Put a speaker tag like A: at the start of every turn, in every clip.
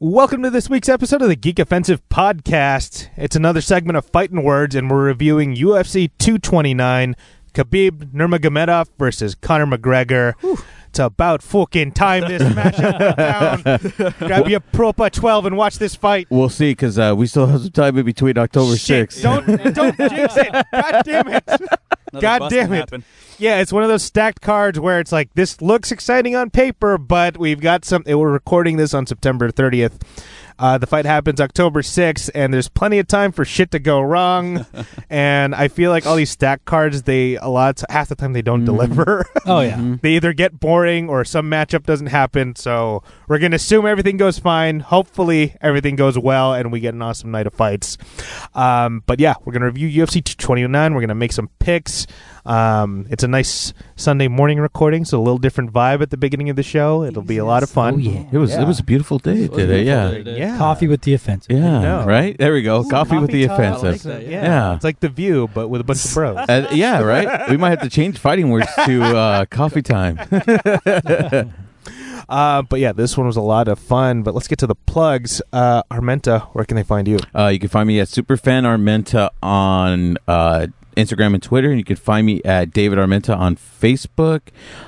A: Welcome to this week's episode of the Geek Offensive Podcast. It's another segment of Fighting Words, and we're reviewing UFC 229, Khabib Nurmagomedov versus Conor McGregor. It's about fucking time this matchup down. Grab your proper 12 and watch this fight.
B: We'll see, because uh, we still have some time in between October
A: Shit, Don't
B: 6th.
A: don't jinx it. God damn it.
C: Another
A: God
C: bust
A: damn
C: can
A: it.
C: happen.
A: Yeah, it's one of those stacked cards where it's like this looks exciting on paper, but we've got some. We're recording this on September 30th. Uh, the fight happens October 6th, and there's plenty of time for shit to go wrong. and I feel like all these stacked cards, they a lot half the time they don't deliver.
D: Mm-hmm. Oh yeah.
A: they either get boring or some matchup doesn't happen. So we're gonna assume everything goes fine. Hopefully everything goes well and we get an awesome night of fights. Um, but yeah, we're gonna review UFC 229. oh We're gonna make some picks. Um, it's a nice Sunday morning recording, so a little different vibe at the beginning of the show. It'll be a lot of fun.
D: Oh yeah.
B: It was it was a beautiful day
C: It was a
B: today.
C: beautiful
B: yeah,
C: day today.
A: Yeah.
D: Coffee with the offensive.
B: yeah,
A: No.
B: right. There we go. coffee, with the
A: time. I like
B: offensive.
A: that. Yeah.
B: Yeah.
A: it's like the View, but with a bunch of bros.
B: Uh, yeah, right. We might have to change fighting words to uh, coffee time.
A: Uh, but yeah, this one was a lot of fun. But let's get to the plugs. Uh, Armenta, where can they find you?
B: Uh, you can find me at Superfan Armenta on uh, Instagram and Twitter, and you can find me at David Armenta on Facebook.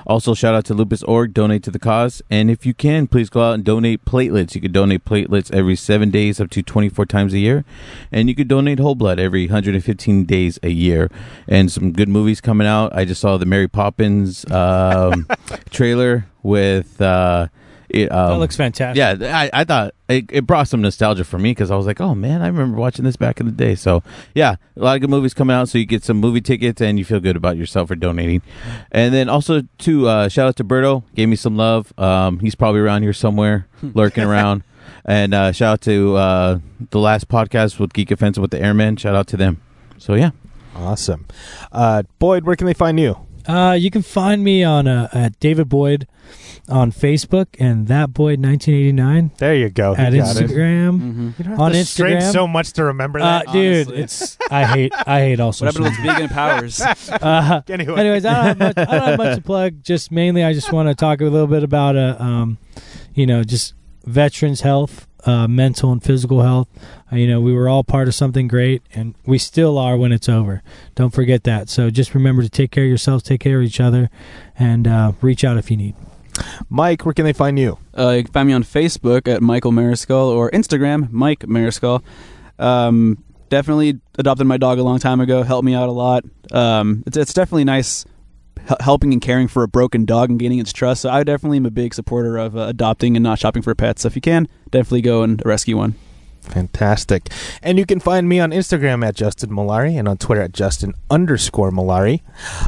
B: Also, shout out to Lupus Org, donate to the cause, and if you can, please go out and donate platelets. You can donate platelets every seven days, up to twenty four times a year, and you could donate whole blood every hundred and fifteen days a year. And some good movies coming out. I just saw the Mary Poppins um, trailer with. Uh, it, um,
A: Oh.
D: That looks fantastic.
B: yeah, th- I, I thought it, it brought some nostalgia for me because I was like, oh man, I remember watching this back in the day. So yeah, a lot of good movies coming out, so you get some movie tickets and you feel good about yourself for donating. And then also to uh, shout out to Berto, gave me some love. Um, he's probably around here somewhere, lurking around. And uh, shout out to uh, the last podcast with Geek Offensive with the Airmen. Shout out to them. So yeah,
A: Awesome, uh, Boyd, where can they find you?
D: Uh, you can find me on uh, at David Boyd on Facebook and that Boyd 1989
A: There you go.
D: at
A: You Oh, got it.
D: Instagram. On
A: Just strained
D: Instagram.
A: so much to remember
D: Uh,
A: that.
D: dude,
C: Mm-hmm. Honestly.
D: it's I hate I hate all
C: What happened to
D: social.
C: those vegan powers?
D: Uh,
A: anyway,
D: anyways, I don't, have much, I don't have much to plug. Just mainly, I just want to talk a little bit about uh, um, you know, just veterans' health, uh, mental and physical health. Uh, you know, we were all part of something great, and we still are when it's over. Don't forget that. So just remember to take care of yourselves, take care of each other, and uh, reach out if you need.
A: Mike, where can they find you?
C: Uh, you can find me on Facebook at Michael Mariscal or Instagram, Mike Mariscal. Um, definitely adopted my dog a long time ago. Helped me out a lot. Um, it's, it's definitely nice hel- helping and caring for a broken dog and gaining its trust. So I definitely am a big supporter of uh, adopting and not shopping for pets. So if you can, definitely go and rescue one.
A: Fantastic. And you can find me on Instagram at Justin Malari and on Twitter at Justin underscore Malari.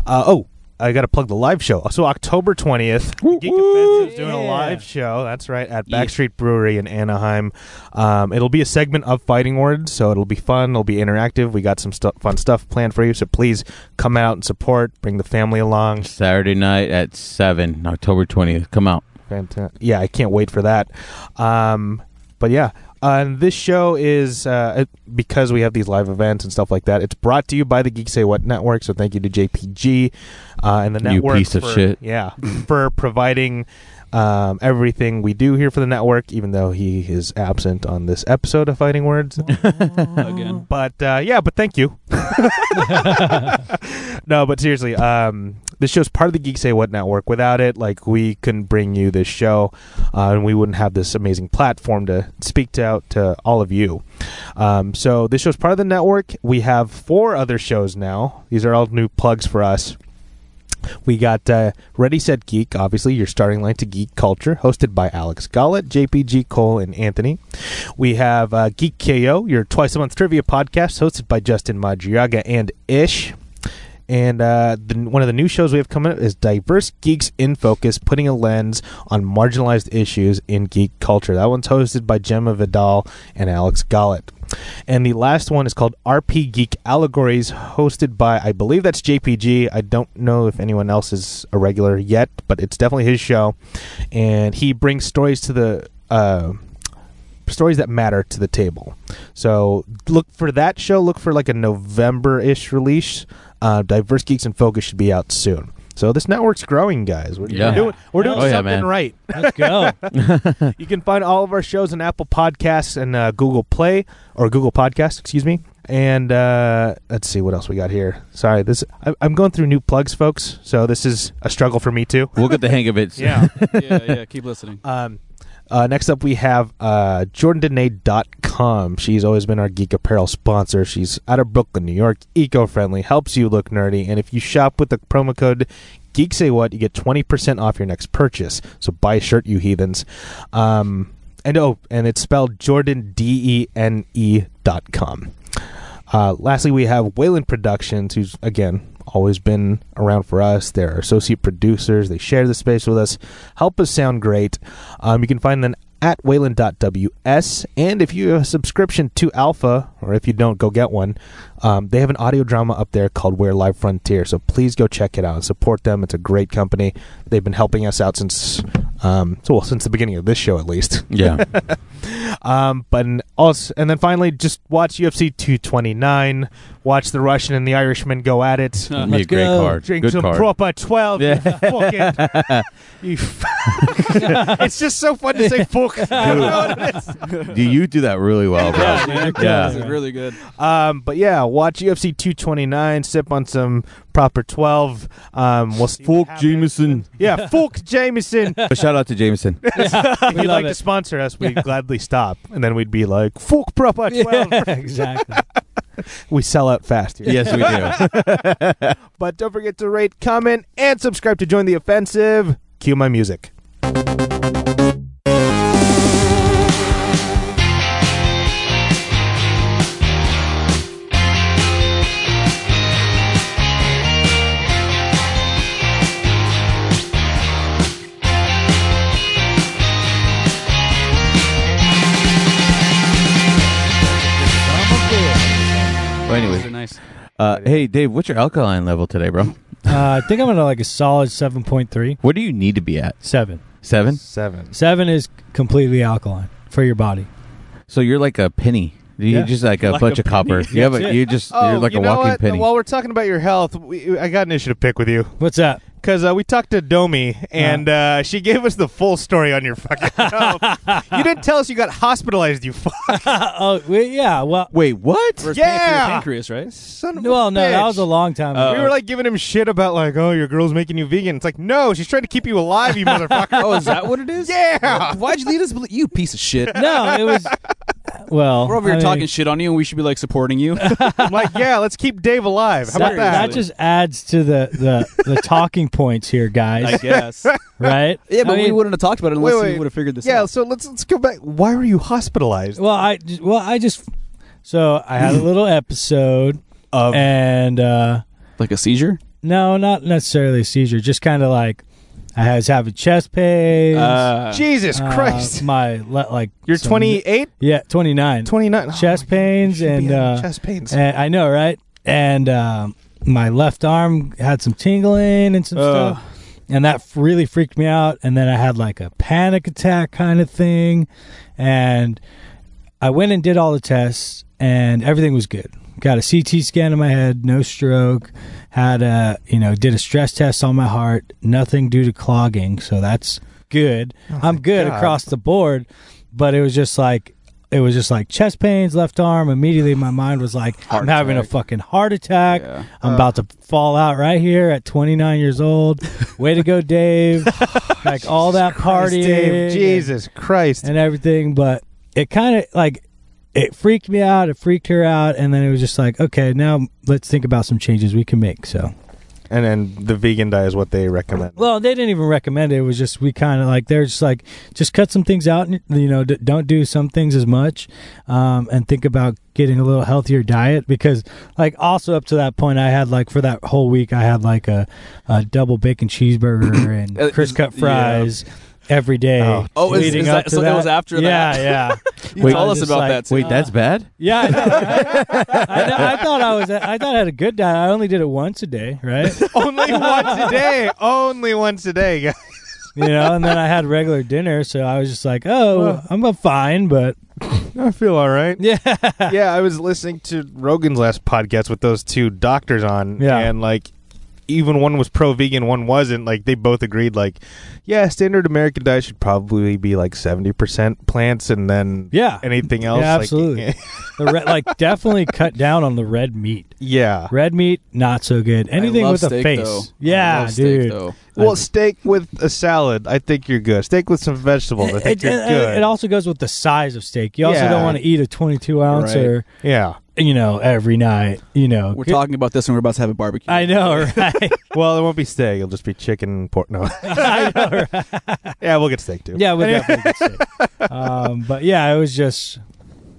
A: Uh, oh, I got to plug the live show. So October 20th, Geek Offensive is doing a
D: Yeah.
A: live show. That's right, at
C: Yeah.
A: Backstreet Brewery in Anaheim. Um, it'll be a segment of Fighting Words, so it'll be fun. It'll be interactive. We got some stu- fun stuff planned for you, so please come out and support. Bring the family along.
B: Saturday night at seven, October twentieth. Come out.
A: Fantastic. Yeah, I can't wait for that. Um, but yeah, uh, and this show is uh, it- because we have these live events and stuff like that. It's brought to you by the Geek Say What Network. So thank you to JPG uh, and the
B: You
A: network.
B: piece of
A: for-
B: shit.
A: Yeah, for providing. Um, everything we do here for the network, even though he is absent on this episode of Fighting Words,
C: Again.
A: but uh, yeah, but thank you. no, but seriously, um, this show's part of the Geek Say What Network. Without it, like we couldn't bring you this show, uh, and we wouldn't have this amazing platform to speak to out to all of you. Um, so this show's part of the network. We have four other shows now. These are all new plugs for us. We got uh, Ready Set Geek, obviously your starting line to geek culture, hosted by Alex Gollett, JPG Cole, and Anthony. We have uh, Geek KO, your twice a month trivia podcast, hosted by Justin Madriaga and Ish. And uh, the, one of the new shows we have coming up is Diverse Geeks in Focus, putting a lens on marginalized issues in geek culture. That one's hosted by Gemma Vidal and Alex Gollett. And the last one is called RP Geek Allegories, hosted by, I believe that's JPG. I don't know if anyone else is a regular yet, but it's definitely his show. And he brings stories to the. Uh, stories that matter to the table. So look for that show. Look for like a November ish release. Uh, Diverse Geeks and Focus should be out soon. So this network's growing, guys. We're,
B: Yeah.
A: we're doing we're doing
B: Oh, yeah,
A: something
B: man.
A: right.
D: Let's go.
A: You can find all of our shows on Apple Podcasts and uh, Google Play or Google Podcasts, excuse me. And uh, let's see what else we got here. Sorry, this I, I'm going through new plugs, folks. So this is a struggle for me too.
B: We'll get the hang of it.
A: Yeah.
C: yeah, yeah. Keep listening.
A: Um, uh, next up, we have uh, JordanDenay.com. She's always been our geek apparel sponsor. She's out of Brooklyn, New York, eco friendly, helps you look nerdy. And if you shop with the promo code Geek Say What, you get 20% off your next purchase. So buy a shirt, you heathens. Um, and oh, and it's spelled Jordan, D E N E dot com. Uh, lastly, we have Wayland Productions, who's again always been around for us. They're our associate producers. They share the space with us, help us sound great. Um, you can find them at wayland.ws. And if you have a subscription to Alpha, or if you don't, go get one. Um, they have an audio drama up there called We're Live Frontier. So please go check it out and support them. It's a great company. They've been helping us out since, um, well, since the beginning of this show at least.
B: Yeah.
A: Um, but n- also, and then finally, just watch UFC 229. Watch the Russian and the Irishman go at it.
B: Be a
C: Uh,
D: Let's
B: great
D: go.
B: card.
A: Drink
B: Good
A: some
B: card.
A: proper 12. you
B: Yeah.
A: fucking, you f- it's just so fun to say fuck. I don't know what it is.
B: Do you do that really well, bro?
C: yeah, man,
B: Yeah.
C: This is really good.
A: Um, but yeah, watch UFC 229. Sip on some proper 12. Um, we'll see what
B: Fuck
A: happens.
B: Jameson.
A: Yeah, fuck Jameson.
B: But shout out to Jameson.
A: if you'd
D: love
A: like to
D: it.
A: sponsor us, we'd gladly stop. And then we'd be like, fuck proper 12.
D: Yeah, exactly.
A: We sell out fast here.
B: Yes, we do.
A: But don't forget to rate, comment, and subscribe to join the offensive. Cue my music.
B: Well,
C: These are
B: anyway,
C: nice.
B: uh, hey Dave, what's your alkaline level today, bro?
D: Uh, I think I'm gonna like a solid seven point three.
B: Where do you need to be at?
D: Seven.
B: Seven.
A: Seven.
D: Seven is completely alkaline for your body.
B: So you're like a penny. You're
D: Yeah.
B: just like a
C: Like
B: bunch
C: a
B: of copper.
C: penny.
B: Yeah,
D: That's
B: but
D: it.
B: you just
A: Oh,
B: you're like
A: you
B: a
A: know
B: walking
A: what?
B: penny.
A: While we're talking about your health, we, I got an issue to pick with you
D: What's that?
A: because uh, we talked to Domi and uh, she gave us the full story on your fucking health. you didn't tell us you got hospitalized. You fuck.
D: Oh we- yeah. Well,
B: Wait, what?
C: We're
A: Yeah!
C: pancreas, right?
A: Son of
D: well,
A: a
D: no,
A: bitch.
D: that was a Uh, long time ago.
A: we were like giving him shit about like, oh, your girl's making you vegan. It's like, no, she's trying to keep you alive, you motherfucker.
C: Oh, is that what it is?
A: yeah.
C: Why'd you lead us? belie- You piece of shit.
D: no, it was. uh, Well,
C: We're over here
D: I mean,
C: talking shit on you, and we should be like supporting you.
A: I'm like, yeah, let's keep Dave alive. How about
D: that,
A: that?
D: that just adds to the the, the talking points here,
C: I
D: guys.
C: guess.
D: right?
C: Yeah, but
D: I
C: we
D: mean,
C: wouldn't have talked about it unless
A: Wait, wait.
C: we would have figured this
A: yeah,
C: out.
A: so let's let's go back. Why were you hospitalized?
D: Well, I ju- well, I just so I had a little episode,
A: Of
D: and uh
C: Like a seizure?
D: no, not necessarily a seizure, just kind of like I was having chest pains.
C: Oh.
A: Jesus
D: uh,
A: Christ.
D: my le- like
A: You're
D: some-
A: 28,
D: yeah, twenty nine.
A: 29. Oh
D: Chest
A: my
D: pains
A: God, you should be
D: and,
A: having
D: uh,
A: chest pains.
D: And I know, right? And um, my left arm had some tingling and some
C: Ugh.
D: stuff, and that f- really freaked me out. And then I had like a panic attack kind of thing, and I went and did all the tests, and everything was good. Got a CT scan of my head, no stroke. Had a you know did a stress test on my heart, nothing due to clogging, so that's good. I'm good
A: God.
D: across the board, but it was just like it was just like chest pains, left arm. Immediately, my mind was like, I'm having a
C: attack.
D: fucking heart attack.
C: Yeah.
A: Uh.
D: I'm about to fall out right here at 29 years old. Way to go, Dave! like all that
A: Christ,
D: partying,
A: Dave,
D: and-
A: Jesus Christ.
D: and everything, but it kind of like it freaked me out. It freaked her out, and then it was just like, okay, now let's think about some changes we can make. So,
A: And then the vegan diet is what they recommend.
D: well, they didn't even recommend it. It was just we kind of like they're just like just cut some things out, and you know, d- don't do some things as much, um, and think about getting a little healthier diet because like also up to that point, I had like for that whole week, I had like a, a double bacon cheeseburger
C: Uh,
D: and crisp cut
C: yeah.
D: fries. Every day.
A: Oh,
C: Oh, is-
D: leading
C: is
D: up
C: that-
D: to
C: so that was after
D: yeah,
C: that?
D: Yeah,
C: you
D: Wait.
C: tell us
D: Just
C: about
D: like-
C: that. Too.
B: Wait, that's bad.
D: Yeah, I, know, right? I, know- I thought I was. I thought I had a good diet. I only did it once a day, right?
A: Only once a day. Only once a day, guys.
D: You know, and then I had regular dinner, so I was just like, "Oh, I'm a fine," but
A: I feel all right.
D: yeah,
A: yeah, I was listening to Rogan's last podcast with those two doctors on,
D: Yeah.
A: and like even one was pro vegan, one wasn't. Like they both agreed, like, yeah, standard American diet should probably be like seventy percent plants, and then
D: Yeah.
A: anything else.
D: Yeah,
A: like-
D: absolutely. the red, like definitely cut down on the red meat.
A: yeah.
D: Red meat not so good. Anything
C: love
D: with
C: steak,
D: a face.
C: though. I
D: Yeah,
C: love steak,
D: dude.
C: though.
A: Well,
D: I-
A: steak with a salad, I think you're good. Steak with some vegetables, I think
D: It, it-
A: you're good.
D: it- it also goes with the size of steak. You also
A: Yeah.
D: don't want to eat a 22 ounce
C: Right.
D: or
A: yeah.
D: you know every night. You know,
C: We're talking about this when we're about to have a barbecue.
D: I know, right?
A: Well, it won't be steak. It'll just be chicken and pork. No.
D: I know, right?
A: yeah, we'll get steak too.
D: Yeah, we'll definitely get steak. Um, but yeah, it was just,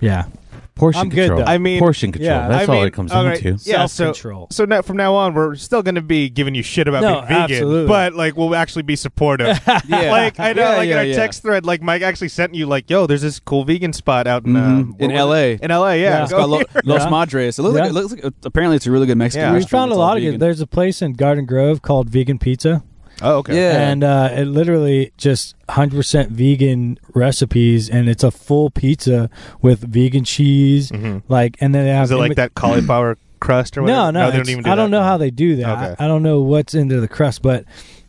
D: yeah,
B: Portion
D: I'm good,
B: control.
D: though.
A: I mean-
B: portion control.
D: Yeah,
B: That's
A: I
B: all
A: mean,
B: it comes
A: all
B: down
A: right.
B: to.
A: Yeah,
D: self
A: so-
D: control.
A: So now, from now on, we're still going to be giving you shit about
D: No,
A: being vegan,
D: absolutely.
A: but like we'll actually be supportive.
C: Yeah.
A: Like I know,
C: Yeah,
A: like in
C: yeah,
A: our
C: yeah.
A: text thread, like Mike actually sent you like, "Yo, there's this cool vegan spot out in
C: Mhm.
B: Mm-hmm.
A: um, where
C: In
A: was it?
C: LA.
A: In LA, yeah.
D: Yeah.
A: Go
D: It's
C: It's called Lo-
A: here.
C: Los
D: Yeah.
C: Madres. It looks like,
D: Yeah.
C: it looks like apparently it's a really good Mexican.
A: Yeah.
D: we
C: restaurant.
D: found a
C: It's
D: lot
C: all
D: of good.
C: vegan.
D: There's a place in Garden Grove called Vegan Pizza,
A: Oh, okay.
C: Yeah.
D: and uh, it literally just 100% vegan recipes, and it's a full pizza with vegan cheese,
A: Mhm.
D: like, and then they have
A: Is it like that cauliflower crust or
D: No,
A: whatever?
D: no,
A: they don't
D: it's-
A: even do
D: I don't
A: that.
D: know how they do that.
A: Okay.
D: I, I don't know what's into the crust, but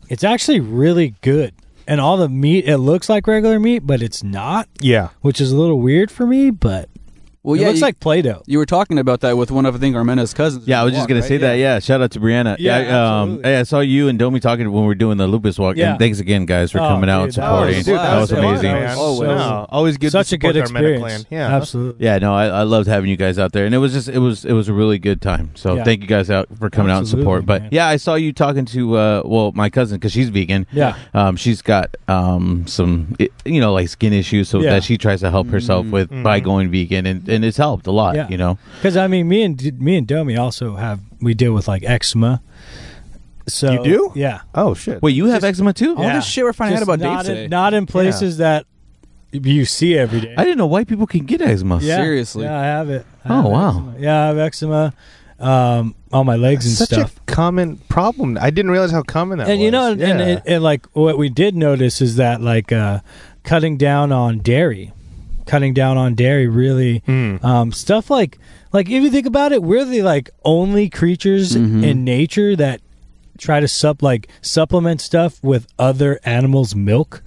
D: it's actually really good. And all the meat, it looks like regular meat, but it's not,
A: Yeah.
D: which is a little weird for me. But
C: Well,
D: it
C: yeah,
D: looks
C: you,
D: like Play-Doh.
C: you were talking about that with one of I think Armenda's cousins.
B: Yeah, I was just gonna
C: Walk,
B: say
C: right?
B: that. Yeah, shout out to Brianna.
D: Yeah,
B: I, um,
D: absolutely.
B: hey, I saw you and Domi talking when we were doing the lupus walk.
D: Yeah.
B: And thanks again, guys, for
D: Oh,
B: coming out and
D: dude, that was-
B: supporting.
C: dude, that was
B: was
C: fun,
B: amazing.
C: man.
A: Oh,
C: Always.
A: No, always good.
D: Such
A: to
D: a good
A: support our Meta
D: experience.
A: Plan. Yeah.
D: absolutely.
B: Yeah, no, I, I loved having you guys out there, and it was just it was it was a really good time. So
D: Yeah.
B: thank you guys out for coming
D: Absolutely,
B: out and support. But
D: man.
B: yeah, I saw you talking to uh, well my cousin because she's vegan.
D: Yeah.
B: um, she's got um some i- you know like skin issues, so
D: Yeah. Mm-hmm.
B: that she tries to help
C: Mm-hmm.
B: herself with by going vegan, and, and it's helped a lot.
D: Yeah.
B: You know,
D: Because I mean, me and me and Domi also have we deal with like eczema. So
A: You do?
D: Yeah.
A: Oh shit.
B: wait, you have eczema too?
C: All
D: Yeah.
C: this shit we're finding
D: Just
C: out about Dave
D: not
C: today.
D: in, not in places that you see every day.
B: I didn't know white people can get eczema.
D: yeah.
C: Seriously.
D: Yeah, I have it. I
B: Oh,
D: have
B: wow.
D: eczema. Yeah, I have eczema um, on my legs and
A: Such
D: stuff.
A: a common problem. I didn't realize how common that
D: and
A: was.
D: you know, and, and,
A: Yeah.
D: and, like what we did notice is that like uh, cutting down on dairy, cutting down on dairy really
A: Mm.
D: um, stuff like like if you think about it, we're the like only creatures in nature that try to sup like supplement stuff with other animals' milk.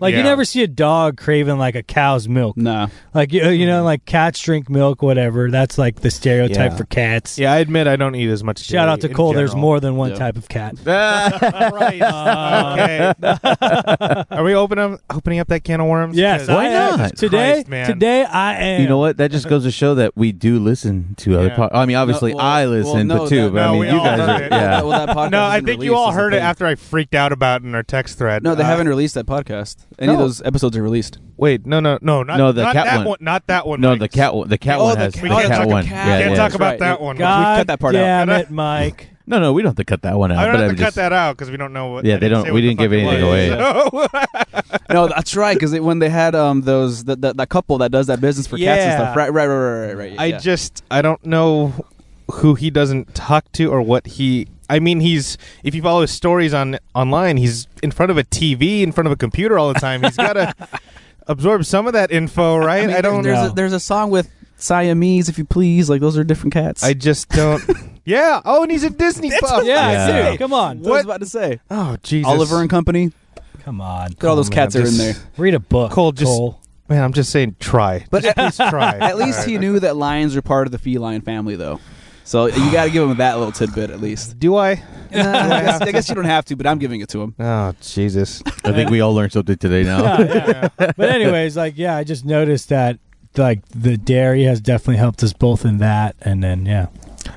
D: Like
A: Yeah.
D: you never see a dog craving like a cow's milk.
C: Nah.
D: Like you, you know, like cats drink milk, whatever. That's like the stereotype
A: Yeah.
D: for cats.
A: yeah, I admit I don't eat as much.
D: Shout
A: dairy
D: out to
A: in
D: Cole. There's
A: general.
D: more than one
C: Yeah.
D: type of cat.
A: Christ. okay. Are we open up, opening up that can of worms?
D: Yes,
A: 'Cause-
B: Why
D: I am.
B: not?
D: Today,
A: Christ, man.
D: today I am.
B: You know what? That just goes to show that we do listen to other.
A: Yeah.
B: Po- I mean, obviously,
C: No, well-
B: I
C: well,
B: listen,
C: no,
B: but too.
C: that-
B: but I
A: no,
B: mean,
A: we
B: you
A: all
B: guys
A: heard
B: are.
A: it.
B: Yeah.
C: Well, that podcast
A: No, I
C: isn't
A: think you
C: released,
A: all
C: is the
A: heard it
C: thing.
A: after I freaked out about it in our text thread.
C: No, they
A: Uh,
C: haven't released that podcast. Any of
A: No.
C: those episodes are released.
A: Wait, no, no, no, not,
B: No, the
A: not
B: cat
A: that
B: one.
A: one. Not that one.
B: No,
A: Mike.
B: the cat. one- The cat
C: Oh,
B: one
C: the
B: has
C: cat-
B: the
A: we can't
B: cat
A: talk-
B: one.
C: cat-
B: Yeah,
C: we
A: Can't
B: yeah.
A: talk
C: That's
A: about
C: right.
A: that
C: We-
A: one.
D: God
C: cut that part out.
D: damn
A: I-
D: it, Mike.
B: No, no, we don't have to cut that one out.
A: I don't
B: but
A: have to
B: I
A: cut
B: just,
A: that out because we don't know what.
B: Yeah,
A: I
B: they don't-
A: say
B: we
A: what the
B: didn't give
A: fuck it was.
B: anything away.
A: So-
C: No, that's right. Because when they had um those that, that that couple that does that business for cats and
A: Yeah.
C: stuff. Right, right, right, right, right. right yeah,
A: I
C: yeah.
A: just I don't know who he doesn't talk to or what he. I mean, he's if you follow his stories on online, he's in front of a TV, in front of a computer all the time. He's got to absorb some of that info, right? I,
C: mean,
A: don't.
C: There's
D: know.
C: A, there's a song with Siamese, if you please. Like those are different cats.
A: I just don't. yeah. Oh, and he's a Disney pup.
D: Yeah,
B: Yeah.
D: dude. Come on.
C: What I was about to say.
A: Oh, Jesus.
C: Oliver and Company.
D: Come on.
C: All those
A: man,
C: cats are in
A: just-
C: there.
D: Read a book.
A: Cole, just- Man, I'm just saying, try. But
C: at-
A: please try.
C: At least he
A: Alright.
C: knew that lions are part of the feline family, though. So you got to give him that little tidbit at least.
A: Do I?
C: Nah, I, guess, I guess you don't have to, but I'm giving it to him.
A: Oh, Jesus.
B: I think we all learned something today. Now,
D: Yeah, yeah. but anyways, like yeah, I just noticed that like the dairy has definitely helped us both in that, and then yeah.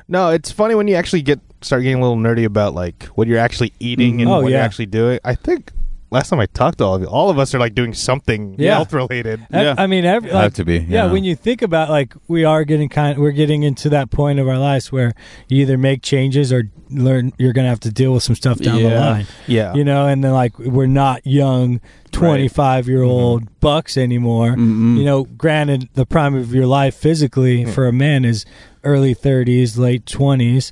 A: No, it's funny when you actually get start getting a little nerdy about like what you're actually eating and
D: Oh,
A: what
D: yeah.
A: you're actually doing. I think last time I talked to all of you, all of us are like doing something
D: Yeah.
A: health related.
D: I- I mean, every,
B: I have
D: like,
B: to be.
D: yeah. when you think about like we are getting kind, we're getting into that point of our lives where you either make changes or learn you're gonna have to deal with some stuff down the
C: Yeah.
D: line.
A: Yeah.
D: you know and then like we're not young 25 year old
A: Mm-hmm.
D: bucks anymore
C: Mhm.
D: you know granted the prime of your life
A: Mm.
D: physically for a man is early 30s late 20s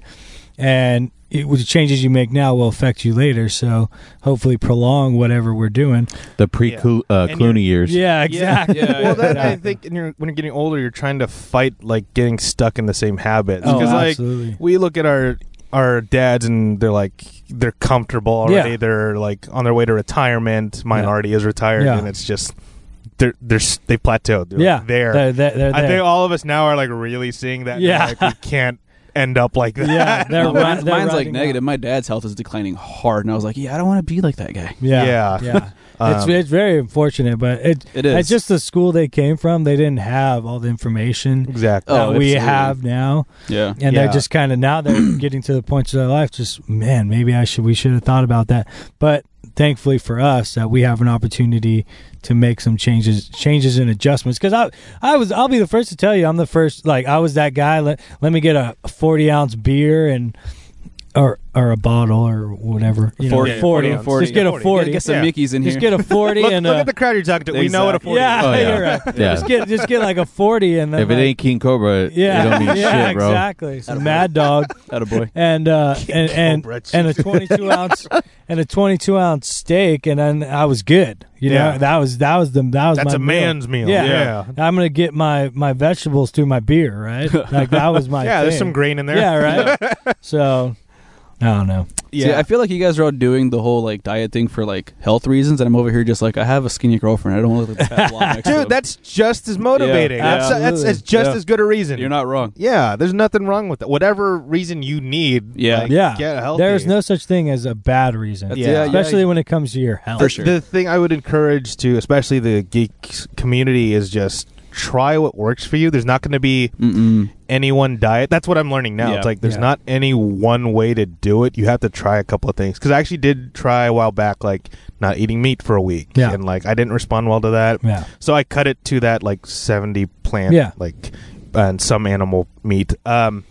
D: and it, the changes you make now will affect you later so hopefully prolong whatever we're doing
B: the pre Clo- uh,
A: And
B: Clooney years.
D: yeah exactly
C: yeah,
A: well, that, I
D: Exactly.
A: think in your, when you're getting older, you're trying to fight like getting stuck in the same habits. 'Cause,
D: oh,
A: like
D: absolutely
A: we look at our are dads and they're like they're comfortable already.
D: Yeah.
A: They're like on their way to retirement. Mine
D: Yeah.
A: already is retired,
D: Yeah.
A: and it's just they're they're s- they plateaued. They're like,
D: yeah,
A: there.
D: They're, they're, they're
A: I
D: there.
A: think all of us now are like really seeing that. and
D: Yeah.
A: like, we can't end up like that.
D: yeah, they're
C: No,
D: ri-
C: mine's
D: they're
C: mine's like
D: riding
C: negative.
D: up.
C: My dad's health is declining hard, and I was like, yeah, I don't want to be like that guy.
D: Yeah,
A: Yeah.
D: yeah. it's
A: Um,
D: it's very unfortunate, but it
C: It is.
D: it's just the school they came from. They didn't have all the information
A: exactly.
C: Oh,
D: that we
C: absolutely.
D: have now,
C: yeah.
D: and
A: Yeah.
D: they're just kind of now they're getting to the points of their life. Just man, maybe I should we should have thought about that. But thankfully for us, that we have an opportunity to make some changes, changes and adjustments. Because I I was I'll be the first to tell you I'm the first like I was that guy. Let let me get a forty ounce beer and. Or, or a bottle or whatever. You know,
C: 40,
D: 40,
A: 40, 40.
D: Just get a
A: Yeah,
D: 40.
A: 40.
C: Get, get some
A: Yeah.
C: Mickey's in
D: Just
C: here.
D: get a forty
A: Look,
D: and
A: look
D: a
A: at the crowd you're talking to. We know what a forty
D: yeah,
A: is.
B: Oh, yeah.
D: you're right.
B: Yeah.
D: Just get just get like a forty and then
B: If it
D: like-
B: ain't King Cobra,
D: yeah,
B: it don't mean
D: yeah,
B: shit, bro.
D: exactly. Some Mad Dog
C: Atta boy.
D: and uh, and
A: Cobra,
D: and and a twenty two ounce and a twenty two ounce steak and then I was good. You
A: Yeah.
D: know that was that was the that was
A: That's
D: my
A: a man's meal.
D: Yeah.
A: Yeah.
D: I'm gonna get my my vegetables through my beer, right? Like that was my
A: Yeah, there's
D: thing.
A: some grain in there.
D: yeah right. so I don't know.
C: Yeah, I feel like you guys are all doing the whole like diet thing for like health reasons, and I'm over here just like I have a skinny girlfriend. I don't want to look like that block next to him.
A: Dude, that's just as motivating.
C: Yeah,
A: that's, that's,
D: absolutely.
A: that's just
C: Yeah.
A: as good a reason.
C: You're not wrong.
A: Yeah, there's nothing wrong with that. Whatever reason you need,
C: Yeah.
A: like,
D: Yeah,
A: get healthy.
D: there is no such thing as a bad reason,
A: Yeah. Yeah,
D: especially when it comes to your health.
C: For sure.
A: The thing I would encourage to, especially the geek community, is just try what works for you. There's not going to be
C: Mm-mm.
A: any one diet. That's what I'm learning now.
C: Yeah.
A: It's like there's
D: Yeah.
A: not any one way to do it. You have to try a couple of things. Because I actually did try a while back, like not eating meat for a week,
D: Yeah.
A: and like I didn't respond well to that.
D: Yeah.
A: So I cut it to that like 70 plant,
D: Yeah.
A: like and some animal meat. Um,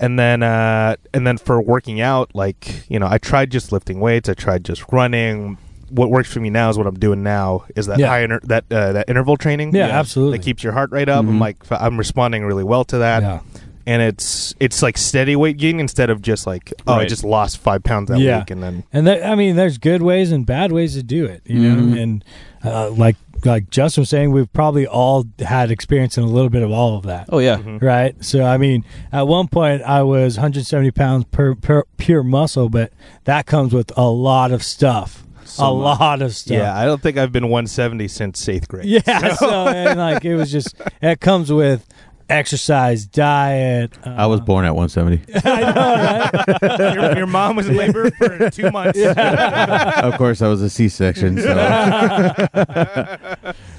A: and then uh, and then for working out, like you know, I tried just lifting weights. I tried just running. What works for me now is what I'm doing now is that
D: Yeah.
A: high inter- that uh, that interval training.
D: Yeah, absolutely.
A: That keeps your heart rate up. I'm
C: Mhm.
A: like f- I'm responding really well to that.
D: Mm-hmm. Yeah.
A: And it's it's like steady weight gain instead of just like oh I
C: Right.
A: just lost five pounds that
D: Yeah.
A: week and then
D: And there, I mean, there's good ways and bad ways to do it, you know.
C: Mhm.
D: And uh, like like Justin was saying, we've probably all had experience in a little bit of all of that,
C: Oh yeah.
A: Mm-hmm.
D: right? So I mean, at one point I was 170 pounds per, per pure muscle, but that comes with a lot of stuff, a lot of stuff.
A: yeah I don't think I've been 170 since eighth grade.
D: yeah. So and like it was just it comes with exercise, diet. Uh,
B: I was born at 170.
D: I know, right?
A: your, your mom was in labor for two months.
B: of course, I was a C-section, so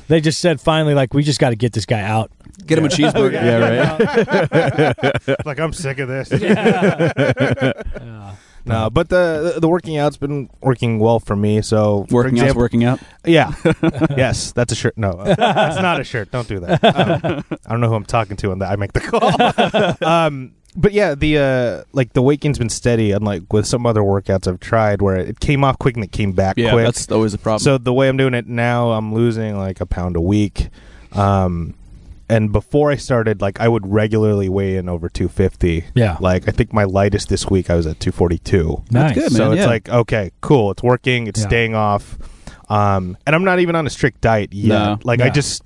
D: They just said finally, like we just got to get this guy out.
C: Get him a cheeseburger.
B: yeah, right.
A: like I'm sick of this.
D: Yeah. Yeah.
A: No, but the the working out's been working well for me. So for
C: Working out's
A: example,
C: working out.
A: yeah, yes, that's a shirt. No, uh, that's not a shirt. Don't do that. Um, I don't know who I'm talking to on that. I make the call. um, but yeah, the uh, like the weight gain's been steady, unlike with some other workouts I've tried where it came off quick and it came back
C: Yeah,
A: quick.
C: that's always a problem.
A: So the way I'm doing it now, I'm losing like a pound a week. Um, and before I started, like I would regularly weigh in over 250.
D: Yeah.
A: Like I think my lightest this week I was at 242.
D: Nice.
C: good, man.
A: so it's
C: yeah.
A: like okay, cool, it's working, it's
D: Yeah.
A: staying off. Um, and I'm not even on a strict diet yet.
C: No.
A: Like I
D: Yeah.
A: just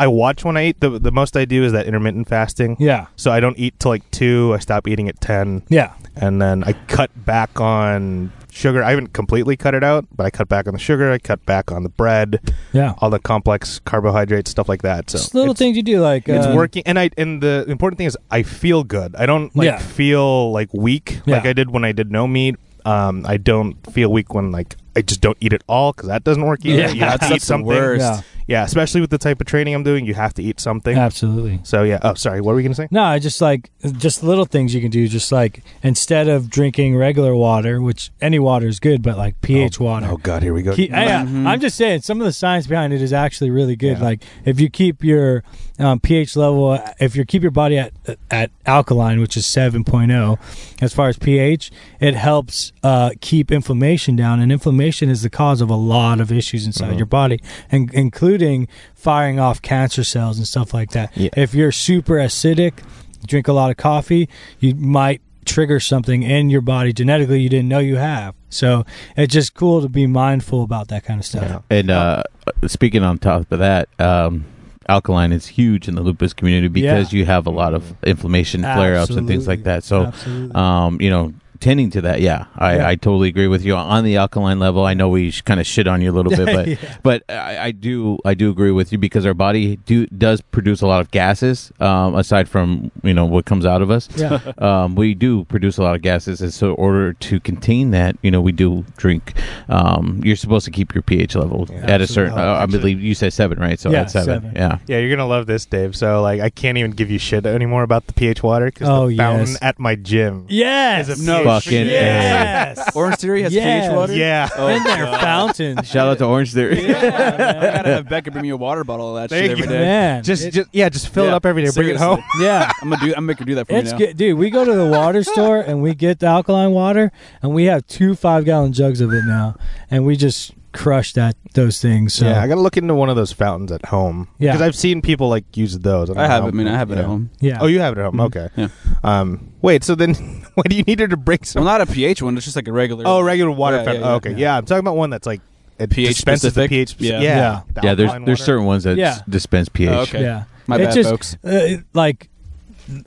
A: I watch when I eat. The the most I do is that intermittent fasting.
D: Yeah.
A: So I don't eat till like two. I stop eating at ten
D: Yeah.
A: and then I cut back on sugar. I haven't completely cut it out, but I cut back on the sugar. I cut back on the bread,
D: Yeah.
A: all the complex carbohydrates, stuff like that. So
D: Just little
A: it's,
D: things you do like
A: It's
D: uh,
A: working, and I and the important thing is I feel good. I don't like
D: Yeah.
A: feel like weak like
D: Yeah.
A: I did when I did no meat. Um, I don't feel weak when like I just don't eat it all because that doesn't work either.
D: Yeah.
A: You have to
C: That's-
A: eat
C: that's the
A: something.
C: worst.
D: Yeah,
A: Yeah, especially with the type of training I'm doing, you have to eat something.
D: absolutely.
A: So yeah. Oh, sorry. What were we gonna say?
D: No, I just like just little things you can do. Just like instead of drinking regular water, which any water is good, but like pH water.
A: Oh God, here we go. Mm-hmm.
D: Keep- yeah, I'm just saying some of the science behind it is actually really good.
A: Yeah.
D: Like if you keep your um, pH level, if you keep your body at at alkaline, which is 7.0, as far as pH, it helps uh, keep inflammation down. And inflammation is the cause of a lot of issues
A: Mm-hmm.
D: inside your body, and including firing off cancer cells and stuff like that.
A: Yeah.
D: If you're super acidic, drink a lot of coffee, you might trigger something in your body genetically you didn't know you have. So it's just cool to be mindful about that kind of stuff.
B: And uh, speaking on top of that, um, alkaline is huge in the lupus community because you have a lot of inflammation flare ups and things
D: Absolutely.
B: like that. So,
D: Absolutely.
B: um, you know, tending to that. Yeah, I,
A: Yeah.
B: I totally agree with you on the alkaline level. I know we kind of shit on you a little bit, but
D: Yeah.
B: but I, I do I do agree with you because our body do does produce a lot of gases um, aside from you know what comes out of us.
D: Yeah.
B: um, we do produce a lot of gases, and so in order to contain that, you know, we do drink. Um, you're supposed to keep your pH level
A: Yeah,
B: at a
A: absolutely.
B: certain.
A: Oh,
B: uh, I
A: absolutely.
B: believe you said seven, right? So
D: Yeah,
B: at seven,
D: seven.
B: yeah.
A: Yeah, you're gonna love this, Dave. So like, I can't even give you shit anymore about the pH water because
D: Oh,
A: the fountain
D: yes.
A: at my gym.
D: Yes.
A: Is a
C: No
A: pH.
B: fucking
A: yeah.
D: Yes.
C: Orange Theory has
D: Yes.
C: pH water.
A: Yeah.
D: in their fountain.
B: Shout out to Orange Theory.
C: Yeah, man. I gotta have Becca bring me a water bottle of that
A: There
C: shit
A: you
C: every
A: go.
C: day.
D: Man,
A: Just,
D: it-
A: just yeah, just fill it
C: Yeah,
A: up every day. Bring it home.
C: seriously.
D: yeah.
C: I'm gonna do. I'm gonna make her do that for
D: It's
C: you now.
D: good, dude. We go to the water store and we get the alkaline water, and we have two five gallon jugs of it now, and we just crush that those things. So
A: Yeah,
D: yeah,
A: I gotta look into one of those fountains at home.
D: Yeah.
A: because I've seen people like use those. don't
C: I
A: know
C: have.
A: how-
C: it. I mean, I have it
A: yeah.
C: at home.
A: Oh, you have it at home.
D: Mhm.
A: Okay.
C: Yeah.
A: Um. Wait. So then, why do you need her to bring
C: Well,
A: some?
C: not a pH one. It's just like a regular.
A: oh, regular water
C: Yeah,
A: fountain.
C: yeah, yeah.
A: Oh, okay. Yeah. I'm talking about one that's like it
C: pH
A: dispenses
C: specific?
A: the pH.
C: Yeah.
D: Yeah.
A: The
B: Yeah, there's
A: alkaline
B: there's
A: water.
B: certain ones that
D: Yeah.
B: dispense pH.
C: Oh, okay.
D: yeah.
C: my
D: It
C: bad,
D: just-
C: folks.
D: Uh, it- like,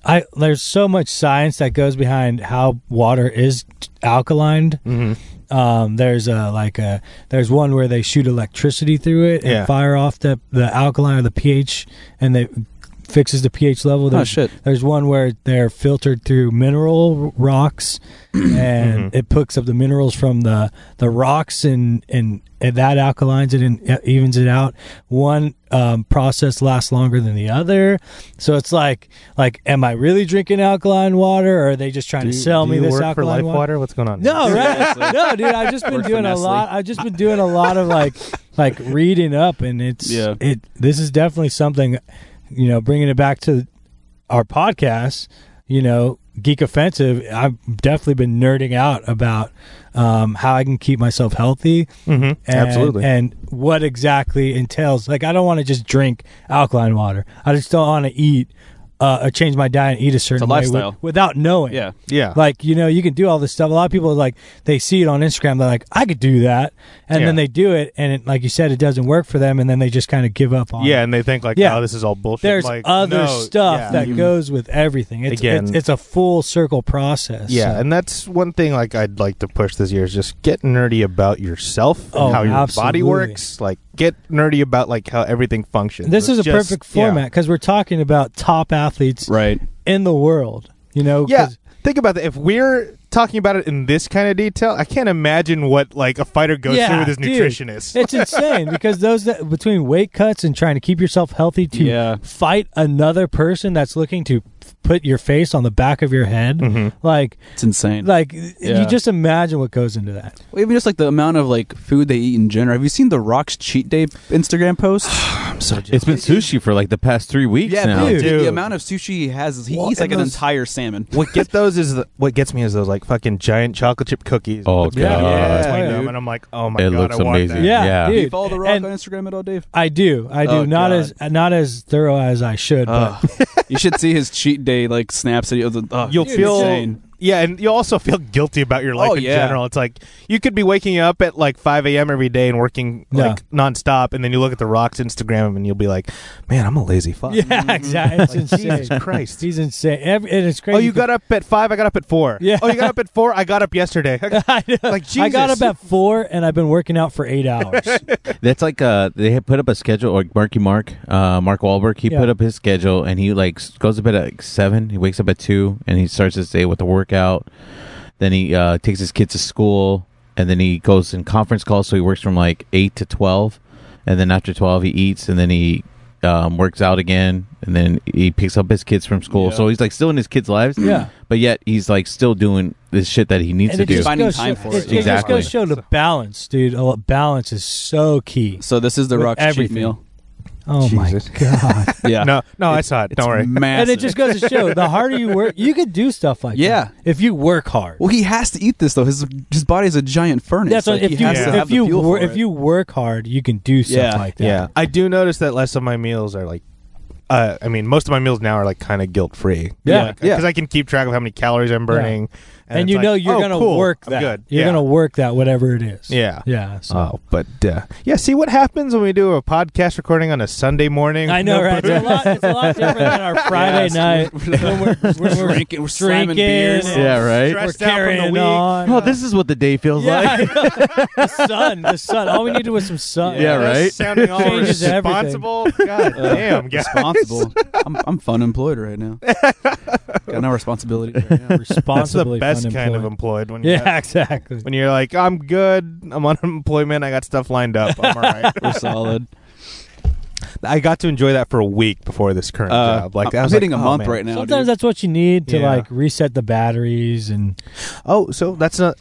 D: I there's so much science that goes behind how water is t- alkalined.
A: Mhm.
D: Um, there's a like a there's one where they shoot electricity through it and
A: Yeah.
D: fire off the the alkaline or the pH, and they fixes the pH level.
C: Oh
D: There's
C: shit.
D: There's one where they're filtered through mineral r- rocks, and
A: Mhm.
D: it picks up the minerals from the the rocks, and and, and that alkalines it and e- evens it out. One um, process lasts longer than the other, so it's like like, am I really drinking alkaline water, or are they just trying
A: Do
D: to
A: you-
D: sell
A: do
D: me
A: you
D: this
A: work
D: alkaline
A: for Life
D: water?
A: Water? What's going on?
D: No,
C: Seriously.
D: right? no, dude. I've just been
C: Work for
D: doing a
C: Nestle.
D: lot. I've just been doing a lot of like, like reading up, and it's
C: Yeah.
D: it. This is definitely something, you know, bringing it back to our podcast. You know, geek offensive. I've definitely been nerding out about um, how I can keep myself healthy.
C: Mm-hmm.
A: Mhm.
D: And,
A: Absolutely.
D: And what exactly entails? Like, I don't want to just drink alkaline water. I just don't want to eat. Uh, or change my diet and eat a certain way wi-
C: lifestyle.
D: without knowing.
C: Yeah.
A: yeah.
D: Like, you know, you can do all this stuff. A lot of people like they see it on Instagram, they're like, I could do that. And
A: Yeah.
D: then they do it and it like you said, it doesn't work for them and then they just kind of give up on
A: yeah,
D: it.
A: and they think like,
D: Yeah.
A: oh, this is all bullshit.
D: There's
A: like,
D: other
A: no,
D: stuff
A: yeah. Mm-hmm.
D: that goes with everything. It's,
A: Again-
D: it's it's a full circle process.
A: Yeah,
D: So-
A: and that's one thing like I'd like to push this year is just get nerdy about yourself and
D: Oh,
A: how your
D: absolutely.
A: body works. Like get nerdy about like how everything functions.
D: this
A: It's
D: is a
A: just-
D: perfect
A: yeah.
D: format because we're talking about top athletes
C: Right.
D: in the world. You know,
A: Yeah.
D: 'cause-
A: Think about that. If we're talking about it in this kind of detail, I can't imagine what like a fighter goes
D: Yeah,
A: through with his
D: dude.
A: nutritionist.
D: it's insane because those that between weight cuts and trying to keep yourself healthy to
C: Yeah.
D: fight another person that's looking to f- put your face on the back of your head,
A: Mhm.
D: like
C: It's insane.
D: like
C: Yeah.
D: you just imagine what goes into that.
C: Well, even just like the amount of like food they eat in general. Have you seen the Rock's cheat day Instagram post?
B: It's been sushi for like the past three weeks now.
C: dude,
A: Dude.
C: The amount of sushi he has, is he
A: What
C: eats like
A: in
C: an
A: those-
C: entire salmon.
A: What get those is the, what gets me is those like fucking giant chocolate chip cookies.
B: Oh,
A: With the peanut
B: God.
A: butter between
D: Yeah,
A: them,
C: dude.
A: and I'm like, oh my
B: It
A: god,
B: looks
A: I want
B: amazing.
A: that.
D: Yeah,
B: Yeah.
D: dude.
C: Do you follow the Rock
D: and
C: on Instagram at all, Dave?
D: I do, I do.
C: Oh,
D: not
C: God.
D: as not as thorough as I should, but
C: you should see his cheat day like snaps. That he, oh,
A: You'll
C: it's
A: feel
C: insane.
A: yeah, and you'll also feel guilty about your life
C: Oh,
A: in
C: yeah.
A: general. It's like you could be waking up at like 5 a.m. every day and working
D: Yeah.
A: like nonstop, and then you look at the Rock's Instagram and you'll be like, "Man, I'm a lazy fuck."
D: yeah, exactly. It's
A: Mm-hmm. Like, Jesus
D: insane.
A: Christ.
D: He's insane. Every, and it's crazy.
A: Oh, you got up at five. I got up at four.
D: Yeah.
A: Oh, you got up at four. I got up yesterday.
D: I know.
A: Like Jesus.
D: I got up at four, and I've been working out for eight hours.
B: That's like uh they had put up a schedule like Marky Mark, uh Mark Wahlberg, he
D: Yeah.
B: put up his schedule and he like s- goes to bed at like seven, he wakes up at two and he starts his day with a workout. Then he uh takes his kids to school and then he goes in conference calls so he works from like eight to twelve and then after twelve he eats and then he um, works out again and then he picks up his kids from school.
C: Yeah.
B: So he's like still in his kids' lives.
D: Yeah.
B: But yet he's like still doing this shit that he needs
D: and
B: to
D: it
B: do.
D: just
C: Finding
D: goes
C: time
D: show-
C: for
D: it.
C: it.
D: just
B: Exactly.
D: goes show the balance, dude. A- Balance is so key.
C: So this is the
D: With
C: Rock's
D: everything.
C: cheat meal.
D: Oh
A: Jesus.
D: my god!
C: Yeah.
A: No, no, I saw it.
C: It's
A: Don't worry.
D: and
C: Massive.
D: it just goes to show the harder you work, you could do stuff like
C: Yeah.
D: that if you work hard.
C: Well, he has to eat this though. His his body is a giant furnace.
D: That's
C: like,
D: what,
C: he
D: if you
C: has to
A: yeah.
C: have
D: if
C: the
D: you
C: fuel
D: wor-
C: for
D: if
C: it.
D: you work hard, you can do stuff
C: Yeah.
D: like that.
A: Yeah, I do notice that less of my meals are like. Uh, I mean, most of my meals now are like kind of guilt free.
D: Yeah.
A: because
C: Yeah.
A: I can keep track of how many calories I'm burning, and
D: And you know you're gonna work
A: that.
D: that.
A: Good.
D: You're
A: yeah.
D: gonna work that whatever it is.
A: Yeah.
D: Yeah. So.
A: Oh, but uh, yeah. See what happens when we do a podcast recording on a Sunday morning.
D: I know, right? It's a, lot, it's a lot different than our Friday
C: Yes.
D: night when we're, when we're
C: Drinking- we're slamming
D: drinking
C: beers.
D: and
B: Yeah, right?
D: We're
A: Stressed out from the
D: carrying
A: week.
D: on.
B: Oh, this is what the day feels
D: yeah,
B: like.
D: I know. the sun, the sun. All we needed was some sun.
B: Yeah, right.
A: Sounding all
D: Changes everything.
A: responsible. God damn, guys.
C: responsible. I'm, I'm fun employed right now. Got no responsibility.
A: That's the
D: Responsibly
A: best
D: fun
A: kind of
D: employee.
A: employed when you
D: Yeah, exactly.
A: when you're like, I'm good. I'm on unemployment. I got stuff lined up. I'm all right.
C: We're solid.
A: I got to enjoy that for a week before this current
C: Uh,
A: job. Like
C: I'm,
A: I
C: I'm
A: was
C: hitting
A: like,
C: a
A: oh,
C: month
A: man.
C: right now.
D: Sometimes
C: dude.
D: that's what you need to
A: Yeah.
D: like reset the batteries and
A: Oh, so that's not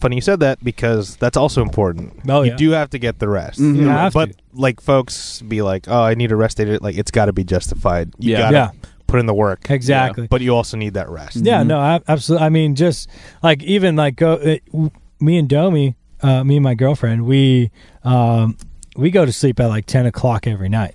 A: funny you said that because that's also important.
D: Oh,
A: you
D: yeah.
A: do have to get the rest.
C: Mhm. You
D: have
A: but
D: to.
A: like folks be like, "Oh, I need a rest day." Like it's got to be justified. You
C: Yeah.
A: got to
D: yeah,
A: put in the work.
D: exactly.
A: But you also need that rest.
D: Yeah,
C: Mhm.
D: no, I, absolutely. I mean, just like even like go, it, w- me and Domi, uh, me and my girlfriend, we um, we go to sleep at like ten o'clock every night.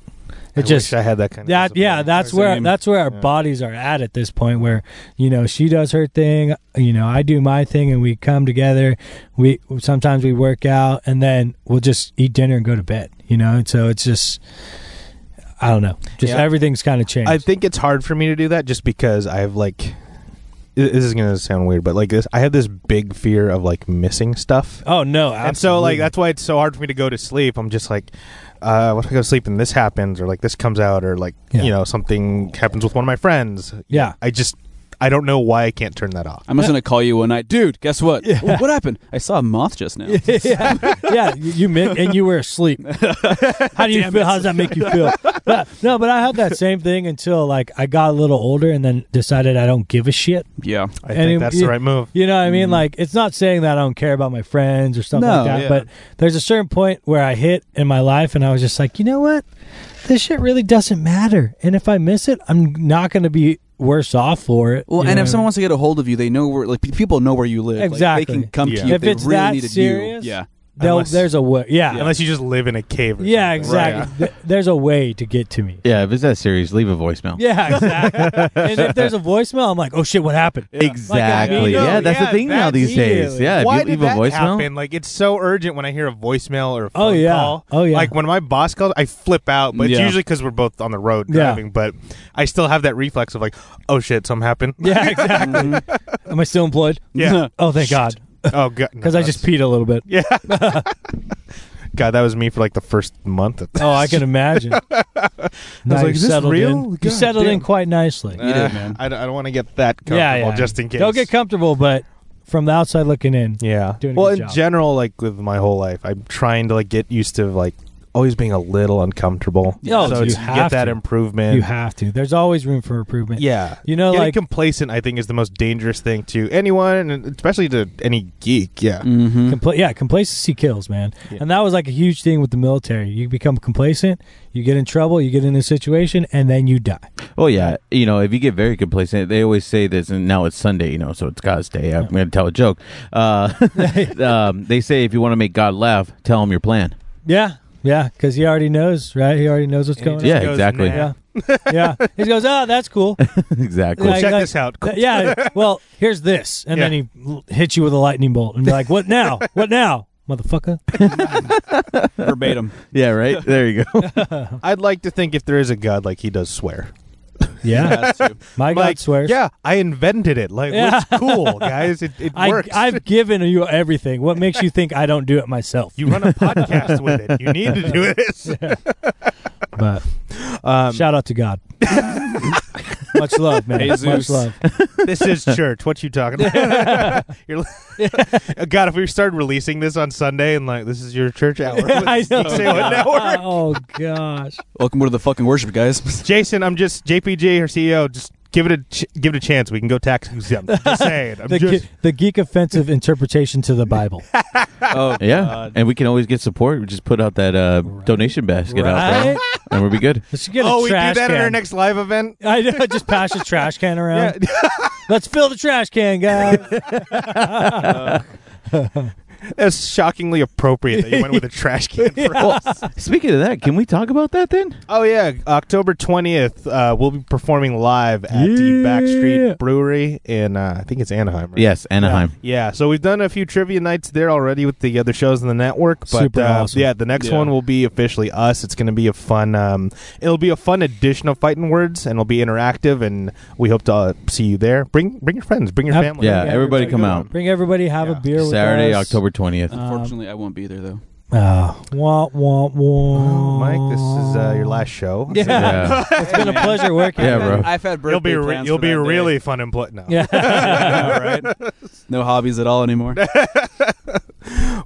A: I
D: It just
A: wish I had that kind of
D: that yeah,
A: discipline.
D: that's
C: Same.
D: where that's where our
A: Yeah.
D: bodies are at at this point. Where you know she does her thing, you know I do my thing, and we come together. We sometimes we work out, and then we'll just eat dinner and go to bed. You know, and so it's just I don't know, just
A: Yeah.
D: everything's kind of changed.
A: I think it's hard for me to do that just because I've like this is going to sound weird, but like this I have this big fear of like missing stuff.
D: oh no, absolutely.
A: And so like that's why it's so hard for me to go to sleep. I'm just like uh what if I go to sleep and this happens or like this comes out or like
D: Yeah.
A: you know something happens with one of my friends.
D: yeah.
A: I just I don't know why I can't turn that off.
C: I'm just gonna call you one night, dude. Guess what?
D: Yeah.
C: What happened? I saw a moth just now.
D: yeah, yeah. You, you mi- and you were asleep. How do you feel? How does that make you feel? But- no, but I had that same thing until like I got a little older and then decided I don't give a shit.
C: Yeah.
A: I
D: And
A: think
D: it-
A: that's
D: yeah.
A: the right move.
D: You know what I mean?
C: Mhm.
D: Like it's not saying that I don't care about my friends or something
C: No.
D: like that.
A: Yeah.
D: But there's a certain point where I hit in my life and I was just like, you know what? This shit really doesn't matter. And if I miss it, I'm not going to be worse off for it.
C: Well,
D: You
C: and
D: know
C: if
D: what I
C: someone
D: mean?
C: wants to get a hold of you, they know where. Like pe- people know where you live. Like,
D: Exactly.
C: they can come
A: Yeah.
C: to you if,
D: If
C: they
D: it's
C: really
D: that
C: needed
D: serious,
C: you. Yeah.
D: They'll-
A: Unless-
D: there's a way. Yeah.
A: Unless you just live in a cave or
D: Yeah,
A: something.
D: exactly. Th- There's a way to get to me.
B: yeah, if it's that serious, leave a voicemail.
D: Yeah, exactly. and if there's a voicemail, I'm like, oh shit, what happened?
B: Exactly.
D: Like, I mean,
B: yeah,
D: no,
B: that's
A: uh, yeah,
B: the thing now
A: that's
B: these days.
D: immediately.
B: Yeah, if
A: Why
B: you
A: did
B: leave
A: that
B: a voicemail.
A: happen? Like it's so urgent when I hear a voicemail or a
D: Oh,
A: phone
D: yeah.
A: call.
D: Oh, yeah.
A: Like when my boss calls, I flip out, but it's
C: Yeah.
A: usually because we're both on the road
D: Yeah.
A: driving. But I still have that reflex of like, oh shit, something happened.
D: Yeah, exactly.
C: Mhm.
D: Am I still employed?
A: Yeah.
D: Oh, thank God.
A: oh god,
D: Because I just
A: pe-
D: peed a little bit.
A: yeah. God, that was me for like the first month. Of
D: Oh, I can imagine. I
A: like, "Is this real?
D: In. You
A: God
D: settled
A: damn."
D: in quite nicely.
C: You did, man.
A: Uh, I don't, I don't want to get that comfortable
D: yeah, yeah.
A: just in case.
D: Don't get comfortable, but from the outside looking in.
A: Yeah.
D: Doing a
A: well,
D: good
A: in
D: job.
A: general, like with my whole life, I'm trying to like get used to like always being a little uncomfortable.
C: Yeah,
A: so
D: you
A: it's,
D: have
A: get that
D: to.
A: improvement.
D: You have to. There's always room for improvement.
A: yeah.
D: You know,
A: Getting
D: like
A: complacent, I think, is the most dangerous thing to anyone, and especially to any geek. Yeah.
D: Mm.
C: Mhm.
D: Compla- yeah, complacency kills, man.
A: Yeah.
D: And that was like a huge thing with the military. You become complacent, you get in trouble, you get in a situation, and then you die.
B: Oh yeah, you know if you get very complacent, they always say this. And now it's Sunday, you know, so it's God's day. I'm going to tell a joke. Uh, um, they say if you want to make God laugh, tell him your plan.
D: Yeah, yeah, because he already knows, right? He already knows what's
A: And he just
B: Yeah,
D: going
A: goes,
B: exactly.
A: "Nah."
D: on. Yeah, yeah. He goes, oh, that's cool.
B: exactly.
A: Cool,
D: Like-
A: check
D: like-
A: this out. Cool.
D: Th- yeah. Well, here's this, and
A: Yeah.
D: then he l- hits you with a lightning bolt, and be like, "What now? What now, motherfucker?"
C: Verbatim.
B: Yeah, right. There you
A: Oh
B: go.
A: I'd like to think if there is a god, like he does swear.
D: Yeah,
C: That's true.
D: my God
A: like,
D: swears.
A: Yeah, I invented it. Like,
D: Yeah.
A: it's cool, guys. It, it
D: I,
A: works.
D: I've given you everything. What makes you think I don't do it myself?
A: you run a podcast with it. You need to do this.
D: But
A: Um,
D: shout out to God. Much love, man.
C: Jesus.
D: Much love.
A: this is church. What you talking about? You're li- God, if we started releasing this on Sunday and like this is your church hour,
D: I
A: with Geek
D: know.
A: say what network?
D: Oh gosh.
C: Welcome to the fucking worship, guys.
A: Jason, I'm just JPG or CEO. E Just give it a ch- give it a chance. We can go tax exempt. I'm Just saying. I'm
D: The,
A: just
D: ge- the geek offensive interpretation to the Bible.
C: Oh
B: Yeah, and we can always get support. We just put out that uh, donation basket out there,
D: Right?
B: and we'll be good.
D: Let's get a
A: oh, we do
D: trash
A: that
D: can.
A: at our next live event.
D: I know, just pass the trash can around.
A: Yeah.
D: Let's fill the trash can, guys.
A: That's shockingly appropriate that you went with a trash can. For
B: Well, speaking of that, can we talk about that then?
A: Oh yeah, October twentieth, uh, we'll be performing live at the
B: Yeah.
A: Backstreet Brewery in uh, I think it's Anaheim. Right?
B: Yes, Anaheim.
A: Yeah, so we've done a few trivia nights there already with the other shows in the network, but
D: Super
A: uh,
D: awesome.
A: yeah, the next
C: Yeah.
A: one will be officially us. It's going to be a fun. Um, it'll be a fun edition of Fighting Words, and it'll be interactive. And we hope to uh, see you there. Bring bring your friends, bring your
D: Ab-
A: family.
B: Yeah,
D: Yeah,
B: everybody come out.
D: Bring everybody, have
A: Yeah.
D: a beer with
B: Saturday,
D: us.
B: October 20th.
A: Uh,
D: Um,
C: Unfortunately, I won't be there though.
D: Oh, wah, wah, wah.
A: Mike, this is uh, your last show.
D: Yeah.
B: yeah.
D: It's been a pleasure working.
B: Yeah,
D: with you.
B: bro.
C: I've had birthday
A: You'll be re-
C: plans
A: you'll
C: for
A: be
C: that day.
A: really fun and put now.
D: Yeah.
C: Yeah, right. No hobbies at all anymore.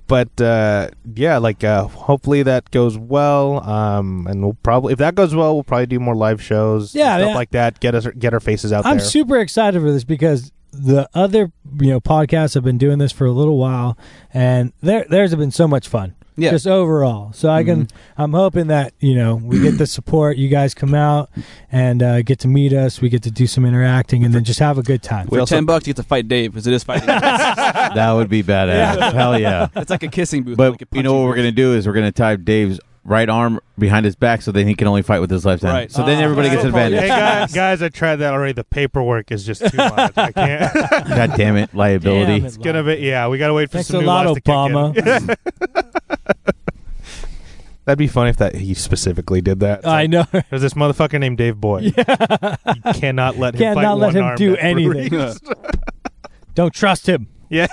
A: but uh, yeah, like uh, hopefully that goes well. Um, and we'll probably if that goes well, we'll probably do more live shows, and
D: Yeah,
A: stuff
D: yeah.
A: like that. Get us get our faces out
D: I'm
A: there.
D: super excited for this because the other you know podcasts have been doing this for a little while, and there theirs have been so much fun.
C: Yeah.
D: Just overall, so I can. I'm hoping that you know we get the support. You guys come out and uh, get to meet us. We get to do some interacting and then just have a good time.
C: For
A: We also-
C: ten bucks, you get to fight Dave because it is fighting. it's
B: that would be badass. Hell yeah.
C: like a kissing booth.
B: But
C: like a
B: you know what we're
C: punching
B: gonna do is we're gonna tie Dave's right arm behind his back so then he can only fight with his left hand.
C: Right.
B: So then
D: Ah,
B: everybody gets
D: that's probably-
A: Hey
B: advantage.
A: guys, guys, I tried that already. The paperwork is just too much. I can't.
B: God damn it, liability.
D: Damn it,
A: It's gonna be yeah. We gotta wait for
D: Thanks
A: some
D: a
A: new
D: lot,
A: laws to kick in.
D: Obama.
A: That'd be funny if that he specifically did that. It's
D: I
A: like,
D: know.
A: There's this motherfucker named Dave Boyd. You cannot let him. fight
D: Cannot let
A: one
D: him
A: arm
D: do
A: at breweries.
D: anything. Don't trust him.
C: booth.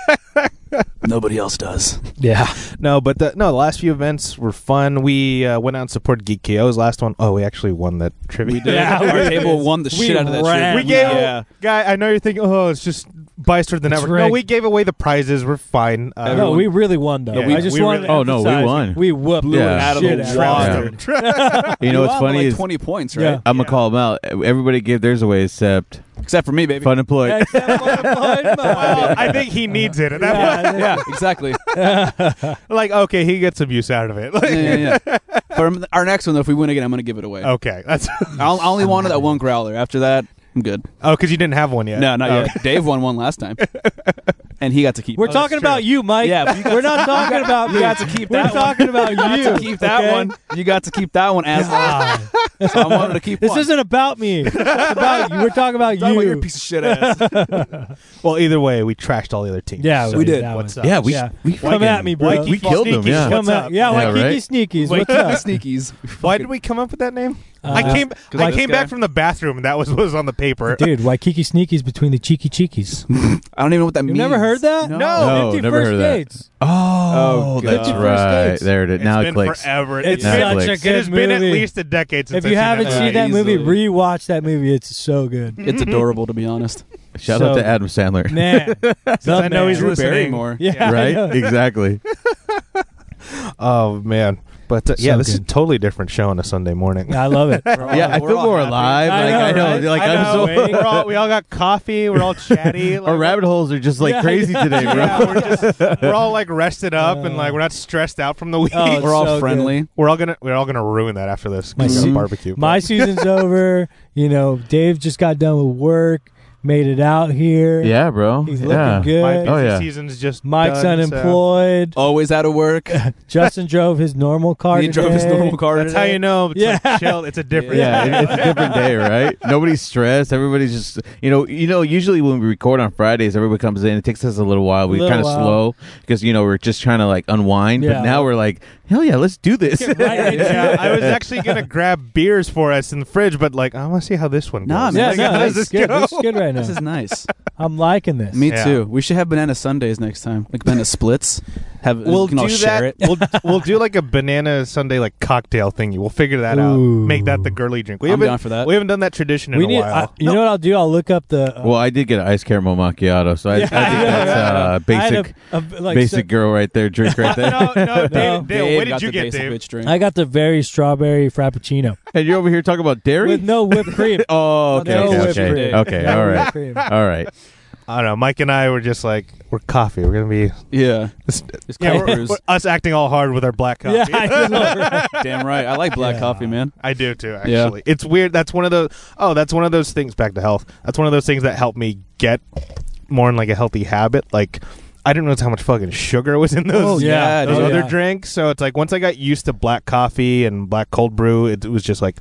C: Nobody else does.
D: Yeah.
A: No, but the, no, the last few events were fun. We uh, went out and supported Geek KO's last one. Oh, we actually won that trivia.
C: We did.
D: Yeah,
C: Our
D: we
C: table
D: did.
C: won the
D: We
C: shit out of that
D: ran.
C: shit.
A: We gave
C: yeah.
A: guy. I know you're thinking, oh, it's just Bystore the
D: It's
A: network. No,
D: rigged.
A: we gave away the prizes. We're fine. Uh,
D: No, we really won though.
A: Yeah, we-
D: I just
A: we
D: wanted.
A: really-
D: to
B: Oh, no, we
D: emphasize,
B: won.
D: We whooped
B: Blew it
D: the
B: out
C: of
D: shit
C: the
D: out
C: water.
D: it.
A: trounced
B: Yeah.
A: them. Tra-
B: You know what's
C: won by,
B: funny
C: like
B: is
C: twenty points, right?
D: Yeah.
B: I'm
A: Yeah.
B: gonna call them out. Everybody gave theirs away except
C: Except for me, baby.
B: Fun Employed.
A: well, I think he needs it. At that point.
C: Yeah, exactly.
A: Like, okay, he gets abuse out of it. Like,
C: yeah, yeah, yeah. For our next one, though, if we win again, I'm going to give it away.
A: okay, that's
C: I'll, I only wanted that one growler. After that, I'm good.
A: oh, because you didn't have one yet.
C: No, not
A: Oh,
C: yet. Dave won one last time, and he got to keep.
D: We're
A: Oh, that's
D: talking
A: true.
D: about you, Mike.
C: Yeah, but you got
D: we're not talking about
C: you
D: me.
C: got to keep
D: We're
C: that one.
D: talking about
C: You got
D: you.
C: to keep that
D: okay?
C: one. You got to keep that one, asshole.
D: Ah,
C: so I wanted to keep
D: this
C: one.
D: isn't about me. It's about you. We're talking about
C: Talking
D: you.
C: about your piece of shit ass.
A: Well, either way, we trashed all the other teams.
D: Yeah,
A: So
D: we
C: did.
A: What's up?
D: That one.
B: yeah, we,
D: Yeah.
B: we
D: Come
B: fucking-
D: at me, bro.
B: We killed them.
A: Sneaky,
B: Yeah.
A: what's
D: Come
A: up?
D: out. Yeah,
B: Yeah,
D: Waikiki
B: right?
D: Sneakies.
A: Wait.
D: What's up?
C: Sneakies.
A: Why did we come up with that name?
D: Uh,
A: I came.
C: 'cause
A: I
C: of this
A: came back
C: guy.
A: from the bathroom, and that was what was on the paper.
D: Dude, Waikiki Sneakies between the cheeky cheekies. You've
C: I don't even know what that means.
D: never heard that?
C: No.
B: No,
D: Fifty
B: never
D: first
B: heard of that.
D: dates.
B: Oh,
C: Oh,
B: that's
D: God.
B: right.
D: First dates.
B: There it is.
A: It's
B: Now
A: been
B: it clicks.
A: forever.
D: It's
A: been-
B: Netflix.
D: such a
B: It
D: good
A: it has
D: movie.
A: been at least a decade since.
D: if you
A: I've
D: haven't
A: seen that
D: seen
A: movie.
D: that movie,
C: Easily.
D: rewatch that movie. It's so good.
C: It's adorable, to be honest.
B: Shout
D: So-
B: out to Adam Sandler.
D: Man,
A: Since I know he's
C: Drew
A: listening.
C: Barrymore.
D: Yeah, I know.
B: right? exactly.
A: Oh man, but uh, yeah,
D: So
A: this is
D: good.
A: totally different show on a Sunday morning.
D: I love it.
B: Yeah, I
C: We're
B: feel
C: all
B: more
C: happy.
B: alive.
D: I
B: Like
D: know,
B: I know.
D: right?
B: Like
D: I
B: I'm so.
D: know, wait.
A: we're all, we all got coffee. We're all chatty. like-
B: Our rabbit holes are just like
D: Yeah,
B: crazy today, bro.
A: Yeah, we're, just, we're all like rested up and
C: Uh.
A: like we're not stressed out from the week.
D: Oh,
C: We're all
D: So good.
C: friendly.
A: we're all gonna we're all gonna ruin that after this. 'cause
D: My
A: we got
D: se-
A: barbecue.
D: My season's over. You know, Dave just got done with work, made it out here.
B: Yeah, bro.
D: He's looking
B: yeah.
D: good.
A: My busy
B: Oh, yeah.
A: season's just
D: Mike's
A: done, so-
D: unemployed.
C: Always out of work.
D: Justin drove his normal car.
C: he drove his
D: today.
C: normal car.
A: That's how you know. It's
D: Yeah.
A: like chill. It's a different.
B: Yeah,
A: day.
B: it- it's a different day, right? Nobody's stressed. Everybody's just, you know, you know. Usually when we record on Fridays, everybody comes in. It takes us a little while. We're
D: Little
B: kind of
D: while.
B: slow because you know we're just trying to like unwind.
D: Yeah.
B: But now we're like, hell yeah, let's do this.
D: Get right into it.
A: yeah, I was actually gonna grab beers for us in the fridge, but like I want to see how this one goes.
C: Nah,
D: Yeah,
C: man,
A: Like, how
D: no,
A: does
D: this is
A: this
D: good.
A: go?
D: This is good right now.
C: This is nice.
D: I'm liking this.
C: Me
A: Yeah.
C: too. We should have banana Sundays next time, like banana splits. Have
A: We'll
C: we can
A: do
C: all share
A: that.
C: it.
A: we'll we'll do like a banana Sunday like cocktail thingy. We'll figure that out.
D: Ooh.
A: Make that the girly drink. We
C: I'm
A: haven't
C: down for that.
A: we haven't done that tradition in
D: we
A: a
D: need.
A: while.
D: I, you know what I'll do? I'll look up the. uh,
B: Well, I did get an ice caramel macchiato, so I, I think
D: Yeah, yeah,
B: that's uh,
D: I had a-
B: basic,
D: a- like,
B: basic girl right there. Drink right there,
A: no, no, Dale, Dale,
C: Dave
A: what
C: got
A: did you
C: the
A: get,
C: basic
A: Dave?
C: Bitch drink.
D: Mm-hmm. I got the very strawberry frappuccino
B: and you're over here talking about dairy.
D: with no whipped cream.
B: oh, okay,
D: No
B: okay,
D: whipped
B: okay,
D: cream.
B: okay.
D: No
B: All right,
D: whipped cream.
B: all right.
A: I don't know. Mike and I were just like we're coffee. We're gonna be
C: yeah,
A: this,
C: it's
A: yeah,
C: cold
A: we're-
C: brews.
A: we're- us acting all hard with our black coffee.
D: Yeah, I know, right?
C: Damn right. I like black
D: Yeah.
C: coffee, man.
A: I do too. Actually,
C: Yeah.
A: it's weird. That's one of those. Oh, that's one of those things. Back to health. That's one of those things that helped me get more in like a healthy habit. Like I didn't realize how much fucking sugar was in
C: Oh,
A: those
C: yeah,
A: those
C: dude.
A: other
D: Yeah.
A: drinks. So it's like once I got used to black coffee and black cold brew, it, was just like,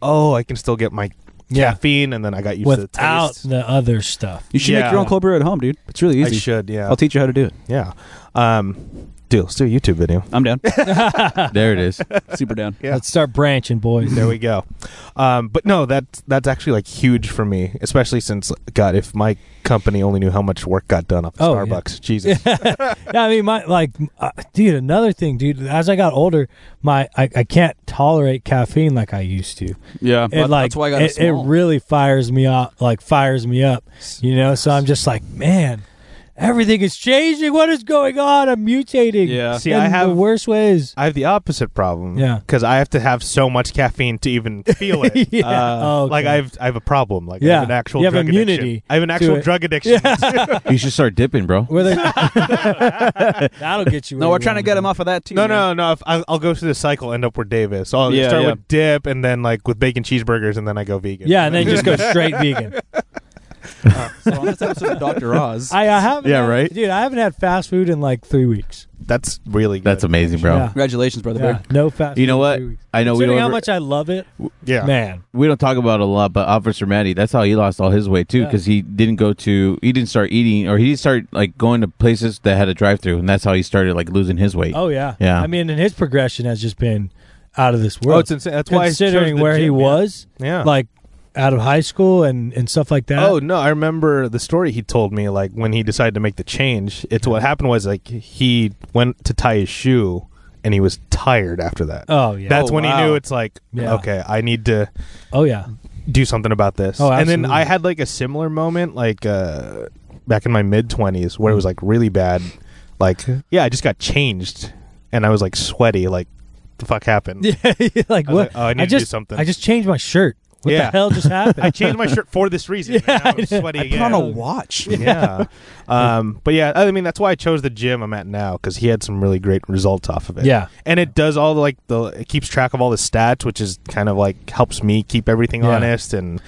A: oh, I can still get my
D: Yeah.
A: caffeine, and then I got used to the
D: without
A: taste.
D: the other stuff.
C: You should make
A: Yeah.
C: your own cold brew at home, dude. It's really
A: I
C: easy.
A: should, yeah,
C: I'll teach you how to do it.
A: yeah. Um, dude, let's do a YouTube video.
C: I'm down.
B: there it is.
C: Super down.
A: Yeah.
D: Let's start branching, boys.
A: There we go. Um, but no, that's that's actually like huge for me, especially since God, if my company only knew how much work got done off of
D: Oh, yeah.
A: Starbucks, Jesus.
D: yeah, I mean, my like, uh, dude. Another thing, dude. As I got older, my I, I can't tolerate caffeine like I used to.
C: Yeah,
D: It like
C: that's why I got
D: it, it really fires me up. Like fires me up. You know, so I'm just like, man, everything is changing. What is going on? I'm mutating.
C: Yeah.
A: See,
D: in
A: I have-
D: the worst ways.
A: I have the opposite problem.
D: Yeah.
A: because I have to have so much caffeine to even feel it. Uh,
D: Yeah. Oh, okay.
A: Like I've I have a problem. Like I
D: Yeah.
A: have an actual
D: You have
A: drug
D: immunity
A: addiction. I have an actual
D: it.
A: drug addiction.
B: You should start dipping, bro.
D: Where they- that'll get you.
C: no,
D: where
C: we're trying
D: you
C: to
D: wanna
C: get
D: be.
C: him off of that too.
A: no,
C: man.
A: no, no. If I, I'll go through the cycle, end up where Davis. So I'll
C: Yeah,
A: start
C: yeah.
A: with dip, and then like with bacon cheeseburgers, and then I go vegan.
D: Yeah, and then just go straight vegan.
C: So on this episode of Doctor Oz,
D: I, I haven't.
B: Yeah,
D: had-
B: right?
D: dude. I haven't had fast food in like three weeks.
A: that's really good.
B: That's amazing, bro.
D: Yeah.
C: congratulations, brother.
D: Yeah,
C: Bear.
D: no fast.
B: You know
D: food in
B: what?
D: three weeks.
B: I know we
D: Considering
B: don't
D: how
B: ever-
D: much I love it,
A: yeah.
D: man.
B: we don't talk about it a lot, but Officer Matty, that's how he lost all his weight too,
D: Yeah.
B: because he didn't go to, he didn't start eating, or he didn't start like going to places that had a drive-through, and that's how he started like losing his weight.
D: Oh yeah,
B: Yeah.
D: I mean, and his progression has just been out of this world.
A: Oh, it's insane. That's why I chose
D: considering
A: the
D: where he
A: gym, yeah.
D: was,
A: Yeah.
D: like out of high school and and stuff like that.
A: Oh no, I remember the story he told me. Like when he decided to make the change, it's what happened was like he went to tie his shoe, and he was tired after that.
D: oh yeah,
A: That's
C: Oh,
A: when he
C: wow.
A: knew it's like
D: Yeah.
A: okay, I need to
D: oh yeah,
A: do something about this.
D: Oh,
A: and then
D: absolutely.
A: I had like a similar moment like uh, back in my mid twenties where it was like really bad. Like yeah, I just got changed, and I was like sweaty. Like the fuck happened?
D: yeah. you're like
A: I was
D: what?
A: like, oh, I need to do
D: just
A: something.
D: I just changed my shirt. What
A: Yeah.
D: the hell just happened?
A: I changed my shirt for this reason.
D: Yeah,
A: and now
D: I
A: I'm
D: know.
A: sweaty
C: I put
A: again.
C: on a watch.
A: yeah. Um, but yeah, I mean that's why I chose the gym I'm at now because he had some really great results off of it.
D: Yeah.
A: and it does all the, like the it keeps track of all the stats, which is kind of like helps me keep everything
D: Yeah.
A: honest. And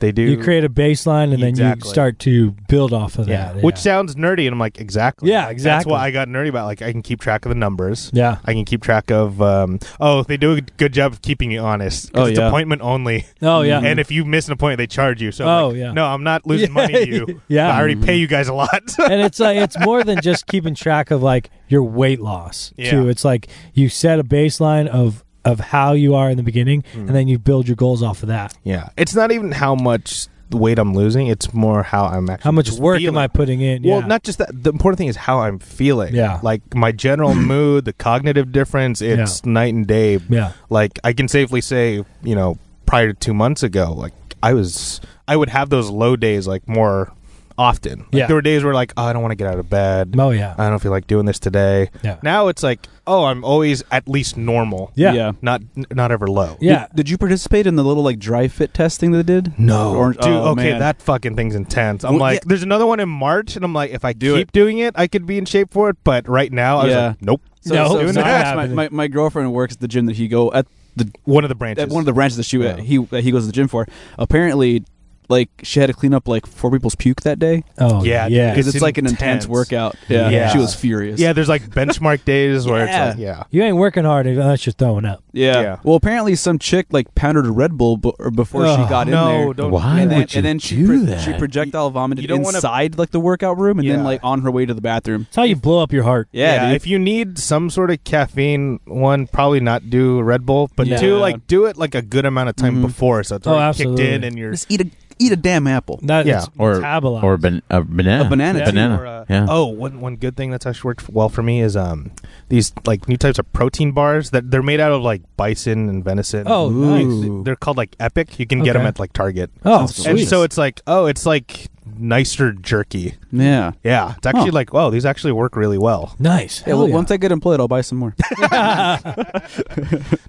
A: they do
D: you create a baseline and then you
A: Exactly.
D: start to build off of
A: yeah,
D: that.
A: which sounds nerdy, and I'm like exactly.
D: Yeah,
A: Like, That's
D: exactly.
A: what I got nerdy about. Like I can keep track of the numbers.
D: yeah.
A: I can keep track of. Um, oh, they do a good job of keeping you honest. 'cause
C: Oh,
A: it's
C: yeah.
A: appointment only,
D: Oh yeah.
A: and if you miss an appointment, they charge you. So I'm
D: Oh,
A: like,
D: yeah.
A: no, I'm not losing money to you.
D: Yeah.
A: I already pay you guys a lot.
D: and it's like it's more than just keeping track of like your weight loss
A: Yeah.
D: too. It's like you set a baseline of of how you are in the beginning,
A: Mm-hmm.
D: and then you build your goals off of that.
A: Yeah, it's not even how much weight I'm losing; it's more how I'm actually
D: How much
A: just
D: work
A: feeling.
D: am I putting in?
A: Well,
D: yeah.
A: not just that. The important thing is how I'm feeling.
D: Yeah.
A: like my general mood, the cognitive difference. It's night and day.
D: yeah,
A: Like I can safely say, you know, prior to two months ago, like I was, I would have those low days like more often. Like,
D: Yeah.
A: there were days where like oh, I don't want to get out of bed.
D: oh yeah,
A: I don't feel like doing this today.
D: yeah,
A: Now it's like oh, I'm always at least normal.
D: yeah, yeah.
C: yeah.
A: Not not ever low.
D: yeah.
C: Did, did you participate in the little like dry fit testing they did?
A: No,
C: Orange-
A: dude.
C: oh,
A: okay,
C: man.
A: that fucking thing's intense. I'm
C: Well,
A: like,
C: yeah.
A: there's another one in March, and I'm like, if I
C: Do
A: keep doing it, I could be in shape for it. But right now, I was
C: Yeah.
A: like, nope.
C: So,
D: No,
C: so,
D: it's
C: so
D: not
C: my,
D: happening.
C: my, my girlfriend works at the gym that he go at the
A: One of the branches.
C: at one of the branches that she
A: Yeah.
C: he that he goes to the gym for. Apparently, like she had to clean up like four people's puke that day
D: Oh
A: Yeah,
D: yeah,
A: dude,
D: yeah.
C: because it's,
A: It's
C: like an intense
A: intense.
C: workout. Yeah.
A: Yeah.
C: she was furious.
A: yeah, there's like benchmark days where it's like, yeah,
D: You ain't working hard unless you're throwing up.
C: yeah,
A: Yeah.
C: Well, apparently, some chick like pounded a Red Bull b- or before
D: Ugh,
C: she got
A: no,
C: in there.
A: don't-
B: Why
C: and then,
B: would you
C: and then she
B: do
C: pro-
B: that?
C: she projectile vomited
A: You don't wanna-
C: inside like the workout room and
A: Yeah.
C: then like on her way to the bathroom.
D: It's how you blow up your heart.
C: Yeah, dude.
A: If you need some sort of caffeine, one probably not do Red Bull, but
D: Yeah.
A: two like do it like a good amount of time
C: Mhm.
A: before, so it's
D: Oh,
A: already kicked
D: absolutely.
A: in and you're.
C: just eat a eat a damn apple.
D: That
A: Yeah.
D: it's
B: Or-
D: metabolized.
B: Or ban- a banana.
C: A banana,
D: Yeah.
A: too,
B: Banana.
A: or, uh,
B: yeah.
A: Oh, one one good thing that's actually worked well for me is um these like new types of protein bars that they're made out of like bison and venison.
D: oh nice.
C: Ooh.
A: they're called like Epic. You can get 'em get them
D: Okay.
A: at like Target.
D: Oh
C: Sounds
D: sweet.
A: And
C: delicious.
A: so it's like, oh, it's like nicer jerky.
C: Yeah.
A: Yeah, it's actually
C: Huh.
A: like, wow, these actually work really well.
D: nice.
C: Yeah,
D: Hell
C: well,
D: yeah.
C: once I get employed, I'll buy some more.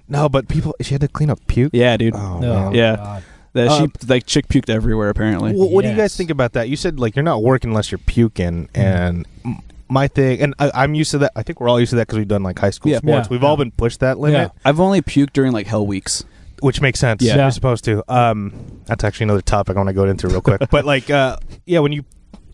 A: No, but people, she had to clean up puke.
C: yeah, dude.
A: Oh,
D: No,
A: man.
C: Yeah.
D: God.
C: That
A: Uh,
C: she like chick puked everywhere apparently.
A: Well, what do you guys
D: Yes.
A: think about that? You said like you're not working unless you're puking, and m- my thing, and I, I'm used to that. I think we're all used to that because we've done like high school
C: Yeah.
A: sports.
D: Yeah.
A: We've all been pushed that limit,
C: I've only puked during like hell weeks.
A: which makes sense.
D: Yeah.
A: you're supposed to. Um, that's actually another topic I want to go into real quick. but like, uh, yeah, when you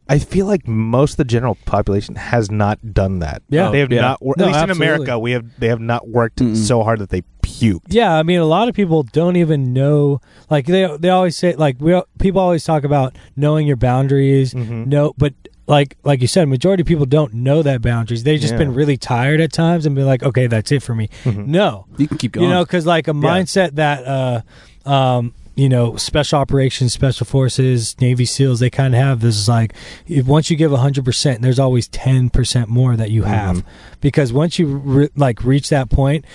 A: I feel like most of the general population has not done that.
D: Yeah.
A: they have
C: Yeah.
A: not. Wor-
D: No,
A: at least
D: absolutely.
A: in America, we have they have not worked
C: Mm-mm.
A: so hard that they puked.
D: Yeah, I mean, a lot of people don't even know. Like they they always say, like we people always talk about knowing your boundaries.
A: Mhm.
D: No, but like like you said, majority of people don't know that boundaries. They've just
A: Yeah.
D: been really tired at times and been like, okay, that's it for me.
A: Mhm.
D: No,
C: You can keep going.
D: you know, because like a mindset that, uh, um, you know, special operations, special forces, Navy SEALs, they kind of have this is like, if, once you give 100%, there's always 10% more that you have.
A: Mhm.
D: Because once you re- like reach that point,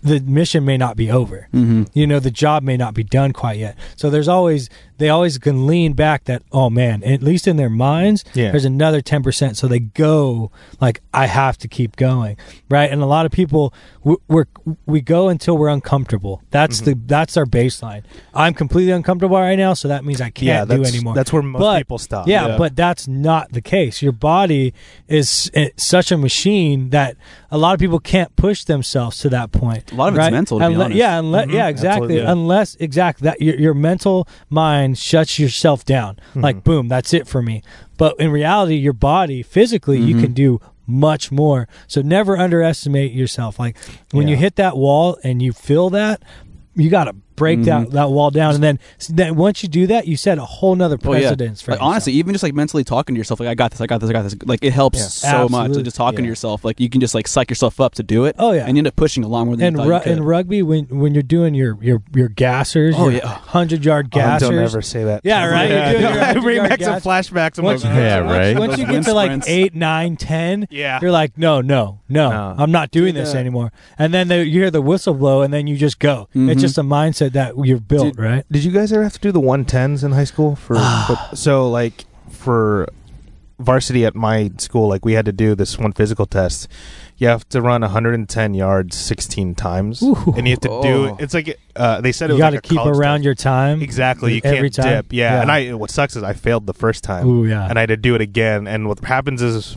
D: the mission may not be over.
A: Mm-hmm.
C: hmm
D: You know, the job may not be done quite yet. So there's always, they always can lean back that, oh man, at least in their minds,
A: Yeah.
D: there's another 10% so they go like i have to keep going right and a lot of people we, we're we go until we're uncomfortable
A: Mm-hmm.
D: that's the that's our baseline i'm completely uncomfortable right now so that means i can't
A: yeah,
D: do
A: that's,
D: anymore
A: That's where most
D: But-
A: people stop.
D: yeah,
C: Yeah.
D: but that's not the case. Your body is uh, such a machine that a lot of people can't push themselves to that point.
C: A lot of it's mental, to be
D: Unle-
C: honest. Mm-hmm.
D: Yeah, unle-
A: Mhm,
D: yeah, exactly.
A: absolutely.
D: Unless exactly that your, your mental mind shuts yourself down.
C: Mm-hmm.
D: Like boom, that's it for me. But in reality, your body physically
C: Mm-hmm.
D: you can do much more. So never underestimate yourself. Like when you
A: Yeah.
D: hit that wall and you feel that you got to break
C: Mm-hmm.
D: that, that wall down and then, then once you do that you set a whole nother
C: Oh, yeah.
D: precedence for
C: Like,
D: yourself.
C: honestly, even just like mentally talking to yourself, like I got this, I got this, I got this. Like it helps
A: Yeah.
C: so much.
D: Absolutely.
C: Like, just talking
A: Yeah.
C: to yourself, like you can just like psych yourself up to do it.
D: Oh, yeah.
C: and you end up pushing a lot more than
D: and
C: you thought
D: ru-
C: you could.
D: and rugby when when you're doing your your your gassers,
C: Oh,
D: your
C: yeah.
D: hundred yard
A: Oh,
D: gassers.
A: don't ever say that.
D: Yeah, right? You're doing your-
A: I
D: your
A: bring back some
D: gas-
A: flashbacks. I'm
D: Once-
A: like,
B: Yeah, right.
D: Once
C: Those
D: you get
C: wind
D: to like
C: sprints.
D: eight, nine, ten,
A: Yeah.
D: you're like, no, no, no,
A: No.
D: I'm not doing
C: Dude,
D: this
C: uh,
D: anymore. And then the, you hear the whistle blow, and then you just go.
C: Mhm.
D: It's just a mindset that you're built,
A: Mm-hmm. Dude,
D: right?
A: Did you guys ever have to do the 110s in high school for
D: Ah.
A: foot- so like for varsity at my school like we had to do this one physical test. You have to run 110 yards 16 times
D: Ooh.
A: and you have to
C: Oh.
A: do it's like uh, they said it
D: You
A: was
D: got
A: got
D: to keep around your time.
A: Exactly, you
D: every
A: can't
D: time?
A: dip. Yeah.
D: Yeah.
A: and I what sucks is I failed the first time
D: Ooh, yeah.
A: and I had to do it again. And what happens is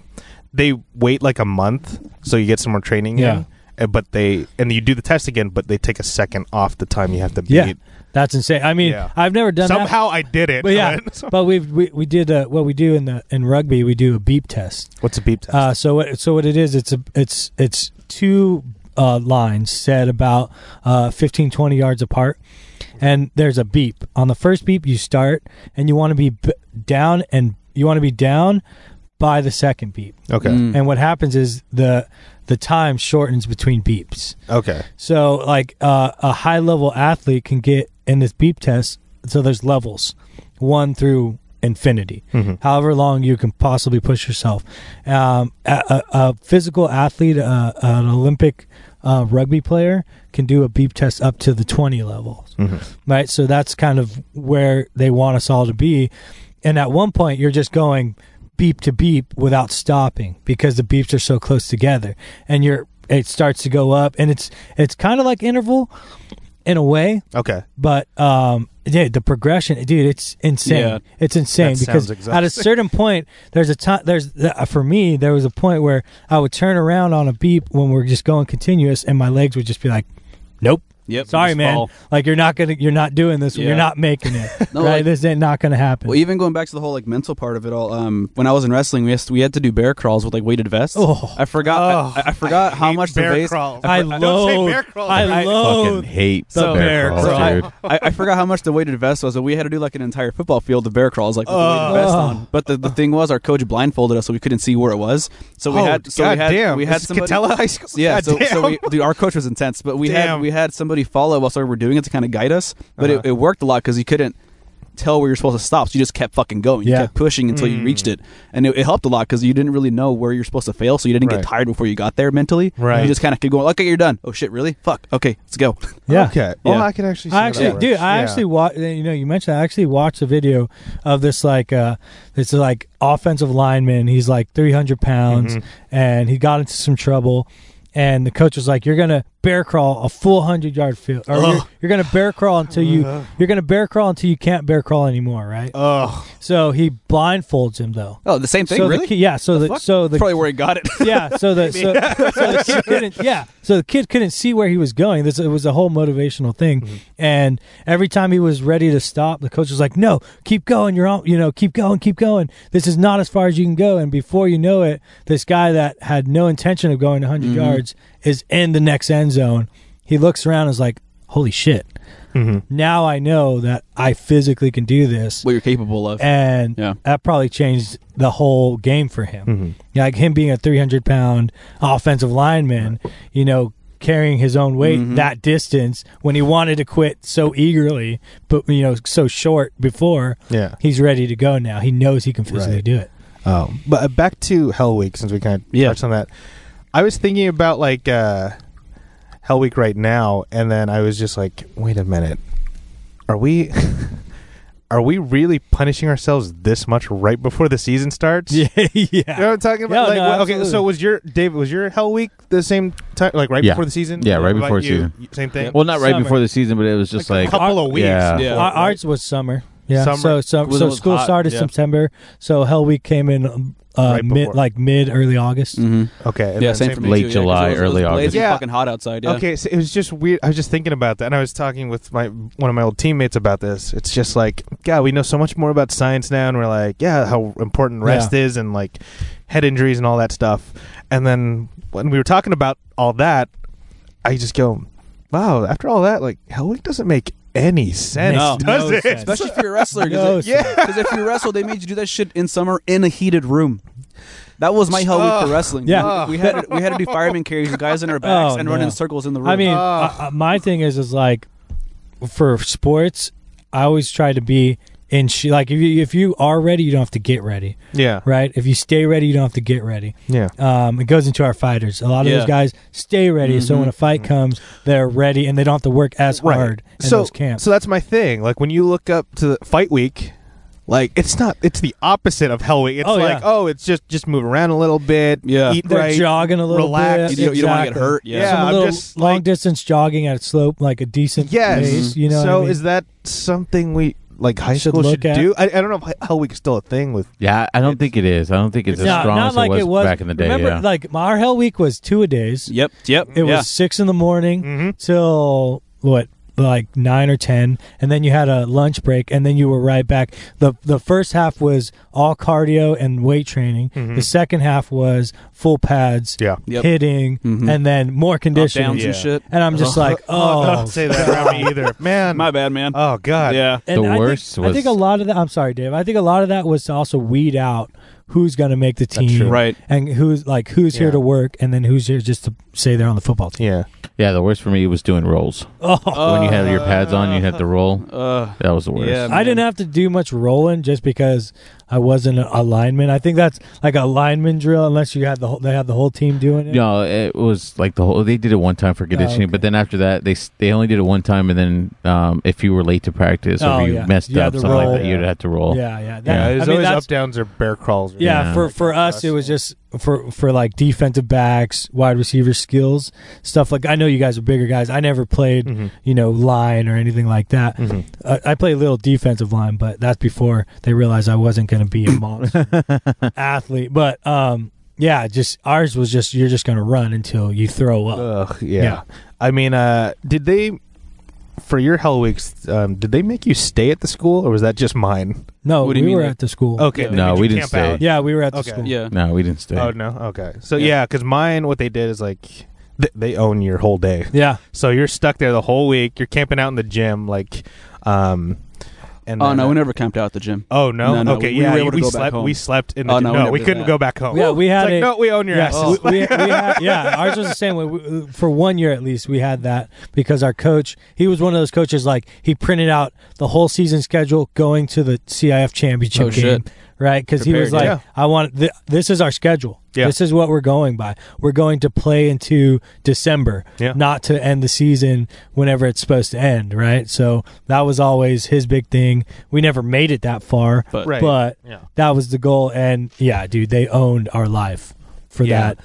A: they wait like a month so you get some more training
D: Yeah.
A: in, uh, but they and you do the test again, but they take a second off the time you have to beat.
D: Yeah. That's insane. I mean,
A: Yeah.
D: I've never done that.
A: Somehow I did it.
D: But yeah, but we've, we we did uh, what we do in the in rugby. We do a beep test.
A: what's a beep test?
D: Uh, so what, so what it is? It's a it's it's two uh, lines set about uh, 15, 20 yards apart, and there's a beep. On the first beep, you start, and you want to be b- down, and you want to be down by the second beep.
A: okay.
C: Mm.
D: And what happens is the the time shortens between beeps.
A: Okay.
D: So like uh, a high level athlete can get in this beep test. So there's levels, one through infinity
A: Mhm.
D: however long you can possibly push yourself. Um, a, a, a physical athlete, uh, an Olympic uh, rugby player, can do a beep test up to the 20 levels,
A: Mhm.
D: right? So that's kind of where they want us all to be. And at one point, you're just going beep to beep without stopping because the beeps are so close together, and you're it starts to go up, and it's it's kind of like interval in a way
A: Okay.
D: but um yeah, the progression dude it's insane
C: Yeah.
D: it's insane
A: That
D: because
A: sounds
D: at a
A: exhausting.
D: certain point there's a time there's uh, for me there was a point where i would turn around on a beep when we're just going continuous and my legs would just be like nope
C: Yep.
D: sorry
C: just
D: man
C: fall.
D: like you're not gonna you're not doing this
C: Yeah.
D: you're not making it
C: No,
D: right
C: like-
D: this ain't not gonna happen
C: Well, even going back to the whole like mental part of it all, um, when I was in wrestling, we had to, we had to do bear crawls with like weighted vests.
D: Oh.
C: I forgot. I, I forgot how much the
A: bear
C: base.
A: crawls.
D: i
A: Don't say bear
D: loathe
A: crawl.
D: i
C: I
B: Fucking
D: loathe
B: hate
D: the
B: bear,
D: bear
B: crawls,
D: crawl.
B: dude.
C: I, I forgot how much the weighted vest was, but we had to do like an entire football field of bear crawls, like with the
A: Oh.
C: weighted vest on. But the, the thing was, our coach blindfolded us, so we couldn't see where it was. So we
A: Oh,
C: had, so we had,
A: goddamn.
C: we had
A: This is
C: somebody.
A: Catella High School.
C: Yeah, so,
A: Goddamn.
C: so we, dude, our coach was intense, but we had
A: Damn.
C: we had somebody follow us while we were doing it to kind of guide us. But it, it worked a lot because you couldn't tell where you're supposed to stop, so you just kept fucking going.
D: Yeah.
C: You kept pushing until you reached it, and it, it helped a lot because you didn't really know where you're supposed to fail, so you didn't
A: Right.
C: get tired before you got there mentally.
A: Right.
C: You just kind of keep going. Okay, you're done. Oh shit, really? Fuck. Okay, let's go.
D: yeah
A: Okay.
C: Yeah.
A: Oh, I can actually. See
D: I
A: how
D: actually,
A: that
D: dude,
A: works.
D: I
A: Yeah.
D: actually watched. You know, you mentioned I actually watched a video of this like uh this like offensive lineman. He's
C: Mm-hmm.
D: like 300 pounds, and he got into some trouble. And the coach was like, "You're gonna bear crawl a full hundred yard field. Or you're,
C: Oh.
A: Ugh.
D: you're gonna bear crawl until
C: Uh-huh.
D: you you're gonna bear crawl until you can't bear crawl anymore, right?
A: Oh,
D: So he blindfolds him though.
C: Oh, the same thing,
D: so
C: really?
D: The, ki- yeah. So the,
C: fuck?
D: so the
C: Probably where he got it.
D: yeah, so the so, so the kid couldn't yeah, so the kid couldn't see where he was going. This it was a whole motivational thing, and every time he was ready to stop, the coach was like, "No, keep going. You're on. You know, keep going, keep going. This is not as far as you can go." And before you know it, this guy that had no intention of going 100 yards is in the next end zone. He looks around and is like, "Holy shit! Now I know that I physically can do this."
C: what you're capable of.
D: and
C: Yeah.
D: that probably changed the whole game for him.
A: Mm-hmm.
D: Yeah, like him being a 300 pound offensive lineman, you know, carrying his own weight
B: Mm-hmm.
D: that distance when he wanted to quit so eagerly, but you know, so short before.
A: Yeah.
D: he's ready to go now. He knows he can physically
A: Right.
D: do it.
A: Um, but uh, back to Hell Week since we kind of
C: Yeah.
A: touched on that. I was thinking about like uh, Hell Week right now, and then I was just like, wait a minute, are we? Are we really punishing ourselves this much right before the season starts?
D: yeah.
A: You know what I'm talking about?
D: No,
A: like,
D: no,
A: what- okay,
D: absolutely.
A: so was your David? Was your Hell Week the same time, like right
B: Yeah.
A: before the season?
B: Yeah, right
A: What about
B: before
A: you?
B: season.
A: You- Same thing.
B: Well, not right
D: Summer.
B: before the season, but it was just
A: a
B: like,
A: couple of weeks.
B: yeah.
C: Yeah.
D: Our, ours was summer. Yeah.
A: Summer.
D: So so,
B: Well, it
D: so
B: was
D: school
B: hot,
D: started
B: yeah.
D: September. So hell week came in um, uh,
A: Right
D: mid
A: before.
D: like mid early August.
C: Mhm.
A: Okay. and
C: Yeah,
A: then
C: same for me.
B: Late
C: too, yeah, 'cause
B: July,
C: it was- it
B: early
C: was blazing
B: August.
A: Yeah.
C: fucking hot outside. Yeah.
A: Okay, so it was just weird. I was just thinking about that, and I was talking with my one of my old teammates about this. It's just like, God, we know so much more about science now, and we're like, yeah, how important rest is, and like head injuries and all that stuff. And then when we were talking about all that, I just go, wow. After all that, like Hell Week doesn't make any sense,
D: No,
A: does
D: no
A: it?
D: sense.
C: Especially if you're a wrestler.
D: No,
C: Cause
A: yeah.
C: Because if you wrestle, they made you do that shit in summer in a heated room. That was my hell week for wrestling.
D: Yeah.
C: We- we, had to, we had to do fireman carries with guys in our backs
D: Oh,
C: and run
D: no.
C: in circles in the room.
D: I mean,
A: Ugh.
D: I, I- my thing is is like for sports, I always try to be in sh- like if you if you are ready, you don't have to get ready,
A: Yeah,
D: right? If you stay ready, you don't have to get ready.
A: yeah.
D: Um, it goes into our fighters. A lot of
C: Yeah.
D: those guys stay ready, so
A: Mm-hmm.
D: when a fight comes, they're ready and they don't have to work as hard in
A: so,
D: those camps.
A: So that's my thing. Like when you look up to the fight week, like it's not. It's the opposite of Hell Week. It's
D: Oh,
A: like
D: yeah.
A: oh, it's just just move around a little bit.
C: Yeah.
A: eat
D: they're
A: right.
D: jogging a little
A: relax.
D: bit.
C: you, don't- you don't want to get
D: exactly.
C: hurt.
A: Yeah.
C: Yeah.
D: Some
A: I'm
D: little
A: just,
D: long
A: like-
D: distance jogging at a slope, like a decent
A: Yes.
D: pace. You know. what
A: so
D: I mean?
A: is that something we like high
D: Should
A: school should
D: look at.
A: do? I, I don't know if Hell Week is still a thing with.
B: yeah, I don't think it is. I don't think it's, as
D: No,
B: strong as it was, back in the day.
D: Remember,
B: yeah.
D: like our hell week was two a days.
C: Yep. Yep.
D: It
C: yeah.
D: was six in the morning
A: Mhm.
D: till what, like nine or ten, and then you had a lunch break, and then you were right back. the The first half was all cardio and weight training. The second half was full pads,
A: Yeah.
C: Yep.
D: hitting,
B: Mm-hmm.
D: and then more conditioning.
C: downs and
A: Yeah.
C: shit.
D: And I'm just like,
A: don't
D: oh,
A: say that around me either, man.
C: My bad, man.
A: Oh God.
C: yeah.
D: And
B: The
D: I
B: worst
D: think,
B: was-
D: I think a lot of that. I'm sorry, Dave. I think a lot of that was to also weed out who's going to make the team,
A: true.
C: Right.
D: And who's like who's
A: Yeah.
D: here to work, and then who's here just to say they're on the football team.
A: Yeah.
B: yeah, the worst for me was doing rolls.
D: Oh,
B: when you had your pads on, you had to roll.
C: Uh,
B: That was the worst.
C: Yeah.
D: I didn't
C: man.
D: have to do much rolling just because I wasn't a lineman. I think that's like a lineman drill, unless you had the whole, they had the whole team doing it.
B: No, it was like the whole. They did it one time for conditioning,
D: Oh, okay.
B: but then after that, they s- they only did it one time, and then um, if you were late to practice
D: Oh,
B: or you
D: yeah.
B: messed
D: You had
B: up
D: to
B: something
D: roll.
B: like that, you'd have to roll.
D: Yeah, yeah. That,
B: Yeah,
A: It was
D: I mean,
A: always
D: that's-
A: up downs or bear crawls. or-
D: yeah,
B: Yeah.
D: for for us, it was just for for like defensive backs, wide receiver skills, stuff like. I know you guys are bigger guys. I never played,
A: Mm.
D: you know, line or anything like that. I, I played a little defensive line, but that's before they realized I wasn't going to be a monster athlete. But um, yeah, just ours was just you're just going to run until you throw up.
A: Ugh, yeah.
D: Yeah.
A: I mean, uh, did they for your Hell Weeks? Um, did they make you stay at the school, or was that just mine?
D: no,
C: what
D: we
C: do you mean, Oh.
D: were
C: like-
D: at the school.
A: Okay, they
B: No,
A: made you
B: we didn't
A: camp
B: stay.
A: out.
D: Yeah, we were at the
A: Okay.
D: school.
C: Yeah.
B: No, we didn't stay.
A: Oh no. Okay. So
C: Yeah.
A: yeah, because mine, what they did is like th- they own your whole day,
D: Yeah.
A: so you're stuck there the whole week. You're camping out in the gym, like, um, and
C: Oh
A: then-
C: no, we never camped out the gym.
A: Oh no!
C: No, no,
A: okay,
C: we
A: yeah,
C: were able to go back
A: slept.
C: home.
A: We slept in the
C: Oh,
A: gym.
C: no, we
A: No,
C: never
A: we
C: did
A: couldn't
C: that.
A: go back home.
D: Yeah, we had
A: it's like,
D: a-
A: no, we own your
D: yeah,
A: ass.
D: so we, we had, yeah, ours was the same way. We, for one year at least, we had that because our coach, he was one of those coaches like he printed out the whole season schedule going to the CIF championship
C: Oh,
D: game,
C: shit.
D: right? Because he was like,
C: Prepared,
D: "I want th- this is our schedule.
A: Yeah.
D: This is what we're going by. We're going to play into December,
A: Yeah.
D: not to end the season whenever it's supposed to end, right? So that was always his big thing. We never made it that far,
C: But-
A: Right.
D: but
A: Yeah.
D: that was the goal. And yeah, dude, they owned our life for
A: Yeah.
D: that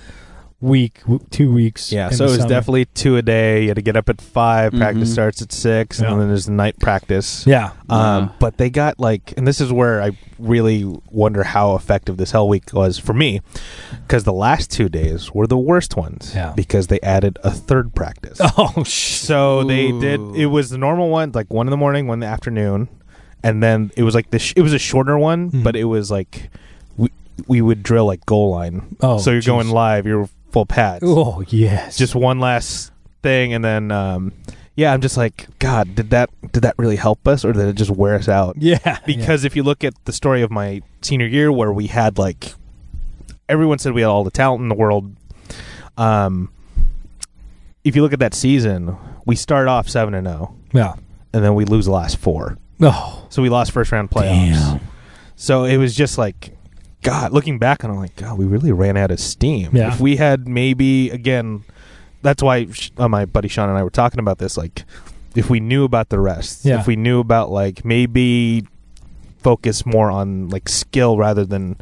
D: week, w- two weeks.
A: Yeah,
D: in
A: so
D: the
A: it's
D: summer. Mm-hmm.
A: definitely two a day. You had to get up at 5 Practice
C: Mhm.
A: starts at six,
D: Yeah.
A: and then there's the night practice.
D: yeah. Uh-huh.
A: Um,
C: Yeah.
A: But they got like, and this is where I really wonder how effective this Hell Week was for me, because the last two days were the worst ones
D: Yeah.
A: because they added a third practice.
D: Oh sh.
A: So they did.
C: Ooh.
A: It was the normal one, like one in the morning, one in the afternoon, and then it was like the. Sh- it was a shorter one,
D: Mhm.
A: but it was like we we would drill like goal line.
D: Oh,
A: so you're
D: jeez.
A: going live. You're full pads.
D: Oh yes.
A: Just one last thing, and then um, yeah, I'm just like, God, did that did that really help us, or did it just wear us out?
D: yeah.
A: because if you look at the story of my senior year where we had like everyone said we had all the talent in the world um if you look at that season we start off 7 and 0
D: yeah.
A: and then we lose the last four
D: No. Oh,
A: so we lost first round playoffs
B: Damn.
A: so it was just like god looking back on it I'm like god we really ran out of steam
D: Yeah.
A: if we had maybe again that's why sh- uh, my buddy Sean and I were talking about this like if we knew about the rest
D: Yeah.
A: if we knew about like maybe focus more on like skill rather than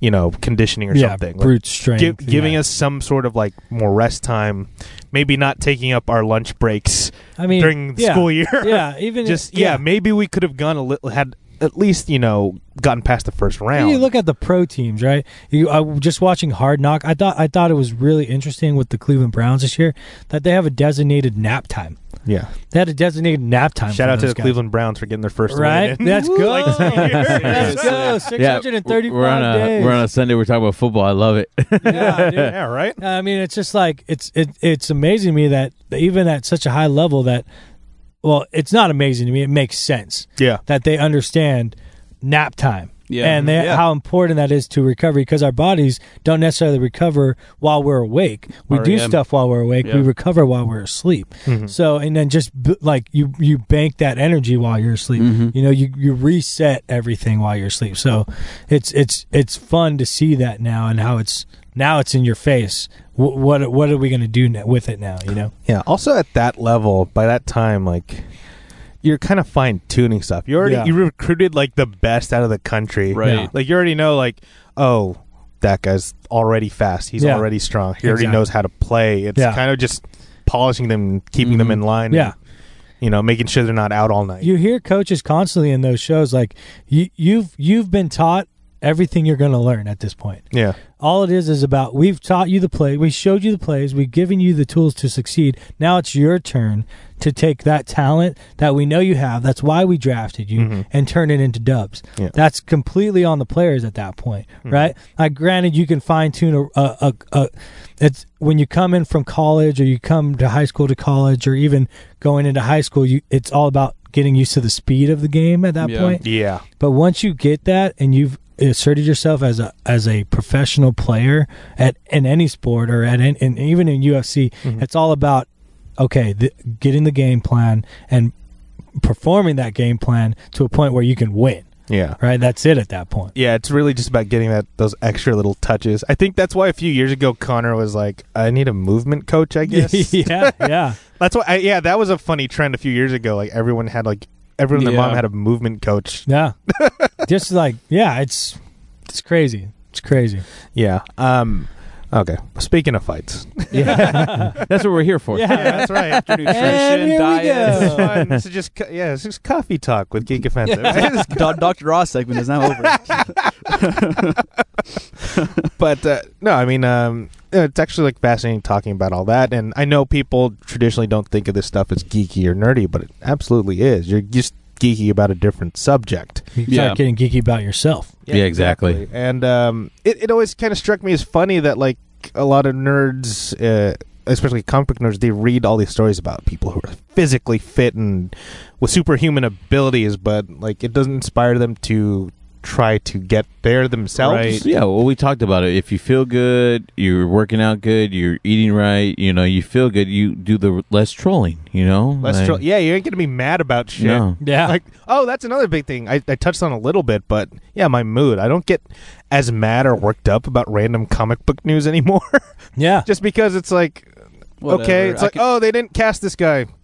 A: you know conditioning or
D: yeah.
A: something Like,
D: Brute strength.
A: gi- giving
D: yeah.
A: us some sort of like more rest time maybe not taking up our lunch breaks
D: I mean
A: during the
D: yeah,
A: school year
D: Yeah. Even
A: just yeah, maybe we could have gone a little had at least you know gotten past the first round
D: You look at the pro teams, right? You I, just watching Hard Knock. I thought I thought it was really interesting with the Cleveland Browns this year that they have a designated nap time.
A: yeah
D: They had a designated nap time.
A: shout
D: for
A: out to
D: those
A: the
D: guys.
A: Cleveland Browns for getting their first
D: Right?
A: win
D: That's good. Let's
A: Let's
D: go.
B: Yeah,
D: 635
B: we're on a
D: days.
B: we're on a Sunday. We're talking about football. I love it.
D: yeah, dude.
A: yeah right
D: I mean, it's just like it's it, it's amazing to me that even at such a high level that well, it's not amazing to me. It makes sense
A: yeah
D: that they understand nap time.
C: Yeah.
D: And they,
C: Yeah.
D: how important that is to recovery because our bodies don't necessarily recover while we're awake. We do
C: REM.
D: stuff while we're awake. We
C: E Yeah.
D: recover while we're asleep. So and then just b- like you you bank that energy while you're asleep.
C: Mm-hmm.
D: You know you you reset everything while you're asleep. So it's it's it's fun to see that now and how it's now it's in your face. Wh- what what are we going to do ne- with it now? You know.
A: yeah also at that level by that time like you're kind of fine tuning stuff you already
D: Yeah.
A: you recruited like the best out of the country
C: Right.
D: Yeah.
A: like you already know like oh that guy's already fast he's
D: Yeah.
A: already strong he already
D: Exactly.
A: knows how to play it's
D: Yeah. Mm-hmm.
A: kind of just polishing them keeping them
C: Mhm.
A: in line
D: Yeah.
A: and, you know making sure they're not out all night
D: you hear coaches constantly in those shows like you, you've you've been taught everything you're going to learn at this point
A: yeah
D: all it is is about we've taught you the play we showed you the plays we've given you the tools to succeed now it's your turn to take that talent that we know you have that's why we drafted you
A: Mhm.
D: and turn it into dubs
A: Yeah.
D: that's completely on the players at that point right i granted you can fine tune a, a, a, a it's when you come in from college or you come to high school to college or even going into high school you it's all about getting used to the speed of the game at that
C: Yeah.
D: point
A: yeah
D: but once you get that and you've asserted yourself as a as a professional player at in any sport or at an- and even in UFC, it's all about okay, the, getting the game plan and performing that game plan to a point where you can win.
A: yeah
D: Right, that's it at that point.
A: Yeah, it's really just about getting that those extra little touches. I think that's why a few years ago Connor was like, "I need a movement coach." I guess
D: yeah, yeah,
A: that's why. I, yeah, that was a funny trend a few years ago. Like everyone had like everyone, their
C: Yeah.
A: mom had a movement coach.
D: yeah. Just like yeah, it's it's crazy. It's crazy.
A: Yeah. Um. Okay. Speaking of fights,
B: Yeah, that's what we're here for.
D: Yeah.
A: that's right.
D: And here we
C: diet.
A: It's fun. It's just co- yeah, it's just coffee talk with Geek Offensive.
C: Do- Dr. Ross segment is now over.
A: but uh, no, I mean, um, it's actually like fascinating talking about all that. And I know people traditionally don't think of this stuff as geeky or nerdy, but it absolutely is. You're just geeky about a different subject.
D: You start
C: Yeah.
D: getting geeky about yourself.
B: Yeah, Yeah, exactly.
A: And um, it it always kind of struck me as funny that like a lot of nerds. Uh, Especially comic book nerds, they read all these stories about people who are physically fit and with superhuman abilities, but like it doesn't inspire them to try to get there themselves.
C: Right.
B: Yeah, well, we talked about it. If you feel good, you're working out good, you're eating right, you know, you feel good, you do the less trolling, you know?
A: Let's
B: Like,
A: try- yeah, you ain't gonna be mad about shit.
B: No.
D: Yeah.
A: Like, oh, that's another big thing. I, I touched on a little bit, but yeah, my mood. I don't get as mad or worked up about random comic book news anymore,
D: yeah.
A: just because it's like, okay,
C: Whatever.
A: it's
C: I
A: like,
C: can-
A: oh, they didn't cast this guy.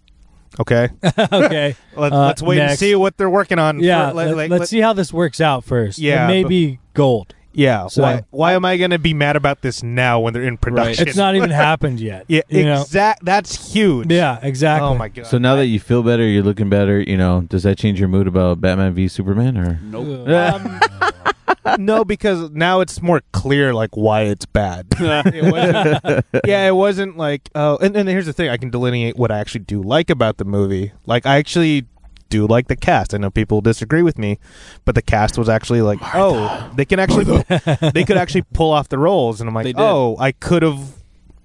A: Okay,
D: okay.
A: Let,
D: Uh,
A: let's wait
D: next.
A: and see what they're working on.
D: Yeah,
A: for- like-
D: let,
A: like-
D: us
A: let-
D: see how this works out first.
A: Yeah,
D: maybe gold.
A: Yeah.
D: So-
A: why why am I going to be mad about this now when they're in production?
D: It's not even happened yet.
A: Yeah,
D: you know?
A: exact. That's huge.
D: Yeah, exactly.
A: Oh my god.
B: So now that you feel better, you're looking better. You know, does that change your mood about Batman v Superman? Or
C: Nope.
A: Um, no, because now it's more clear like why it's bad. It wasn't- yeah, it wasn't like oh, and, and here's the thing: I can delineate what I actually do like about the movie. Like I actually do like the cast. I know people disagree with me, but the cast was actually like, oh, they can actually they could actually pull off the roles, and I'm
C: They
A: like,
C: did.
A: oh, I could have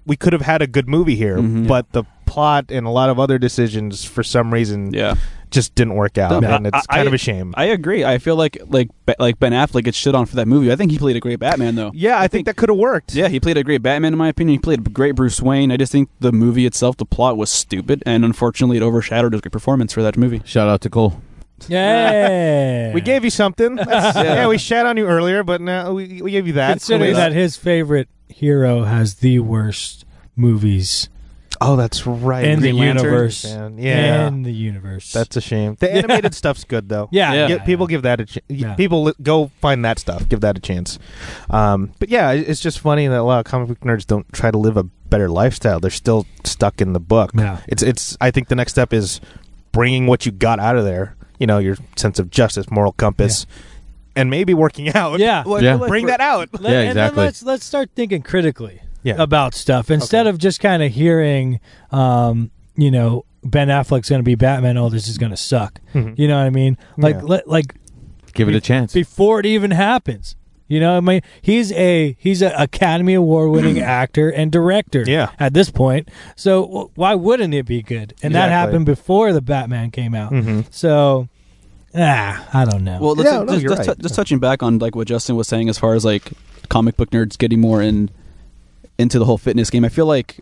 A: we could have had a good movie here,
C: Mhm.
A: but the plot and a lot of other decisions for some reason
C: Yeah.
A: just didn't work out,
C: Yeah.
A: and it's
C: I-
A: kind
C: I-
A: of a shame.
C: I agree. I feel like like Ba- like Ben Affleck gets shit on for that movie. I think he played a great Batman though.
A: yeah, I, think,
C: think-
A: that could have worked.
C: Yeah, he played a great Batman in my opinion. He played a great Bruce Wayne. I just think the movie itself, the plot was stupid, and unfortunately, it overshadowed his great performance for that movie.
B: shout out to Cole.
D: yeah.
A: We gave you something. That's- yeah. we shat on you earlier, but now we, we gave you that.
D: Considering that his favorite hero has the worst movies
A: Oh, that's right.
D: in the
C: Green Lantern,
D: universe.
A: man. Yeah.
D: In the universe.
A: That's a shame. The animated stuff's good though.
D: yeah.
C: Yeah.
A: Get- people give that a ch-
D: Yeah.
A: people li- go find that stuff. Give that a chance. Um, but yeah, it- it's just funny that a lot of comic book nerds don't try to live a better lifestyle. They're still stuck in the book.
D: Yeah.
A: It's it's. I think the next step is bringing what you got out of there. You know, your sense of justice, moral compass, and maybe working out.
D: Yeah.
A: Like,
B: Yeah.
A: Bring that out.
D: Let-
B: Yeah,
D: and then
B: exactly.
D: let's let's start thinking critically
A: Yeah.
D: about stuff instead
A: Okay.
D: of just kind of hearing, um, you know, Ben Affleck's going to be Batman. Oh, this is going to suck.
A: Mhm.
D: You know what I mean? Like
A: Yeah.
D: let, like
B: Give it a chance.
D: before it even happens. You know, I mean, he's a he's an Academy Award winning actor and director.
A: Yeah.
D: At this point, so w- why wouldn't it be good? And that
A: Exactly.
D: happened before the Batman came out.
A: Mhm.
D: So, ah, I don't
C: Mm.
D: know.
C: Well, let's,
A: Yeah, no,
C: just,
A: you're
C: just,
A: right.
C: just touching back on like what Justin was saying as far as like comic book nerds getting more in into the whole fitness game. I feel like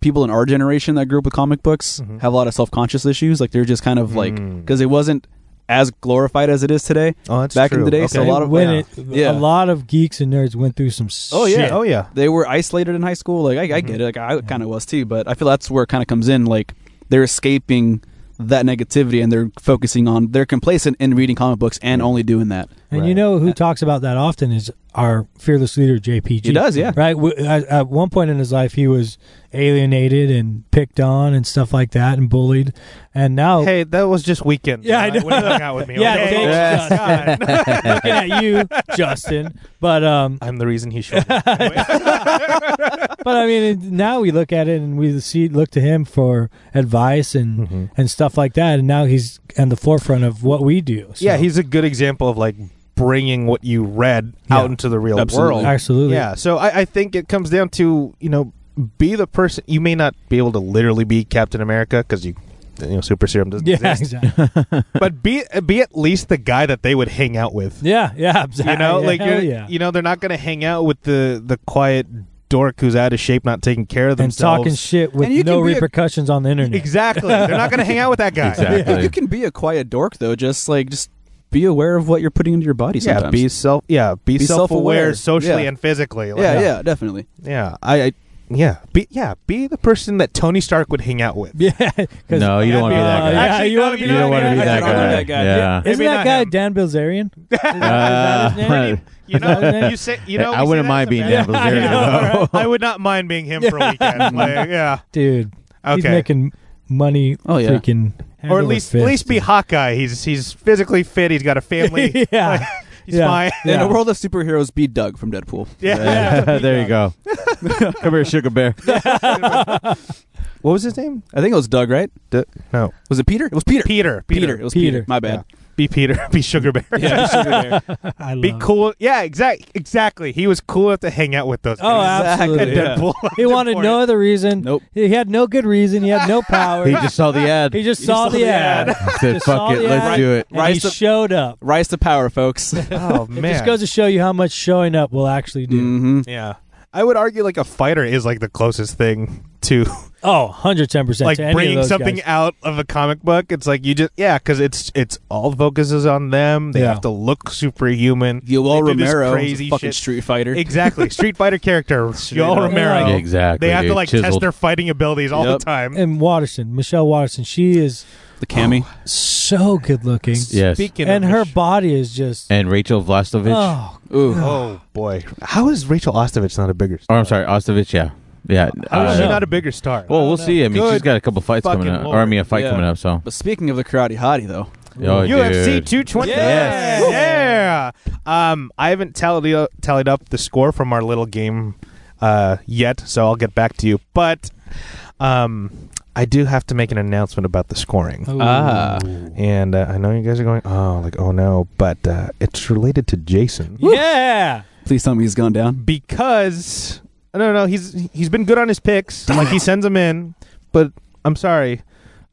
C: people in our generation that grew up with comic books
A: Mhm.
C: have a lot of self conscious issues. Like they're just kind of like
A: Mm.
C: because it wasn't as glorified as it is today.
A: Oh, that's
C: Back in
A: true.
C: the day, so a
A: Okay.
C: lot of-
D: when
A: yeah.
D: it,
C: Yeah.
D: a lot of geeks and nerds went through some.
C: Oh, yeah.
D: shit.
A: Oh yeah.
C: They were isolated in high school. Like I, I
A: Mm-hmm.
C: get it. Like I kind of was too. But I feel that's where it kind of comes in. Like they're escaping that negativity and they're focusing on they're complacent in reading comic books and only doing that.
D: And
A: Right.
D: you know who talks about that often is our fearless leader JPG.
C: He does, yeah.
D: Right. W- At, at one point in his life, he was alienated and picked on and stuff like that, and bullied. And now,
A: Hey, that was just weekend.
D: Oh. Yeah, I
A: Alright,
D: know.
A: When you hung out with me.
D: yeah,
A: okay? Oh,
D: thanks, Justin.
A: God.
D: looking at you, Justin. But um,
A: I'm the reason he showed up.
D: but I mean, it- now we look at it and we see look to him for advice and
A: Mhm.
D: and stuff like that. And now he's on the forefront of what we do. So,
A: Yeah, he's a good example of like bringing what you read
D: Yeah.
A: out into the real
C: Absolutely.
A: world.
D: absolutely.
A: Yeah, so I, I think it comes down to you know be the person. You may not be able to literally be Captain America because you you know super serum doesn't
D: Yeah,
A: exist,
D: exactly.
A: but be be at least the guy that they would hang out with.
D: Yeah, yeah, exactly.
A: You know, like
D: Hell
A: you're,
D: yeah.
A: you know they're not going to hang out with the the quiet dork who's out of shape, not taking care of
D: and
A: themselves,
D: talking shit with
A: And you
D: no
A: can be a-
D: repercussions on the internet.
A: Exactly, they're not going to hang out with that guy.
B: Exactly.
C: But you can be a quiet dork though. Just like just be aware of what you're putting into your body. Sometimes.
A: Yeah, be self. Yeah, be,
C: Be
A: self-aware,
C: self-aware.
A: socially
C: Yeah.
A: and physically. Like,
C: yeah, yeah, definitely.
A: yeah. I, I, yeah, be yeah, be the person that Tony Stark would hang out with.
D: Yeah, 'cause-
B: No, you don't want to be that
D: Uh,
B: guy.
D: yeah, you wanna be
B: you don't
D: that
B: want to
D: guy.
B: be
D: I
B: that
C: don't
B: guy.
C: know that guy.
B: Yeah.
A: Yeah.
D: Isn't
A: Maybe
D: that
A: not
D: guy
A: him.
D: Dan Bilzerian? Is that- is that
B: Uh,
D: his name?
A: You know,
D: Yeah.
A: you say you know.
B: I
A: we say
B: wouldn't
A: that
B: mind
A: as a
B: being
A: bad-
B: Danville's
A: I
D: area,
A: know,
B: though.
A: right? I would not mind being him for a weekend. Like, yeah.
D: Dude, he's
A: Okay.
D: making money.
C: Oh, yeah.
D: freaking hand
A: or
D: over
A: at least
D: fist.
A: at least be Hawkeye. He's he's physically fit. He's got a family.
D: yeah,
A: He's
D: yeah.
A: fine.
D: Yeah.
C: In a world of superheroes, be Doug from Deadpool.
A: Yeah.
B: there you go. Come here, sugar bear.
A: What was his name?
C: I think it was Doug, right?
A: D- no,
C: Was it Peter? It was Peter.
A: Peter.
C: Peter.
A: Peter.
C: It was Peter.
D: Peter.
C: My bad.
A: Be Peter. Be Sugar Bear.
D: I love
A: Be
D: it.
A: cool. Yeah. Exact. Exactly. He was cool enough to hang out with those.
D: Oh,
A: guys.
C: Exactly.
A: and
C: Yeah.
D: absolutely.
A: Deadpool.
D: He wanted no other reason.
C: Nope.
D: He had no good reason. He had no power.
B: He just saw the ad.
D: He just
C: He
D: saw, the, ad.
B: He said,
D: just
B: "Fuck
D: saw
B: it,
D: the
B: let's
D: ad.
B: do it."
D: And he
C: Rise to-
D: showed up.
C: Rise to power, folks.
A: Oh man.
D: Just goes to show you how much showing up will actually do.
C: hmm
A: yeah. I would argue like a fighter is like the closest thing to
D: Oh, 110%.
A: like
D: to any of
A: bringing
D: those
A: something
D: guys.
A: out of a comic book. It's like you just yeah, because it's it's all the focus is on them. They
D: Yeah.
A: have to look superhuman.
C: Yoel
A: They do this
C: Romero,
A: crazy
C: is a fucking
A: shit.
C: Street Fighter.
A: Exactly, Street Fighter character
C: Straight
A: Yoel
C: up.
A: Romero.
D: Yeah,
B: exactly.
A: They have to
B: dude.
A: like test
B: Chiseled.
A: their fighting abilities all
C: Yep.
A: the time.
D: And Watterson, Michelle Watterson, she is
C: the Cammy.
D: so good looking.
B: Yes.
A: Speaking
D: And
A: of
D: her
A: Mich-
D: body is just.
B: and Rachel Vlastovich.
D: Oh,
C: Ooh,
A: oh boy, how is Rachel Ostovich not a bigger?
B: Or
A: Star?
B: I'm sorry, Ostovich. Yeah, yeah. uh,
A: How is
D: I
A: she
D: don't know.
A: not a bigger star?
B: well, we'll
D: know.
B: see. I mean,
A: Good
B: she's got a couple fights
A: fucking
B: coming up, or I
A: lord.
B: mean, a fight
C: Yeah.
B: coming up. So,
C: but speaking of the Karate Hottie though,
B: oh,
A: UFC
B: dude.
A: 220.
C: Yes.
A: Yeah. Um, I haven't tallied up, tallied up the score from our little game uh, yet, so I'll get back to you. But um, I do have to make an announcement about the scoring.
D: Ooh.
C: Ah.
A: And uh, I know you guys are going, oh, like, oh no, but uh, it's related to Jason.
D: Yeah.
C: please tell me he's gone down.
A: Because, no, no, he's he's been good on his picks. like, he sends them in, but I'm sorry.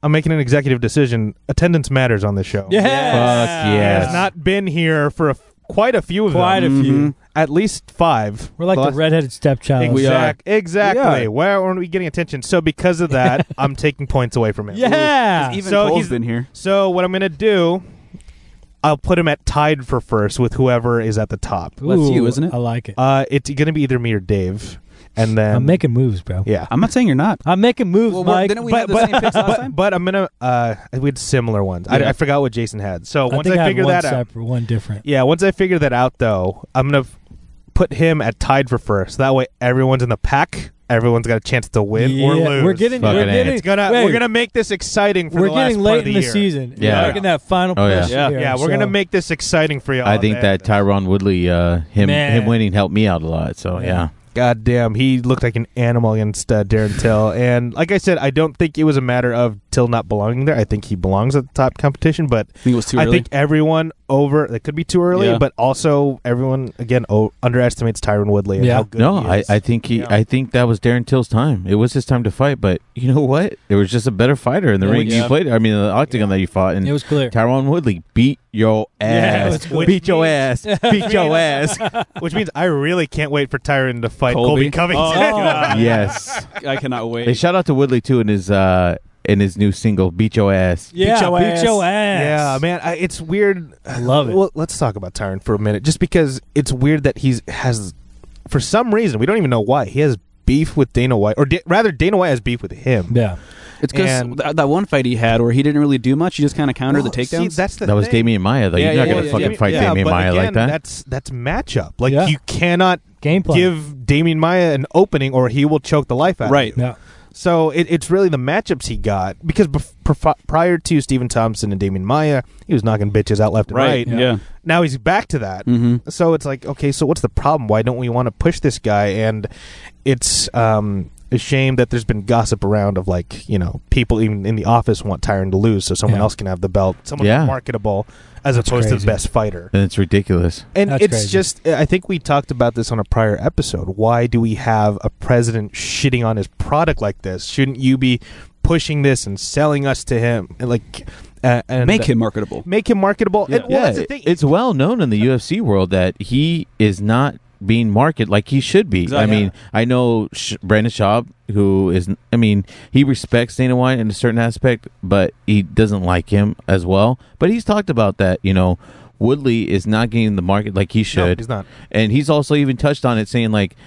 A: I'm making an executive decision. Attendance matters on this show.
D: Yeah.
B: Fuck yes.
A: has not been here for a f quite a few of
D: Quite
A: them. Mm.
D: a few.
C: Mhm.
A: At least five.
D: We're like the,
A: last-
D: redheaded stepchild.
C: We are.
A: Exact- Exactly.
C: We are.
A: Why aren't we getting attention? So because of that, I'm taking points away from him.
D: Yeah.
C: Even
A: So
C: Cole's
A: he's-
C: been here.
A: So what I'm gonna do, I'll put him at tied for first with whoever is at the top.
C: Well, that's you, isn't it?
D: I like it.
A: Uh, it's gonna be either me or Dave, and then
D: I'm making moves, bro.
A: yeah.
C: I'm not saying you're not.
D: I'm making moves,
C: Well, we're-
D: Mike.
C: didn't we
D: but,
C: have the
D: but-
C: same picks last time?
A: But I'm gonna uh, we had similar ones. I,
C: Yeah.
A: I forgot what Jason had. So
D: I
A: once
D: think
A: I,
D: I,
A: figure
D: had one
A: that out,
D: separate, one different.
A: Yeah, once I figure that out, though, I'm gonna f- put him at tied for first. That way, everyone's in the pack. Everyone's got a chance to win or
D: Yeah,
A: lose.
D: We're getting,
B: Fucking
D: we're
B: A.
D: getting,
A: It's gonna.
D: wait,
A: we're gonna make this exciting for
D: we're
A: the last
D: getting
A: part
D: late
A: of the
D: in the
A: year.
D: season.
B: Yeah.
D: we're making that final
B: Oh, yeah.
D: push.
C: Yeah.
D: here,
A: Yeah, we're
D: so-
A: gonna make this exciting for y'all.
B: I think that Tyron Woodley, uh, him
D: Man.
B: him winning helped me out a lot. So yeah,
A: God damn, he looked like an animal against uh, Darren Till. And like I said, I don't think it was a matter of Till not belonging there. I think he belongs at the top competition, but
C: I think it was too
A: I
C: early.
A: think everyone over that could be too early,
C: Yeah.
A: but also everyone again o- underestimates Tyron Woodley and
D: Yeah.
A: how good
B: no,
A: he
B: I,
A: is.
B: I think he
A: Yeah.
B: I think that was Darren Till's time. It was his time to fight, but you know what? There was just a better fighter in the
C: Yeah,
B: ring
C: yeah.
B: you played. I mean, the octagon that you fought, and
D: It was clear.
B: Tyron Woodley beat your
D: Yeah,
B: ass,
D: let's go.
B: beat your ass, beat your ass.
A: Which means I really can't wait for Tyron to fight
C: Colby.
A: Colby, Covington.
D: Oh, God.
B: yes.
C: I cannot
B: Hey,
C: wait.
B: shout out to Woodley too in his uh in his new single "Beat Your Ass."
D: Yeah,
C: Beat your
D: beat
C: ass.
D: your ass.
A: yeah, man, I, it's weird.
D: I love it.
A: Well, let's talk about Tyron for a minute, just because it's weird that he's has, for some reason, we don't even know why he has beef with Dana White, or da- rather, Dana White has beef with him.
D: Yeah.
C: It's because
A: And-
C: that, that one fight he had where he didn't really do much. He just kind of countered
A: Well,
C: the takedowns.
A: See, that's the
B: That was
A: thing.
B: Damian Maya though.
C: Yeah,
B: You're not
C: yeah,
B: gonna
C: yeah,
B: fucking
C: yeah.
B: fight
A: yeah,
B: Damian
A: but
B: Maya
A: again,
B: like that.
A: That's that's matchup. Like
D: Yeah.
A: you cannot
D: Game plan.
A: give Damien Maya an opening, or he will choke the life out. of
C: Right.
A: you.
D: Yeah.
A: So it, it's really the matchups he got because bef- prof- prior to Stephen Thompson and Damien Maya, he was knocking bitches out left and right.
C: right.
D: Yeah. Mm.
C: Yeah.
A: Now he's back to that.
C: Mm-hmm.
A: So it's like, okay, so what's the problem? Why don't we want to push this guy? And it's um, a shame that there's been gossip around of like, you know, people even in the office want Tyron to lose so someone
D: Yeah.
A: else can have the belt, someone
B: Yeah.
A: marketable as opposed to
D: crazy.
A: the best fighter.
B: and it's ridiculous.
A: And
D: That's
A: it's
D: crazy.
A: just, I think we talked about this on a prior episode. Why do we have a president shitting on his product like this? Shouldn't you be pushing this and selling us to him? And like, uh, and
C: Make him marketable.
A: make him marketable. And, well, that's the
B: it-
A: thing.
B: It's well known in the UFC world that he is not being marketed like he should be. I
C: Exactly.
B: mean, I know Sh- Brandon Schaub, who is, I mean, he respects Dana White in a certain aspect, but he doesn't like him as well. But he's talked about that, you know. Woodley is not getting the market like he
A: no,
B: should
A: he's not.
B: and he's also even touched on it saying like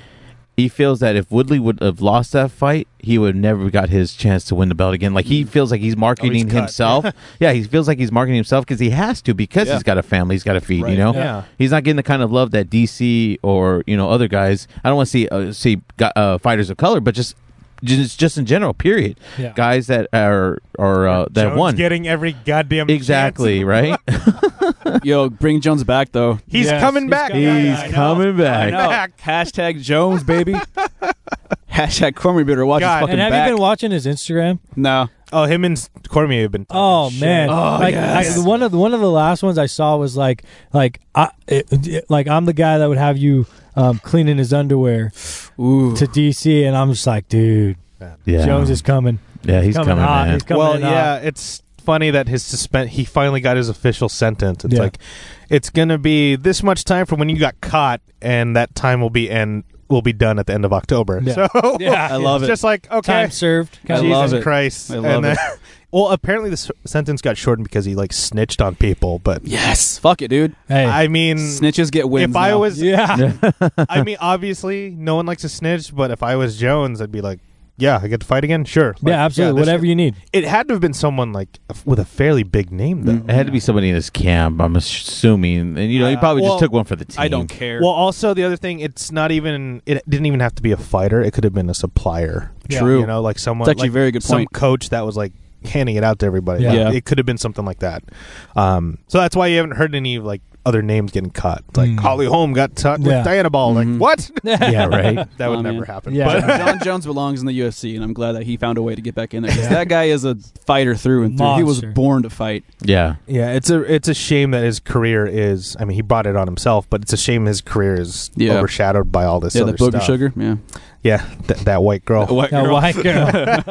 B: he feels that if Woodley would have lost that fight, he would have never got his chance to win the belt again. Like he feels like he's marketing
A: cut.
B: himself. yeah, he feels like he's marketing himself because he has to because
C: Yeah.
B: he's got a family, he's got to feed.
C: Right.
B: You know,
A: Yeah.
B: he's not getting the kind of love that DC or you know other guys. I don't want to see uh, see gu- uh, fighters of color, but just just just in general. Period.
D: Yeah.
B: Guys that are are uh, that
A: Jones
B: won
A: getting every goddamn
B: exactly right.
C: Yo, bring Jones back though.
A: He's
D: Yes,
A: coming
D: he's
A: back.
D: coming Yeah,
B: he's
D: I know.
B: coming
C: I
B: back.
C: know. Hashtag Jones, baby. Hashtag Cormier better watch
A: God.
C: his fucking
D: And have
C: back.
D: you been watching his Instagram?
C: no.
A: Oh, him and Cormier have been.
D: Oh
A: talking shit.
D: man!
C: Oh,
D: like
C: yes.
D: I, one of the, one of the last ones I saw was like like I it, it- like I'm the guy that would have you um, cleaning his underwear
C: Ooh.
D: to DC, and I'm just like, dude,
B: Yeah,
D: Jones is coming.
B: yeah, he's coming,
D: hot.
B: man.
D: He's coming
A: well,
D: in uh, hot.
A: yeah, it's funny that his suspend. He finally got his official sentence. It's
D: Yeah.
A: like it's gonna be this much time from when you got caught, and that time will be end will be done at the end of October.
D: Yeah.
A: So
C: I love
A: it's
C: it.
A: just like okay,
D: Time served.
C: I
A: Jesus
C: love it.
A: Christ.
C: I love
A: then- well, apparently this sentence got shortened because he like snitched on people, but
C: Yes. Fuck it, dude.
D: Hey,
A: I mean
C: Snitches get wins.
A: Mm. if I
C: now.
A: was
D: yeah.
A: I mean obviously no one likes to snitch, but if I was Jones, I'd be like, yeah, I get to fight again, sure. Like,
D: yeah, absolutely.
A: this-
D: Whatever you need.
A: It had to have been someone like f- with a fairly big name though.
B: It had to be somebody in his camp, I'm assuming. And, you know, he
A: Uh,
B: probably
A: well,
B: just took one for the team.
C: I don't care.
A: Well, also the other thing, it's not even it didn't even have to be a fighter. It could have been a supplier.
D: Yeah.
C: True.
A: You know, like someone
C: It's
A: like
C: actually a very good
A: some
C: point.
A: coach that was like handing it out to everybody.
D: Yeah.
A: Like,
C: Yeah.
A: It could have been something like that. Um, so that's why you haven't heard any like other names getting cut. It's Like
D: Mm.
A: Holly Holm got cut
D: Yeah.
A: with Diana Ball.
C: Mhm.
A: Like what?
B: Yeah, right.
A: that would
C: Oh, man.
A: never happen.
D: Yeah.
A: But
C: John Jones belongs in the UFC, and I'm glad that he found a way to get back in there. 'cause That guy is a fighter through and through. He was
D: Monster.
C: born to fight.
B: yeah.
A: yeah, it's a it's a shame that his career is. I mean, he brought it on himself, but it's a shame his career is
C: Yeah.
A: overshadowed by all this.
C: yeah,
A: other
C: the booger
A: stuff.
C: sugar. Yeah.
A: Yeah, th- that white girl.
C: White
D: Now,
C: girl.
D: white girl.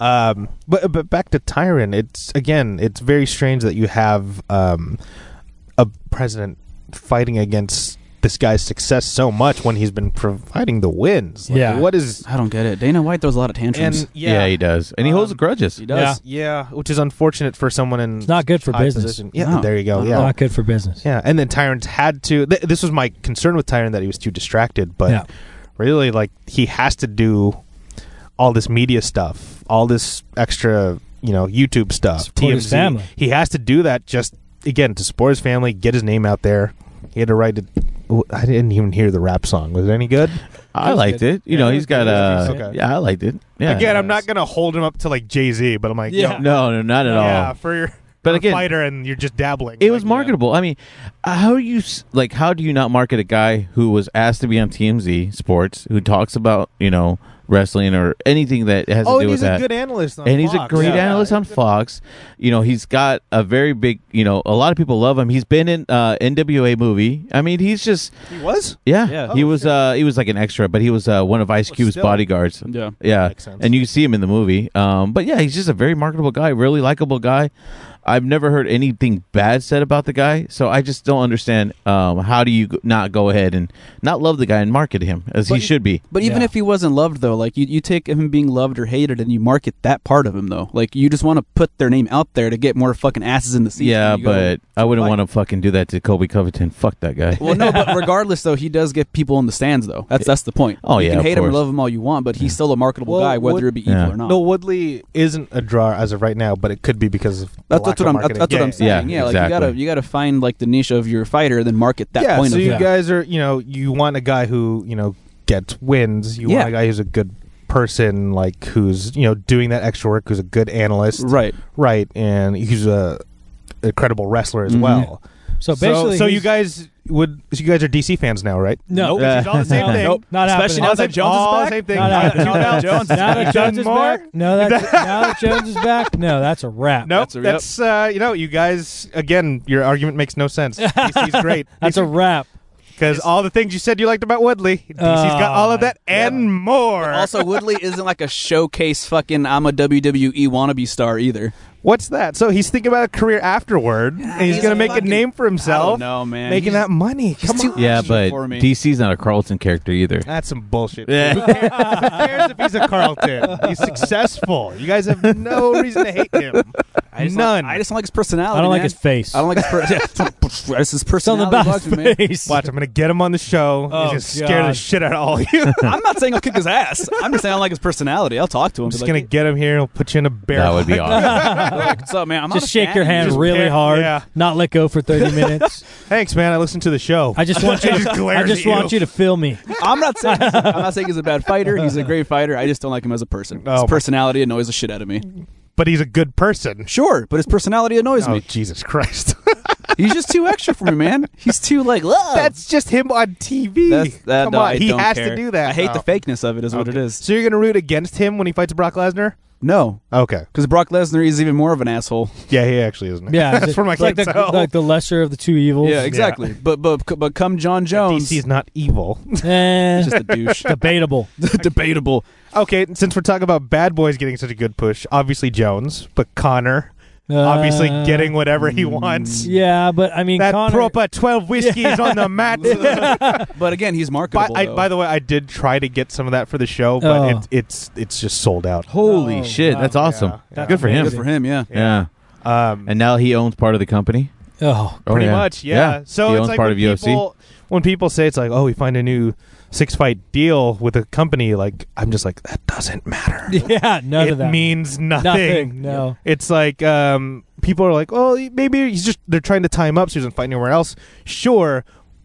A: um, but but back to Tyron, it's again, it's very strange that you have um, a president fighting against this guy's success so much when he's been providing the wins. Like,
D: Yeah.
A: what is
C: I don't get it. Dana White throws a lot of tantrums.
A: and
B: yeah.
A: yeah,
B: he does. And he holds
A: Um,
B: grudges.
C: he does.
A: yeah, which is unfortunate for someone in
D: It's not good for
A: high
D: business.
A: position. Yeah,
C: No.
A: there you go.
C: Not
A: Yeah,
D: Not good for business.
A: yeah, and then Tyron's had to. Th- this was my concern with Tyron that he was too distracted, but
D: Yeah.
A: really, like he has to do all this media stuff, all this extra, you know, YouTube stuff.
D: Support his family.
A: He has to do that just again to support his family, get his name out there. He had to write it. oh, I didn't even hear the rap song. Was it any good?
B: I liked it. You
A: Yeah,
B: know,
A: it
B: he's
A: was
B: got
A: good.
B: a.
A: It was okay.
B: Yeah, I liked it. Yeah.
A: again, I'm not
C: Yes.
A: gonna hold him up to like Jay Z, but I'm like,
D: Yeah.
A: yeah,
B: No, no, not at
A: yeah,
B: all.
A: for your
B: But
A: for a
B: again,
A: fighter, and you're just dabbling.
B: it
A: Like,
B: was
A: yeah.
B: marketable. I mean, uh, how you s- like? How do you not market a guy who was asked to be on TMZ Sports, who talks about you know wrestling or anything that has
A: Oh,
B: to
A: and
B: do with
A: he's
B: that?
A: a good analyst. On
B: and he's a
A: Fox.
B: great
A: Yeah.
B: analyst on Fox. You know, he's got a very big. You know, a lot of people love him. He's been in uh, NWA movie. I mean, he's just
A: He was.
B: yeah.
C: Yeah.
B: He
A: Oh,
B: was
A: shit.
B: uh, he was like an extra, but he was uh, one of Ice
A: Well,
B: Cube's
A: still.
B: bodyguards.
C: Yeah.
B: Yeah,
A: Makes sense.
B: and you see him in the movie. Um, but yeah, he's just a very marketable guy, really likable guy. I've never heard anything bad said about the guy, so I just don't understand um, how do you g- not go ahead and not love the guy and market him as he
C: But-
B: should be.
C: But even
D: Yeah.
C: if he wasn't loved, though, like you, you take him being loved or hated, and you market that part of him, though. Like you just want to put their name out there to get more fucking asses in the seats.
B: yeah,
C: and you go-
B: but I wouldn't
C: Fine.
B: want to fucking do that to Kobe Covington. Fuck that guy.
C: well, no. But regardless, though, he does get people in the stands, though. That's that's the point.
B: Oh,
C: you
B: yeah,
C: can
B: of
C: hate him or
B: course.
C: love him all you want, but he's still a marketable
A: Well,
C: guy, whether
A: what-
C: it be evil
B: Yeah.
C: or not.
A: No, Woodley isn't a draw as of right now, but it could be because of
C: that's,
A: the lack of
C: that's what I'm. That's,
A: marketing.
C: that's
A: yeah,
C: what I'm
A: yeah,
C: saying.
B: yeah.
C: Yeah, like you gotta
B: Exactly.
C: you gotta find like the niche of your fighter, and then market that
A: yeah,
C: point
A: so
C: of
A: you
C: view.
A: guys are, you know, you want a guy who you know gets wins. You
C: Yeah.
A: want a guy who's a good person, like who's you know doing that extra work, who's a good analyst,
C: Right.
A: right, and who's a, a credible wrestler as
C: Mhm.
A: well.
D: So
A: So,
D: basically,
A: so you
D: he's-
A: guys would, so you guys are DC fans now, right?
D: no,
A: Nope. It's all the same
D: No,
A: thing.
D: nope. not
C: Especially
D: happening.
C: now that Jones is
A: all
C: back.
A: same thing.
D: Not happening.
A: Now that Jones is
D: now that
A: back.
D: Jones is
A: Done more?
D: back, no, that's, now that Jones is back, no, that's a wrap.
A: Nope,
C: That's a- yep.
A: that's, uh, you know, you guys again. Your argument makes no sense. DC's great.
D: that's a wrap.
A: Because all the things you said you liked about Woodley, DC's got
D: Oh,
A: all of that
C: yeah.
A: and more.
C: Also, Woodley isn't like a showcase fucking I'm a WWE wannabe star either.
A: What's that? So he's thinking about a career afterward, and he's,
C: he's
A: gonna
C: a
A: make
C: fucking-
A: a name for himself,
C: No man,
A: making
C: He's-
A: that money. Come
C: too-
A: on,
B: yeah, but
C: for me.
B: DC's not a Carlton character either.
A: that's some bullshit.
B: Yeah.
A: Who cares, who cares if he's a Carlton? He's successful. You guys have no reason to hate him.
C: I just
A: None.
C: Like, I just don't like his personality.
D: I don't
C: Oh,
D: like
C: man.
D: his face.
C: I don't like his. Per- it's his
D: something
C: personality.
D: about
C: bugs me,
D: his
C: man.
D: face.
A: Watch, I'm gonna get him on the show.
D: Oh,
A: he's gonna scare the
D: God.
A: shit out of all of you. I'm
C: I'm not saying I'll kick his ass. I'm just saying I don't like his personality. I'll talk to him.
A: just
C: be
A: gonna
C: like,
A: get him here. He'll put you in a
B: That
A: barrel.
B: would be awesome.
C: "Hey, look, what's up, man? I'm not a
D: just shake
C: fan.
D: your hand
A: Just
D: really
A: pick-
D: hard.
A: yeah.
D: Not let go for 30 minutes.
A: Thanks, man. I listened to the show.
D: I just want you.
A: He
D: To,
A: just
D: I
A: glares
D: just
A: at you.
D: want you to feel me.
C: I'm not saying he's, I'm not saying he's a bad fighter. He's a great fighter. I just don't like him as a person.
A: Oh,
C: his
A: my-
C: personality annoys the shit out of me.
A: but he's a good person.
C: Sure, but his personality annoys
A: Oh,
C: me.
A: Jesus Christ.
C: He's just too extra for me, man. He's too like. "Love."
A: That's just him on TV.
C: That's- that-
A: Come
C: no,
A: on,
C: I
A: he
C: don't
A: has
C: care.
A: to do that.
C: I hate the
A: Oh.
C: fakeness of it. Is what it
A: Okay.
C: is.
A: So you're gonna root against him when he fights Brock Lesnar?
C: No,
A: Okay.
C: because Brock Lesnar is even more of an asshole.
A: Yeah, he actually isn't.
D: Yeah,
A: that's from my
D: it's like the, like the lesser of the two evils.
C: Yeah, exactly. But but but come John Jones,
A: DC's not evil.
D: Eh,
C: just a douche.
D: debatable.
C: Debatable.
A: okay, since we're talking about bad boys getting such a good push, obviously Jones, but Connor, obviously
D: Uh,
A: getting whatever he wants.
D: Yeah, but I mean,
A: that
D: Connor,
A: proper 12 whiskeys on the mat.
C: But again, he's
A: by,
C: marketable.
A: I,
C: though.
A: by the way, I did try to get some of that for the show, but
D: Oh.
A: it, it's it's just sold out.
B: Holy
D: Oh,
B: shit,
D: wow.
B: that's awesome.
A: Yeah, yeah.
B: Good for him.
C: good for him. Yeah.
B: Yeah.
A: Um,
B: And now he owns part of the company.
D: oh,
B: Oh,
A: pretty
B: yeah.
A: much, yeah. So
B: he
A: it's
B: owns
A: like
B: part
A: when
B: of UFC.
A: people when people say it's like, oh, we find a new six fight deal with a company, like I'm just like that doesn't matter.
D: yeah, none
A: it
D: of that
A: means nothing.
D: Nothing, no.
A: It's like um, people are like, well, maybe he's just they're trying to tie him up so he doesn't fight anywhere else. Sure.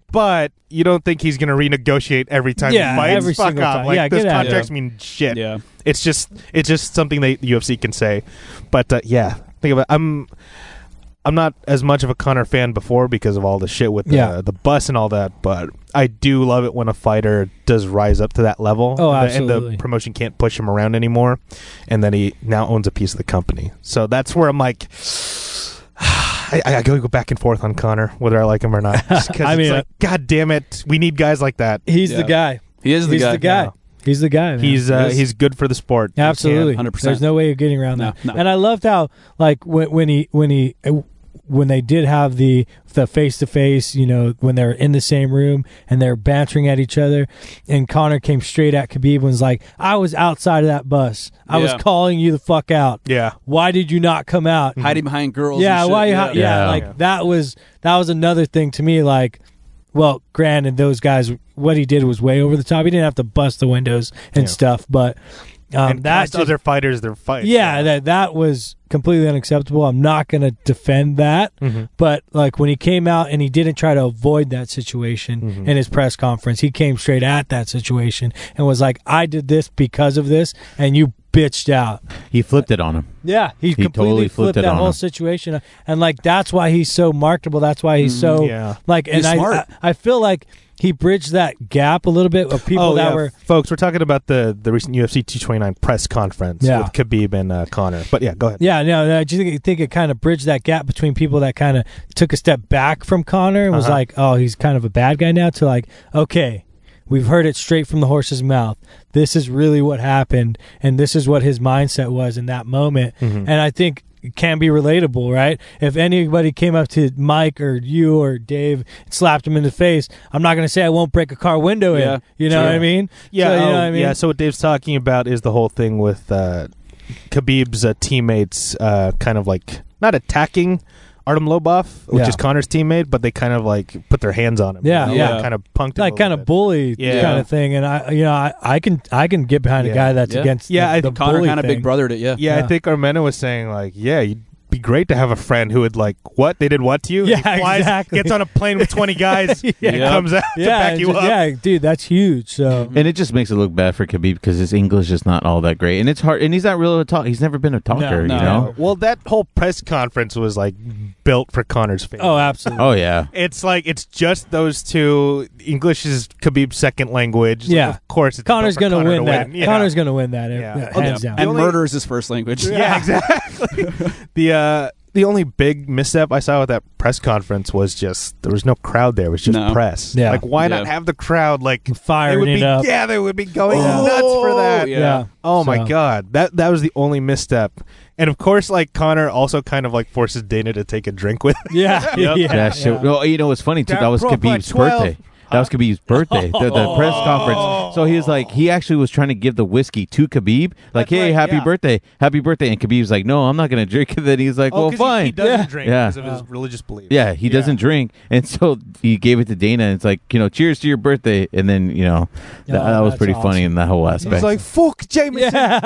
A: But you don't think he's going to renegotiate every time
D: Yeah,
A: he fights?
D: every
A: Fuck
D: single
A: off!
D: time.
A: Like
D: Yeah,
A: those
D: get out of
A: contracts
C: here.
A: mean shit.
C: Yeah.
A: It's just it's just something that the UFC can say. But uh, yeah, think about I'm I'm not as much of a Connor fan before because of all the shit with the,
D: Yeah.
A: the bus and all that, but I do love it when a fighter does rise up to that level.
D: Oh,
A: and the- And
D: absolutely.
A: the promotion can't push him around anymore, and then he now owns a piece of the company. So that's where I'm like. I, I go go back and forth on Connor whether I like him or not. Just 'cause
D: I
A: it's
D: mean, uh,
A: like, God damn it, we need guys like that.
D: He's
C: Yeah.
D: the guy.
C: He is the
D: he's
C: guy.
D: the guy.
A: now.
D: He's the guy. man.
A: He's uh,
C: Yes.
A: he's good for the sport. You
D: absolutely
A: can't-
C: 100%.
D: There's no way of getting around
C: No,
D: that.
C: no.
D: And I loved how like when, when he when he when they did have the the face to face, you know, when they're in the same room and they're bantering at each other, and Connor came straight at Khabib and was like, "I was outside of that bus. I
C: Yeah.
D: was calling you the fuck out.
A: Yeah.
D: Why did you not come out?
C: Hiding behind girls.
D: yeah,
C: and shit.
D: why? you hi- yeah,
B: Yeah.
D: like
A: Yeah.
D: that was that was another thing to me. Like, well, granted, those guys, what he did was way over the top. He didn't have to bust the windows and
A: Yeah.
D: stuff, but um,
A: and
D: that
A: that's
D: just,
A: other fighters their fights.
D: yeah, that that was completely unacceptable. I'm not going to defend that,
A: Mhm.
D: but like when he came out and he didn't try to avoid that situation
A: Mm-hmm.
D: in his press conference, he came straight at that situation and was like, "I did this because of this, and you bitched out."
B: He flipped it on him.
D: Yeah, he, completely
B: totally flipped
D: flipped,
B: it
D: that
B: on
D: whole
B: him.
D: situation, and like that's why he's so marketable. That's why
B: Mm,
D: he's so
A: yeah.
D: like, and
C: He's
D: I,
C: smart.
D: I I feel like he bridged that gap a little bit of people
C: Oh,
D: that were
A: Oh, folks. We're talking about the the recent UFC 229 press conference
D: Yeah.
A: with Khabib and uh, Connor. But yeah, go ahead.
D: Yeah, no, no, I just think, think it kind of bridged that gap between people that kind of took a step back from Connor and was
A: Uh-huh.
D: like, oh, he's kind of a bad guy now, to like, okay, we've heard it straight from the horse's mouth. This is really what happened, and this is what his mindset was in that moment.
A: Mm-hmm.
D: And I think it can be relatable, right? If anybody came up to Mike or you or Dave and slapped him in the face, I'm not going to say I won't break a car window
C: Yeah,
D: in. You know
C: true.
D: what I mean?
A: yeah,
D: So, you know
A: oh,
D: what I mean?
A: yeah. So what Dave's talking about is the whole thing with uh, Khabib's uh, teammates, uh, kind of like not attacking. Artem Lobov, which
D: Yeah.
A: is Connor's teammate, but they kind of like put their hands on him.
D: Yeah,
A: you know,
C: yeah.
A: like, kind of punked. him a
D: like
A: little
D: kind of
A: bit.
D: bully
A: Yeah.
D: kind of thing. And I, you know, I, I can I can get behind
A: Yeah.
D: a guy that's
C: Yeah.
D: against
A: Yeah,
D: The,
A: I
D: the
A: think
C: Connor
D: bully
C: kind of
D: thing.
C: big brothered it. Yeah.
A: Yeah, I
D: Yeah.
A: think Armena was saying like, yeah, you'd be great to have a friend who would like, what they did what to you? And
D: Yeah,
A: he flies,
D: exactly.
A: Gets on a plane with twenty guys and
C: Yeah.
A: comes out to
D: Yeah,
A: back
D: and
A: you
D: just-
A: up. Mm-hmm.
D: yeah, dude, that's huge. So
A: Hmm.
B: And it just makes it look bad for Khabib because his English is not all that great, and it's hard. And he's not really a talk. He's never been a talker,
C: no,
B: you
C: no.
B: know.
A: Uh, Well, that whole press conference was like built for Connor's favor.
D: oh, absolutely.
B: Oh yeah,
A: It's like it's just those two. English is Khabib's second language. Like,
D: Yeah.
A: of course. It's
D: Connor's
A: built for
D: gonna
A: Connor
D: win
A: to
D: that.
A: Yeah.
D: Connor's gonna win that.
A: Yeah.
D: Yeah,
A: Oh,
D: hands
A: yeah.
D: down.
C: And
A: only-
C: murder is his first language.
A: Yeah, exactly. the uh, the only big misstep I saw at that press conference was just there was no crowd there. It was just
C: No.
A: press.
D: Yeah.
A: Like why not
C: Yeah.
A: have the crowd like they
D: Firing
A: would
D: it
A: be,
D: up.
A: Yeah, they would be going
C: Yeah.
A: nuts for that.
C: Yeah.
D: Yeah.
A: Oh my
D: So-
A: god. That that was the only misstep. And of course, like Connor also kind of like forces Dana to take a drink with him.
D: Yeah.
A: Yep.
D: yeah.
B: that shit.
D: yeah.
B: Well, you know, it's funny too.
A: That
B: That was
A: proper
B: Khabib's
A: 12.
B: birthday. That was Khabib's birthday. The, the press
A: Oh.
B: conference. So he was like, he actually was trying to give the whiskey to Khabib, like,
A: That's
B: "Hey,
A: right,
B: happy
A: yeah.
B: birthday, happy birthday!" And Khabib's like, "No, I'm not going to drink." And then he's like, "Well,
A: Oh, 'cause he-
B: fine."
A: He, doesn't
D: Yeah.
A: drink
B: Yeah.
A: because of his
D: Wow.
A: religious beliefs.
B: yeah, he doesn't drink, and so he gave it to Dana. And it's like, you know, cheers to your birthday. And then you know, that,
D: Oh,
B: that was
D: that's
B: pretty funny
D: awesome.
B: in that whole
A: He's
B: aspect.
A: like, fuck Jameson.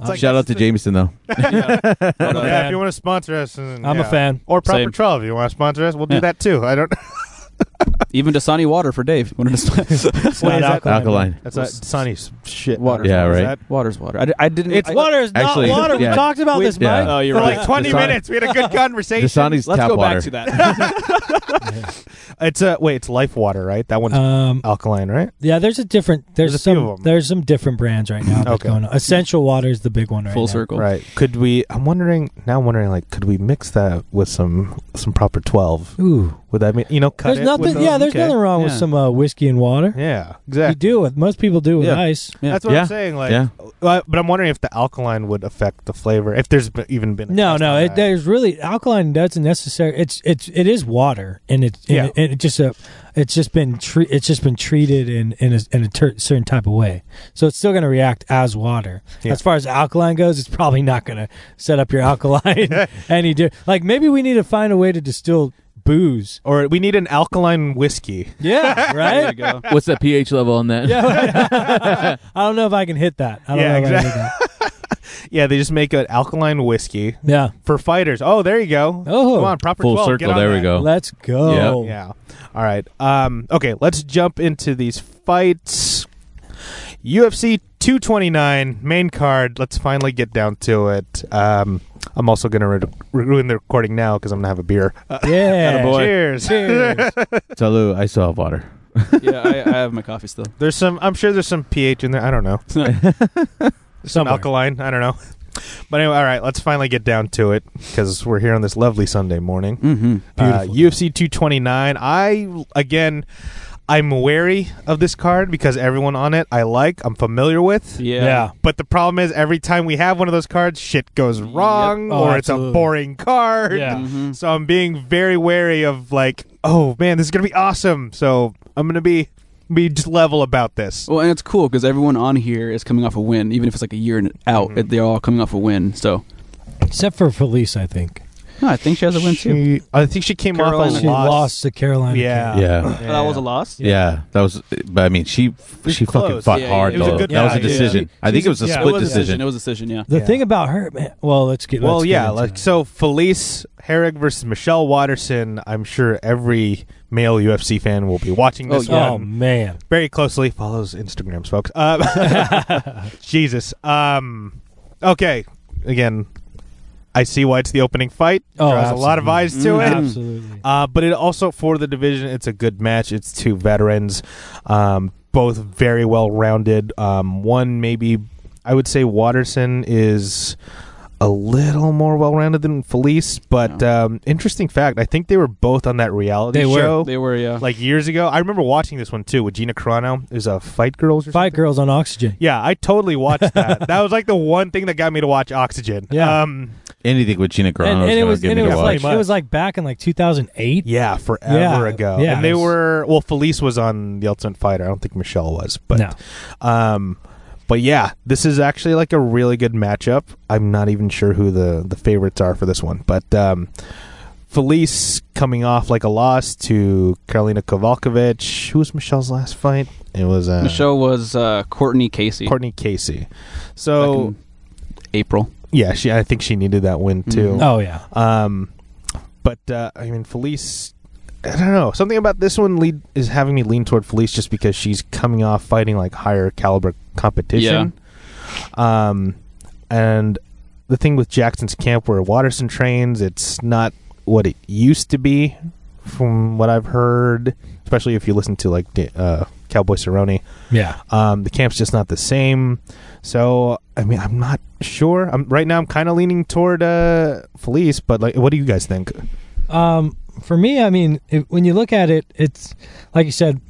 A: It's like,
B: Shout out
A: that's
B: to
A: the-
B: Jameson though.
A: Yeah,
C: uh,
D: fan.
A: if you want to sponsor us, and,
D: I'm a
A: yeah.
D: fan.
A: Or Proper
C: Same.
A: Twelve, if you want to sponsor us, we'll do
C: Yeah.
A: that too. I don't.
C: Even Dasani water for Dave. Wanted to-
D: It's not
A: is that-
D: alkaline.
B: Alkaline.
A: That's not Sonny's shit.
C: Water.
B: Yeah,
A: Is
B: right.
A: that-
C: Water's water. I, d- I didn't.
A: It's
C: I-
D: Water is not
B: Actually,
D: water.
B: yeah.
D: We talked about
C: We-
D: this,
B: Yeah.
D: Mike.
C: Oh, you're
A: For
C: right.
A: like 20
B: Dasani-
A: minutes, we had a good conversation.
B: Dasani's
C: Let's
B: tap
C: go
B: water.
C: back to that.
A: It's uh, wait, it's Life Water, right? That one's
D: Um,
A: alkaline, right?
D: yeah, there's a different. There's,
A: There's a few
D: some.
A: of 'em.
D: There's some different brands right now. that's
A: Okay.
D: Going on. Essential water is the big one right
C: Full
D: now.
C: circle.
A: Right. Could we? I'm wondering now. I'm wondering like, could we mix that with some some proper twelve?
D: Ooh,
A: Would that mean you know? Cut
D: there's
A: it
D: nothing.
A: with a-
D: yeah, there's
A: okay.
D: nothing wrong with
C: Yeah.
D: some uh, whiskey and water.
A: Yeah,
D: You
A: exactly.
D: do it. Most people do with
B: Yeah.
D: ice.
C: Yeah.
A: That's what
B: Yeah.
A: I'm saying. Like,
B: Yeah.
A: uh, but I'm wondering if the alkaline would affect the flavor. If there's b- even been a
D: No,
A: test
D: no,
A: on
D: it,
A: that.
D: there's really alkaline doesn't necessarily. It's it's it is water, and it's
A: Yeah.
D: yeah. it, and it just a, it's just been tre- it's just been treated in in a, in a ter- certain type of way, so it's still going to react as water.
A: Yeah.
D: As far as alkaline goes, it's probably not going to set up your alkaline any di- like maybe we need to find a way to distill booze.
A: or we need an alkaline whiskey.
D: Yeah,
C: There you
D: right.
C: go.
B: What's that pH level on that?
D: yeah, I don't know if I can hit that. I don't
A: Yeah,
D: know if I can hit that.
A: Yeah, they just make an alkaline whiskey
D: Yeah.
A: for fighters. Oh, there you go.
D: Oh.
A: Come on, proper
B: Full
A: 12, get
B: circle.
A: on
B: There we
A: that.
B: go.
D: Let's go.
A: Yeah. All right. Um, okay, let's jump into these fights. UFC 229 main card. Let's finally get down to it. Um, I'm also going to ru- ruin the recording now because I'm going to have a beer.
D: Yeah.
B: Attaboy. Boy.
A: Cheers.
D: Cheers.
B: Salud. I still have water.
C: yeah, I, I have my coffee still.
A: There's some. I'm sure there's some pH in there. I don't know. Some
D: Somewhere.
A: alkaline. I don't know. But anyway, all right. Let's finally get down to it because we're here on this lovely Sunday morning.
C: Mm-hmm.
A: Uh,
D: Beautiful.
A: UFC 229. I again, I'm wary of this card because everyone on it I like. I'm familiar with.
C: Yeah.
D: yeah.
A: But the problem is, every time we have one of those cards, shit goes wrong,
D: Oh,
A: or it's
D: absolutely.
A: a boring card.
D: Yeah.
C: Mhm.
A: So I'm being very wary of like, oh man, this is gonna be awesome. So I'm gonna be be just level about this.
C: Well, and it's cool because everyone on here is coming off a win, even if it's like a year and out.
A: Mhm.
C: They're all coming off a win. So,
D: Except for Felice, I think.
C: no, I think she has a win too.
A: She- I think she came
C: Carolina.
A: off a
D: She
A: loss.
D: lost, to Carolina.
A: Yeah.
D: King.
B: Yeah.
A: Yeah.
C: But Oh, that was a loss.
B: Yeah. that was. But I mean, she
A: was
B: she fucking
A: close.
B: fought
C: Yeah,
B: hard
C: it was a
B: though.
A: good
B: that was a
A: fight, yeah.
B: decision. I think it was a
A: yeah, it
B: split
C: was a
B: decision.
C: It was a decision. Yeah.
D: The
A: Yeah.
D: thing about her, man. Well, let's get.
A: Well,
D: let's get
A: yeah,
D: into
A: like
D: it.
A: so Felice Herrig versus Michelle Watterson. I'm sure every male UFC fan will be watching this
C: yeah.
D: Oh
A: one
D: man.
A: very closely. Follows Instagrams, folks. Uh, Jesus. Um, okay. Again, I see why it's the opening fight.
D: Oh,
A: Draws a lot of
D: Mm, absolutely.
A: eyes to it.
D: Absolutely.
A: Uh, but it also for the division, it's a good match. It's two veterans, um, both very well rounded. Um, one maybe I would say Watterson is a little more well rounded than Felice, but um, interesting fact, I think they were both on that reality
D: They were.
A: show.
C: They were, yeah.
A: like years ago, I remember watching this one too with Gina Carano. There's a Fight Girls or
D: Fight
A: something.
D: girls on oxygen.
A: Yeah, I totally watched that. that was like the one thing that got me to watch Oxygen.
D: Yeah.
A: um,
B: Anything with Gina Carano
D: and, and it
B: is
D: was
B: going
D: and
B: to
D: it
B: give me
D: was
B: to
D: like
B: watch.
D: it was like back in like 2008.
A: Yeah, forever
D: Yeah,
A: ago.
D: yeah.
A: and they were well. Felice was on the Ultimate Fighter. I don't think Michelle was, but
D: no.
A: um, but yeah, this is actually like a really good matchup. I'm not even sure who the the favorites are for this one, but um, Felice coming off like a loss to Karolina Kovalkovich. Who was Michelle's last fight? It was uh,
C: Michelle was uh, Courtney Casey.
A: Courtney Casey.
C: back
A: So
C: in April.
A: yeah, she. I think she needed that win
C: Mhm.
A: too.
D: Oh yeah.
A: Um, but uh, I mean, Felice. I don't know. Something about this one lead is having me lean toward Felice just because she's coming off fighting like higher caliber competition. Um, and the thing with Jackson's camp where Watterson trains, it's not what it used to be, from what I've heard. Especially if you listen to like da- uh, Cowboy Cerrone.
D: Yeah.
A: Um, the camp's just not the same. So I mean, I'm not sure. I'm right now. I'm kind of leaning toward uh, Felice, but like, what do you guys think?
D: Um, for me, I mean, it, when you look at it, it's like you said.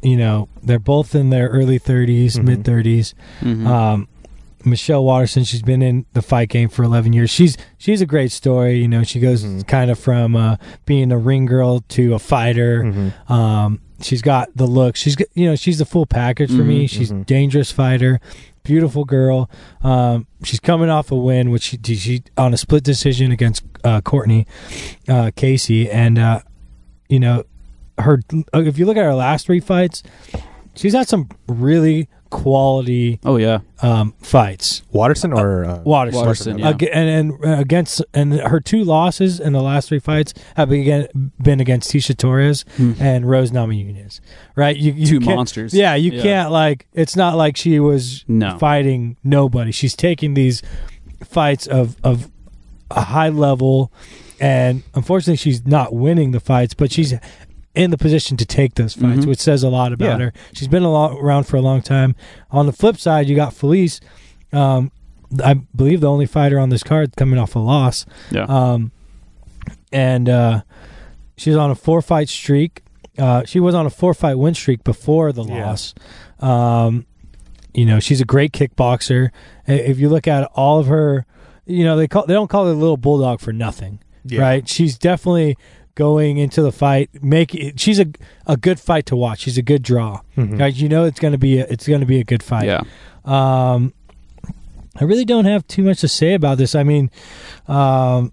D: You know, they're both in their early 30s,
A: Mhm.
D: mid 30s.
C: Mhm.
D: Um, Michelle Watterson, she's been in the fight game for 11 years. She's she's a great story. You know, she goes
A: Mhm.
D: kind of from uh, being a ring girl to a
A: Mm.
D: fighter. Um, she's got the look. She's g- you know she's the full package for me.
C: Mhm,
D: She's
A: mhm.
D: dangerous fighter, beautiful girl. Um, she's coming off a win, which she, she on a split decision against uh, Courtney uh, Casey, and uh, you know her. uh, If you look at her last three fights, she's had some really quality
C: oh, yeah.
D: um, fights.
A: Watterson or uh,
D: Waters,
C: Watterson, yeah.
D: Ag- and, and uh, against and her two losses in the last three fights have been, again, been against Tisha Torres
C: Hmm.
D: and Rose Namajunas. Right, you, you
C: Two
D: can't-
C: monsters.
D: Yeah, you
C: Yeah.
D: can't like. It's not like she was
C: No.
D: fighting nobody. She's taking these fights of of a high level, and unfortunately, she's not winning the fights, but she's in the position to take those fights,
C: Mhm.
D: which says a lot about
A: Yeah.
D: her. She's been a lo- around for a long time. On the flip side, you got Felice. Um, I believe the only fighter on this card coming off a loss.
C: Yeah.
D: Um, and Um, uh, She's on a four fight streak. Uh, she was on a four fight win streak before the
A: Yeah.
D: loss. Um, you know, she's a great kickboxer. I- If you look at all of her, you know, they call they don't call her the little bulldog for nothing,
A: Yeah.
D: right? She's definitely going into the fight. Make it, she's a a good fight to watch. She's a good draw.
A: Mhm.
D: Right? You know, it's gonna be a, it's gonna be a good fight.
C: yeah.
D: Um, I really don't have too much to say about this. I mean, um,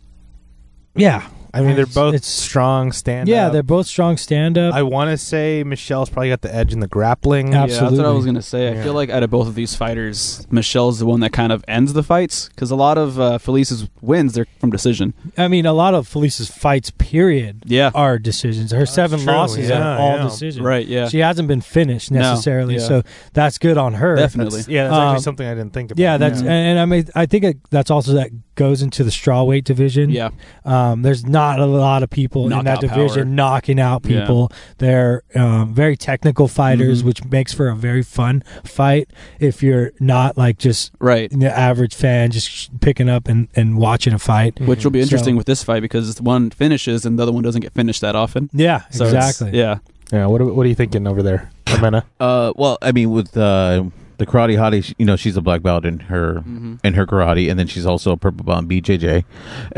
D: yeah,
A: I mean, they're
D: It's-
A: both
D: it's-
A: strong stand.
D: yeah, they're both strong stand up.
A: I want to say Michelle's probably got the edge in the grappling.
D: Yeah.
C: Yeah, that's what I
D: Absolutely.
C: was gonna say. I
A: Yeah.
C: feel like out of both of these fighters, Michelle's the one that kind of ends the fights because a lot of uh, Felice's wins they're from decision.
D: I mean, a lot of Felice's fights, period,
C: Yeah,
D: are decisions. Her seven
A: true,
D: losses
A: yeah,
D: are all
A: yeah.
D: decisions.
C: right. Yeah,
D: She hasn't been finished
C: No,
D: necessarily,
C: yeah.
D: so that's good on her.
C: definitely.
A: yeah, that's actually
D: Um,
A: something I didn't think about.
D: Yeah, that's
C: Yeah.
D: and, and I mean I think it, that's also that goes into the straw weight division.
C: Yeah,
D: Um, there's not a lot of people in that
C: Knockout
D: division
C: power.
D: knocking out
C: Yeah.
D: people. They're um, very technical fighters,
C: Mhm.
D: which makes for a very fun fight if you're not like just
C: right.
D: the average fan just sh- picking up and, and watching a
A: Mm-hmm.
D: fight.
C: Which will be
D: So-
C: interesting with this fight because one finishes and the other one doesn't get finished that often.
D: Yeah,
C: So it's-
D: exactly.
C: Yeah,
A: yeah. What are, what are you thinking over there, Amena?
B: Uh, well, I mean, with uh, the karate hottie, sh- you know, she's a black belt in her
A: Mm-hmm.
B: in her karate, and then she's also a purple belt in BJJ.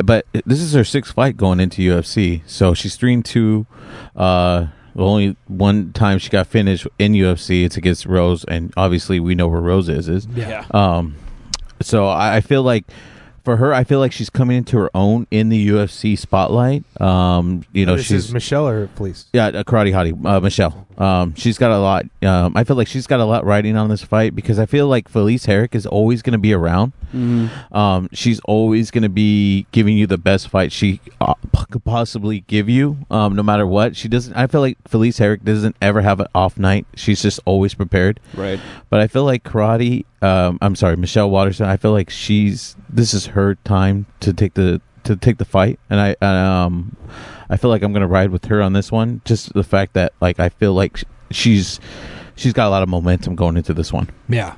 B: But this is her sixth fight going into UFC, so she's three and two. Uh, the only one time she got finished in UFC, it's against Rose, and obviously we know where Rose is. Is
D: Yeah.
B: um, so I, I feel like for her, I feel like she's coming into her own in the UFC spotlight. Um, you know,
A: this
B: she's
A: is Michelle or police.
B: yeah, uh, karate hottie, uh, Michelle. Um, she's got a lot. Um, I feel like she's got a lot riding on this fight because I feel like Felice Herrick is always going to be around.
C: Mhm.
B: Um, she's always going to be giving you the best fight she uh, p- could possibly give you, um, no matter what. She doesn't. I feel like Felice Herrick doesn't ever have an off night. She's just always prepared.
C: right.
B: But I feel like karate. Um, I'm sorry, Michelle Watterson. I feel like she's. This is her time to take the to take the fight, and I um, I feel like I'm gonna ride with her on this one. Just the fact that like I feel like sh- she's she's got a lot of momentum going into this one.
D: Yeah.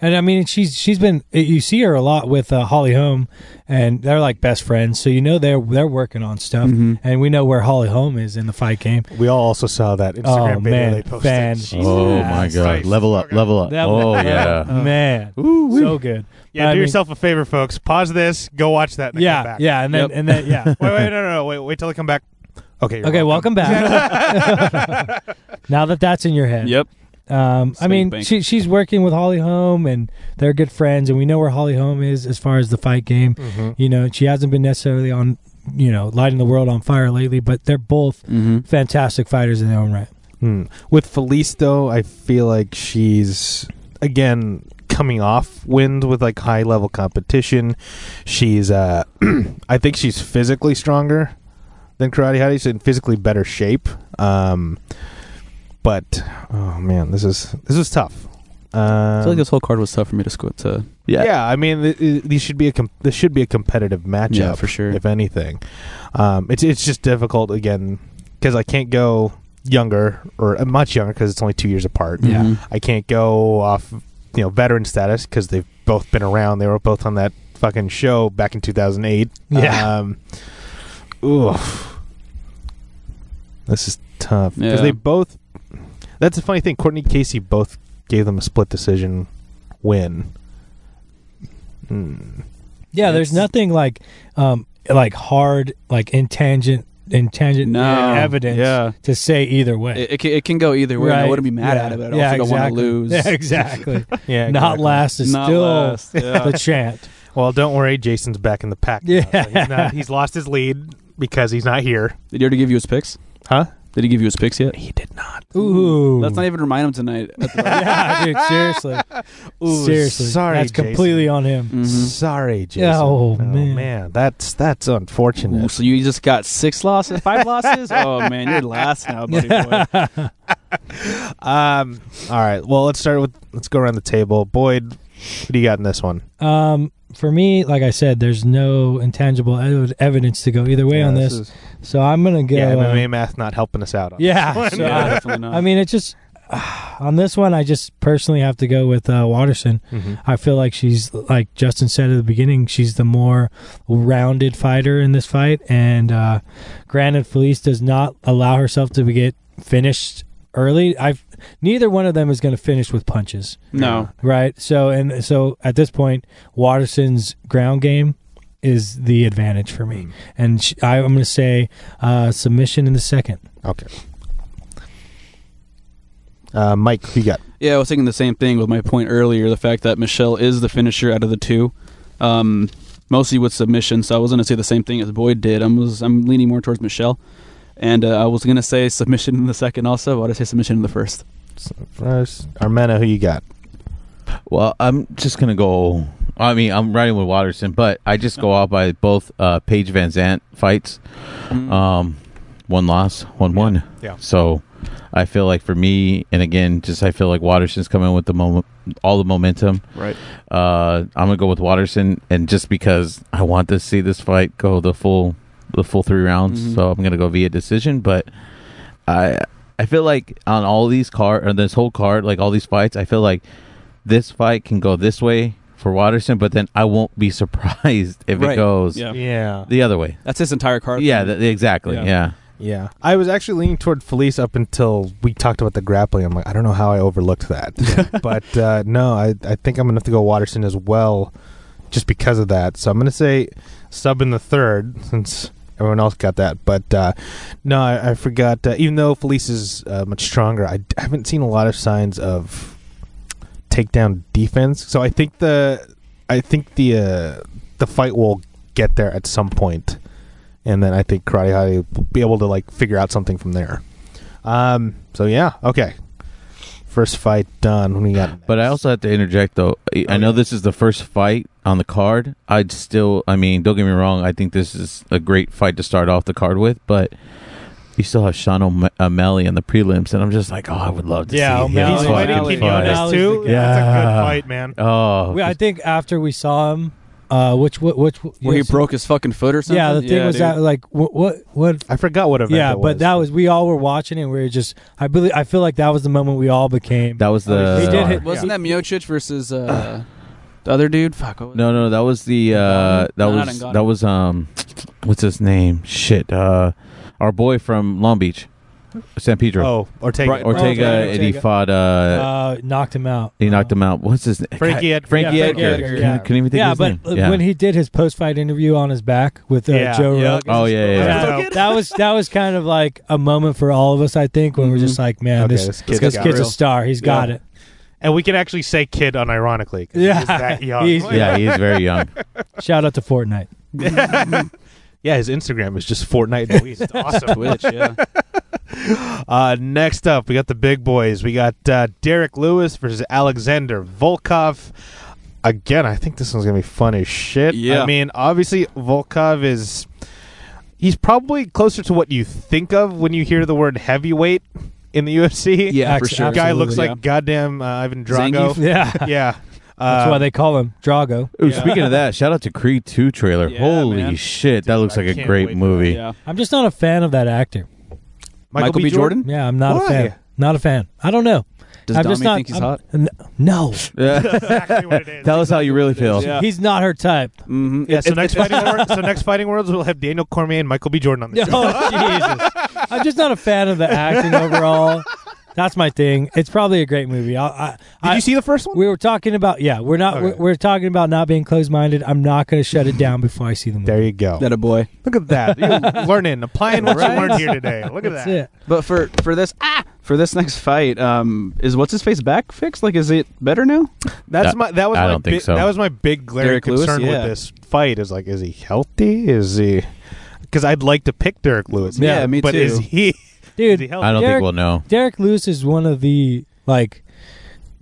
D: And I mean, she's she's been you see her a lot with uh, Holly Holm, and they're like best friends. So you know they're they're working on stuff,
C: Mhm.
D: and we know where Holly Holm is in the fight game.
A: We all also saw that Instagram video
D: Oh, man.
A: they posted.
D: Fan.
A: Jesus.
B: oh my god! Level up, level up.
D: That
B: oh
D: was-
B: yeah.
D: man, so good.
A: Yeah,
D: I
A: do
D: mean-
A: yourself a favor, folks. Pause this. Go watch that. And then
D: yeah,
A: come back.
D: yeah, and then
C: Yep.
D: and then yeah.
A: Wait, wait, no, no, no. Wait, wait till I come back. Okay. you're
D: okay, welcome back. now that that's in your head,
C: Yep.
D: Um, I
C: Spank
D: mean,
C: bank.
D: she, she's working with Holly Holm, and they're good friends, and we know where Holly Holm is as far as the fight game.
A: Mhm.
D: You know, she hasn't been necessarily on, you know, lighting the world on fire lately, but they're both
C: Mm-hmm.
D: fantastic fighters in their own right.
A: Hmm. With Felice, though, I feel like she's again coming off wins with like high level competition. She's, uh, I think she's physically stronger than Karate Hottie. She's in physically better shape. Um, but oh man, this is this is tough.
C: I
A: Um,
C: feel like this whole card was tough for me to squ- to
A: yeah. I mean, th- th- these should be a com- this should be a competitive matchup
C: Yeah, for sure.
A: If anything, um, it's it's just difficult again because I can't go younger or uh, much younger because it's only two years apart.
D: Yeah.
C: Mhm.
A: I can't go off, you know, veteran status because they've both been around. They were both on that fucking show back in 2008.
D: Yeah.
A: Um, oof. This is tough because
C: Yeah.
A: they both. That's the funny thing. Courtney Casey both gave them a split decision win. Hmm.
D: Yeah, there's
A: It's-
D: nothing like, um, like hard, like intangent, intangent
C: No.
D: evidence
C: Yeah.
D: to say either way.
C: It, it, can, it can go either way. and I wouldn't be mad
D: Yeah.
C: at it, but I
D: yeah,
C: also don't
D: exactly.
C: want to lose.
D: Yeah, exactly.
A: Yeah,
D: Not
A: exactly.
D: last is
C: Not
D: still
C: last. Yeah.
D: the chant.
A: Well, don't worry. Jason's back in the pack. now, so
D: Yeah.
A: he's, not, he's lost his lead because he's not here.
C: Did he already give you his picks?
A: Huh?
C: Did he give you his picks yet?
A: He did not.
D: Ooh,
C: Let's not even remind him tonight.
D: yeah, dude. Seriously,
A: Ooh,
D: seriously.
A: Sorry,
D: that's
A: Jason.
D: completely on him.
A: Mm-hmm.
C: Mhm.
A: Sorry, Jason.
D: oh, man.
A: that's that's
C: Ooh,
A: unfortunate.
C: so you just got six losses, five losses. Oh man, you're last now, buddy boy.
A: Um, all right. Well, let's start with let's go around the table. Boyd, what do you got in this one?
D: Um, for me, like I said, there's no intangible ev- evidence to go either way on this,
A: is-
D: so I'm gonna go.
A: yeah,
D: uh,
A: MMA math not helping us out. On
D: yeah,
A: this one.
D: so I-
C: definitely not.
D: I mean, it's just on this one, I just personally have to go with uh, Watterson.
A: Mhm.
D: I feel like she's like Justin said at the beginning. She's the more rounded fighter in this fight, and uh, granted, Felice does not allow herself to be- get finished early. I neither one of them is going to finish with punches,
C: No.
D: right? So and so at this point, Watterson's ground game is the advantage for me, and sh I, I'm going to say uh, submission in the second.
A: Okay. Uh, Mike, who you got?
C: Yeah, I was thinking the same thing with my point earlier. The fact that Michelle is the finisher out of the two, um, mostly with submission. So I was going to say the same thing as Boyd did. I was I'm leaning more towards Michelle, and uh, I was going to say submission in the second also. I'd say submission in the first.
A: First, Armena, who you got?
B: Well, I'm just gonna go. I mean, I'm riding with Watterson, but I just go out by both uh, Paige Van Zant fights.
C: Uh,
B: Um, one loss, one one.
A: Yeah.
B: So, I feel like for me, and again, just I feel like Watterson's coming with the moment, all the momentum.
C: right.
B: Uh, I'm gonna go with Watterson, and just because I want to see this fight go the full, the full three rounds,
C: Mhm.
B: so I'm gonna go via decision. But I, I feel like on all these card or this whole card, like all these fights, I feel like this fight can go this way for Watterson, but then I won't be surprised if it
C: Right.
B: goes
C: Yeah.
A: Yeah.
B: the other way.
C: That's his entire card.
B: Yeah, th- exactly.
C: Yeah.
B: Yeah.
A: Yeah. I was actually leaning toward Felice up until we talked about the grappling. I'm like, I don't know how I overlooked that. but uh, no, I, I think I'm going to have to go Watterson as well just because of that. So I'm going to say sub in the third since everyone else got that. But uh, no, I, I forgot. Uh, even though Felice is uh, much stronger, I d- haven't seen a lot of signs of takedown defense. So I think the I think the uh, the fight will get there at some point and then I think Karate Hottie will be able to like figure out something from there. Um. So yeah. Okay. First fight done. When we got,
B: But I also have to interject though. I I know this is the first fight on the card. I'd still, I mean, don't get me wrong. I think this is a great fight to start off the card with, but you still have Sean O'M- O'Malley in the prelims, and I'm just like, oh, I would love to
A: yeah,
B: see
A: O'Malley.
B: him.
D: He's
B: fucking
D: fighting
B: fight.
D: Quinones.
A: Quinones too.
D: Yeah.
A: that's a good
B: Yeah.
A: fight, man.
B: Oh,
D: Well, I think after we saw him, uh, which what which
C: Where he
D: yes.
C: broke his fucking foot or something.
D: Yeah, the thing was
C: dude.
D: that like what what, what
A: I forgot what event.
D: yeah,
A: it
D: but that was we all were watching it. We were just I believe I feel like that was the moment we all became.
B: that was the.
D: He did hit-
C: Wasn't that Miocic versus uh, the other dude? Fuck. What was
B: No, no, that was the uh that
C: No, not
B: was
C: Ngannou.
B: that was um what's his name? Shit. Uh our boy from Long Beach. San Pedro.
A: oh Ortega.
B: Ortega,
D: Ortega.
B: and he fought uh,
D: uh, knocked him out.
B: he knocked him out. What's his name?
A: Frankie Ed-
B: Frankie
A: yeah,
D: Frankie
B: Edgar.
D: Edgar,
B: Couldn't-
D: yeah.
B: Couldn't even think
D: Yeah,
B: of his
D: but
B: name.
D: uh, when he did his post-fight interview on his back with uh,
A: Yeah.
D: Joe
A: Yeah.
D: Rogan,
B: Oh yeah, yeah. yeah.
A: Yeah.
D: So that was that was kind of like a moment for all of us. I think when we're just like, man,
A: Okay,
D: this
A: this
D: this
A: kid's
D: kid's,
A: got
D: a
C: real.
D: star. He's
C: Yeah.
D: got it.
A: and we can actually say kid unironically. 'cause he
D: Yeah.
A: is that young.
D: He's-
B: Yeah, he's very young.
D: Shout out to Fortnite.
A: Yeah, His Instagram is just Fortnite. and Weez. It's awesome.
C: Twitch, yeah.
A: Uh, next up, we got the big boys. We got uh, Derek Lewis versus Alexander Volkov. Again, I think this one's gonna be fun as shit.
C: Yeah.
A: I mean, obviously Volkov is he's probably closer to what you think of when you hear the word heavyweight in the UFC.
C: Yeah,
D: for
C: for
D: Ex- sure.
C: sure.
A: The guy looks
D: absolutely,
A: like goddamn uh, Ivan Drago.
C: Zangief.
D: Yeah,
A: yeah. Uh,
D: that's why they call him Drago.
B: Ooh, Speaking of that, shout out to Creed 2 trailer.
C: Yeah,
B: Holy
C: man.
B: shit, that
A: Dude,
B: looks
A: I
B: like a
A: can't
B: great
A: wait.
B: movie.
C: Yeah.
D: I'm just not a fan of that actor.
C: Michael, B. Jordan?
D: Yeah, I'm not
A: Why?
D: a fan. Not a fan. I don't know.
C: Does
D: I'm
C: Dami
D: just not,
C: think he's
D: I'm-
C: hot?
D: n- No,
A: Exactly what it is.
B: Tell us how you really feel.
C: Yeah.
D: he's not her type.
C: Mm-hmm.
A: Yeah, so next fighting world, so next fighting worlds we'll have Daniel Cormier and Michael B. Jordan on the
D: No,
A: show.
D: Oh, Jesus. I'm just not a fan of the acting overall. That's my thing. It's probably a great movie. I, I,
A: Did
D: I,
A: you see the first one?
D: We were talking about yeah. We're not.
A: Okay.
D: We're, we're talking about not being closed-minded. I'm not going to shut it down before I see the movie.
A: there you go.
C: That a boy.
A: Look at that. You're learning, applying what
C: Right?
A: you learned here today. Look at
D: That's
A: that.
D: it.
C: But for for this ah for this next fight, um, is what's his face back fixed? Like, is it better now?
A: That's
B: That-
A: my that was
B: I
A: my
B: don't think
A: big-
B: so.
A: that was my big glaring
C: Derek Lewis,
A: concern
C: yeah.
A: with this fight is like is he healthy? Is he because I'd like to pick Derek Lewis.
C: Yeah, me
A: but
C: too.
A: is he is he
D: dude.
A: healthy?
B: I don't
D: Derek-
B: think we'll know.
D: Derek Lewis is one of the like.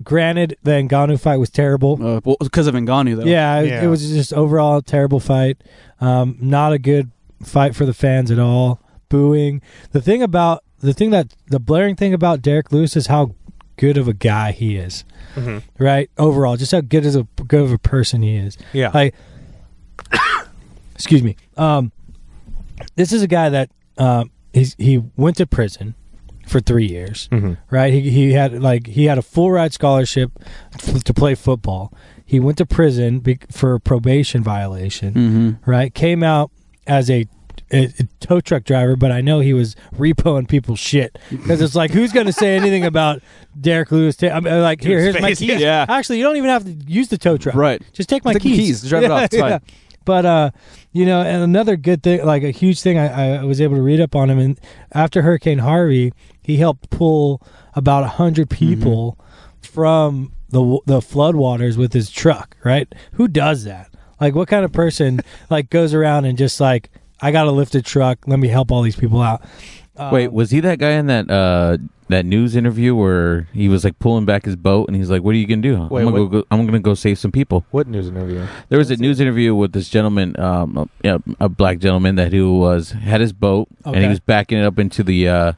D: Granted, the Ngannou fight was terrible.
C: Uh, well, because of Ngannou though.
D: Yeah, it-
A: Yeah.
D: it was just overall a terrible fight. Um, not a good fight for the fans at all. Booing. The thing about the thing that the blaring thing about Derek Lewis is how good of a guy he is,
A: Mhm.
D: right? Overall, just how good as a good of a person he is.
A: Yeah.
D: Like, excuse me. Um, this is a guy that um, he's, he went to prison, for three years.
A: hmm
D: Right? He he had like he had a full ride scholarship f- to play football. He went to prison be- for a probation violation.
C: Mm-hmm.
D: Right? Came out as a, a- a tow truck driver, but I know he was repoing people's shit because it's like who's going to say anything about Derek Lewis? Ta- I'm uh, like here,
A: His
D: here's my
A: face,
D: keys.
C: yeah.
D: Actually, you don't even have to use the tow truck.
C: Right.
D: Just take my
C: Take the
D: keys.
C: keys. Drive it off. It's fine.
D: But uh, you know, and another good thing, like a huge thing, I, I was able to read up on him. And after Hurricane Harvey, he helped pull about a hundred
C: Mm-hmm.
D: people from the w- the floodwaters with his truck. Right? Who does that? Like, what kind of person like goes around and just like, I got a lifted truck. Let me help all these people out. Um,
B: Wait, was he that guy in that uh, that news interview where he was like pulling back his boat and he's like, "What are you gonna do?
A: Wait,
B: I'm gonna
A: what-
B: go, go. I'm gonna go save some people."
A: What news interview?
B: There was a news interview with this gentleman, um, a- yeah, a black gentleman that who was had his boat and
D: Okay.
B: he was backing it up into the uh,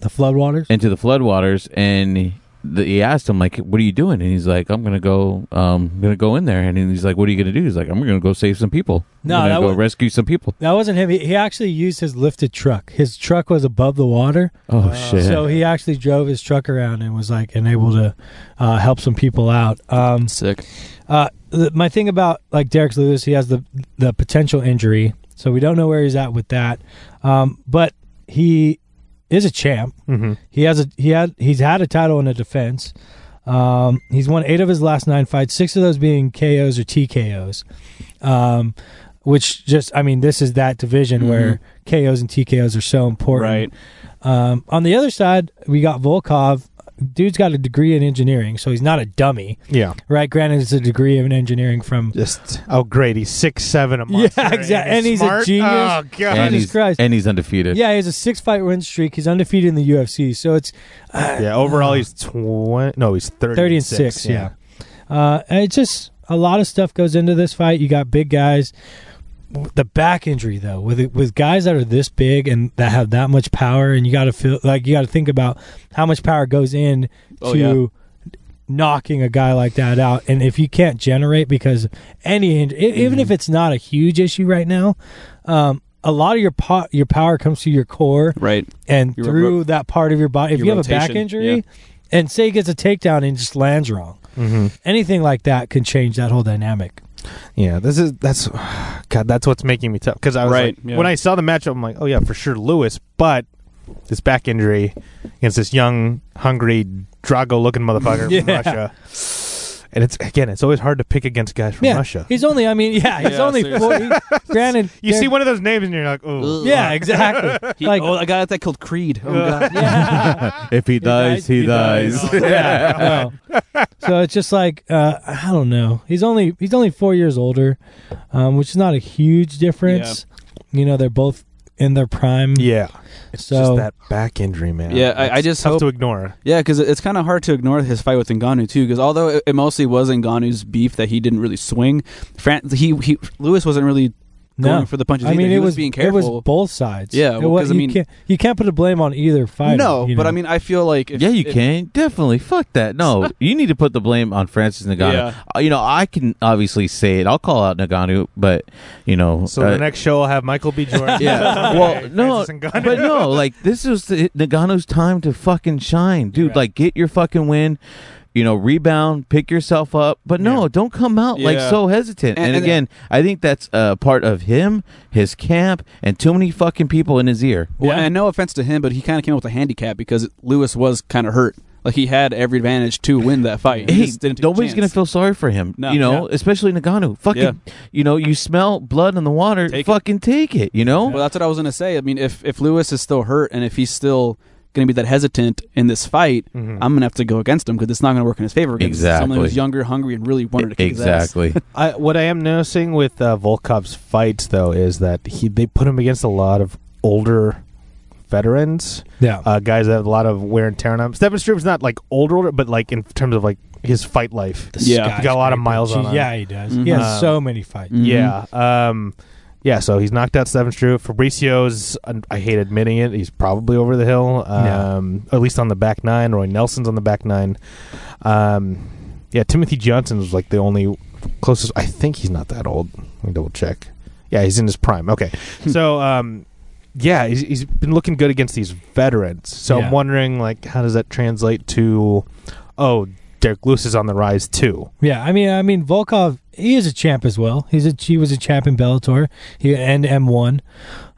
D: the floodwaters?
B: into the floodwaters, and the, he asked him like, "What are you doing?" And he's like, "I'm gonna go, um, gonna go in there." And he's like, "What are you gonna do?" He's like, "I'm gonna go save some people. I'm
D: No,
B: gonna
D: that
B: go
D: wa-
B: rescue some people."
D: That wasn't him. He, he actually used his lifted truck. His truck was above the water,
B: Oh
A: Wow.
B: shit!
D: so he actually drove his truck around and was like and able to uh, help some people out. Um,
C: Sick.
D: uh, th- my thing about like Derek Lewis, he has the the potential injury, so we don't know where he's at with that. Um, but he is a champ.
A: Mm-hmm.
D: He has a he had he's had a title and a defense. Um, he's won eight of his last nine fights, six of those being KOs or TKOs. Um, which just I mean, this is that division where KOs and TKOs are so
C: Right.
D: important. Um, on the other side, we got Volkov. Dude's got a degree in engineering, so he's not a dummy,
A: Yeah.
D: right? Granted, it's a degree of an engineering from
A: Just oh great, he's six seven a month.
D: Yeah, exact- and he's a genius.
A: Oh god.
B: and
D: Jesus
B: he's
D: Christ.
B: and he's undefeated.
D: yeah, he has a six-fight win streak. He's undefeated in the UFC, so it's uh,
A: yeah. Overall, he's twenty. No, he's thirty.
D: 30 and 6, yeah. Uh, and it's just a lot of stuff goes into this fight. You got big guys. The back injury though, with with guys that are this big and that have that much power, and you got to feel like you got to think about how much power goes in
C: Oh,
D: to
C: yeah.
D: knocking a guy like that out. And if you can't generate because of any injury, even
C: Mm-hmm.
D: if it's not a huge issue right now, um, a lot of your po- your power comes through your core
C: Right.
D: and
C: Your
D: through
C: ro-
D: that part of your body. If
C: your
D: you have a back
C: rotation,
D: injury,
C: yeah.
D: and say he gets a takedown and just lands wrong,
A: Mm-hmm.
D: anything like that can change that whole dynamic.
A: Yeah, this is that's God. That's what's making me tough because I was
C: Right,
A: like,
C: yeah.
A: when I saw the matchup, I'm like, oh yeah, for sure Lewis, but this back injury against this young, hungry, Drago-looking motherfucker from
D: Yeah.
A: Russia, and it's again, it's always hard to pick against guys from
D: yeah,
A: Russia.
D: he's only. I mean, yeah, he's
C: Yeah,
D: only forty.
C: seriously.
D: granted,
A: You
D: they're-
A: see one of those names and you're like, oh,
C: Ugh.
D: Yeah, exactly.
C: He,
D: Like-
C: oh, I got that killed Creed. Oh god.
D: yeah.
B: If he
D: dies,
B: dies,
D: he
B: he,
D: he
B: dies.
A: dies.
D: yeah. no. So it's just like uh, I don't know. He's only he's only four years older, um, which is not a huge difference. You know, they're both in their prime.
A: yeah. It's
D: So-
A: just that back injury, man.
C: Yeah, I- I
A: It's
C: just
A: tough
C: hope-
A: to ignore.
C: Yeah, because it's kind of hard to ignore his fight with Ngannou too. Because although it, it mostly was Ngannou's beef that he didn't really swing, Fran- he he Lewis wasn't really
D: No.
C: going for the punches.
D: I
C: either.
D: mean,
C: he
D: it
C: was,
D: was
C: being
D: It
C: careful.
D: was both sides.
C: Yeah,
D: It
C: well,
D: wa-
C: 'cause, I
D: you
C: mean-
D: can't you can't put the blame on either fighter.
C: no,
D: you
C: but
D: know?
C: I mean, I feel like if,
B: yeah, you
C: if-
B: can definitely fuck that. No, you need to put the blame on Francis Ngannou.
C: Yeah.
B: Uh, You know, I can obviously say it. I'll call out Ngannou, but you know,
A: So
B: uh,
A: the next show, I'll have Michael B. Jordan.
B: yeah. well, no,
A: Francis Ngannou.
B: but no, like this is the, Nagano's time to fucking shine, dude.
D: Right.
B: Like, get your fucking win. You know, rebound, pick yourself up, but no,
A: Yeah.
B: don't come out like
C: Yeah.
B: so hesitant.
C: And-
B: And,
C: and-
B: again, I think that's uh, part of him, his camp, and too many fucking people in his ear.
C: Well,
D: Yeah.
C: and no offense to him, but he kind of came up with a handicap because Lewis was kind of hurt. Like he had every advantage to win that fight. He
B: Hey,
C: just didn't take a
B: nobody's gonna
C: chance.
B: feel sorry for him.
C: No,
B: you know, especially Nagano. Fucking,
C: Yeah.
B: you know, you smell blood in the water.
C: Take it.
B: fucking take it. You know.
C: Well, that's what I was gonna say. I mean, if if Lewis is still hurt and if he's still gonna be that hesitant in this fight,
A: Mhm.
C: I'm gonna have to go against him because it's not gonna work in his favor. against Someone
B: Exactly.
C: who's younger, hungry, and really wanted to kick his ass.
B: exactly.
A: I, what I am noticing with uh, Volkov's fights, though, is that he they put him against a lot of older veterans,
D: yeah.
A: uh, guys that have a lot of wear and tear on them. Stephen Stroop's not like older, older, but like in terms of like his fight life.
C: Yeah.
A: He got a lot of
D: skyscraper.
A: miles on
D: Gee,
A: him.
D: Yeah, he does.
C: Mhm.
D: He has
A: Um,
D: so many fights.
C: Mhm.
D: Mm-hmm.
A: Yeah. Um, yeah, so he's knocked out Stephen Stroop. Fabricio's, un- I hate admitting it, he's probably over the hill,
D: Yeah.
A: um, at least on the back nine. Roy Nelson's on the back nine. Um, yeah, Timothy Johnson was like the only closest. I think he's not that old. Let me double check. Yeah, he's in his prime. Okay. so um, yeah, he's, he's been looking good against these veterans. So
D: Yeah.
A: I'm wondering, like, how does that translate to? Oh, Derek Lewis is on the rise too.
D: Yeah, I mean, I mean, Volkov, he is a champ as well. He's a he was a champ in Bellator, he and M one,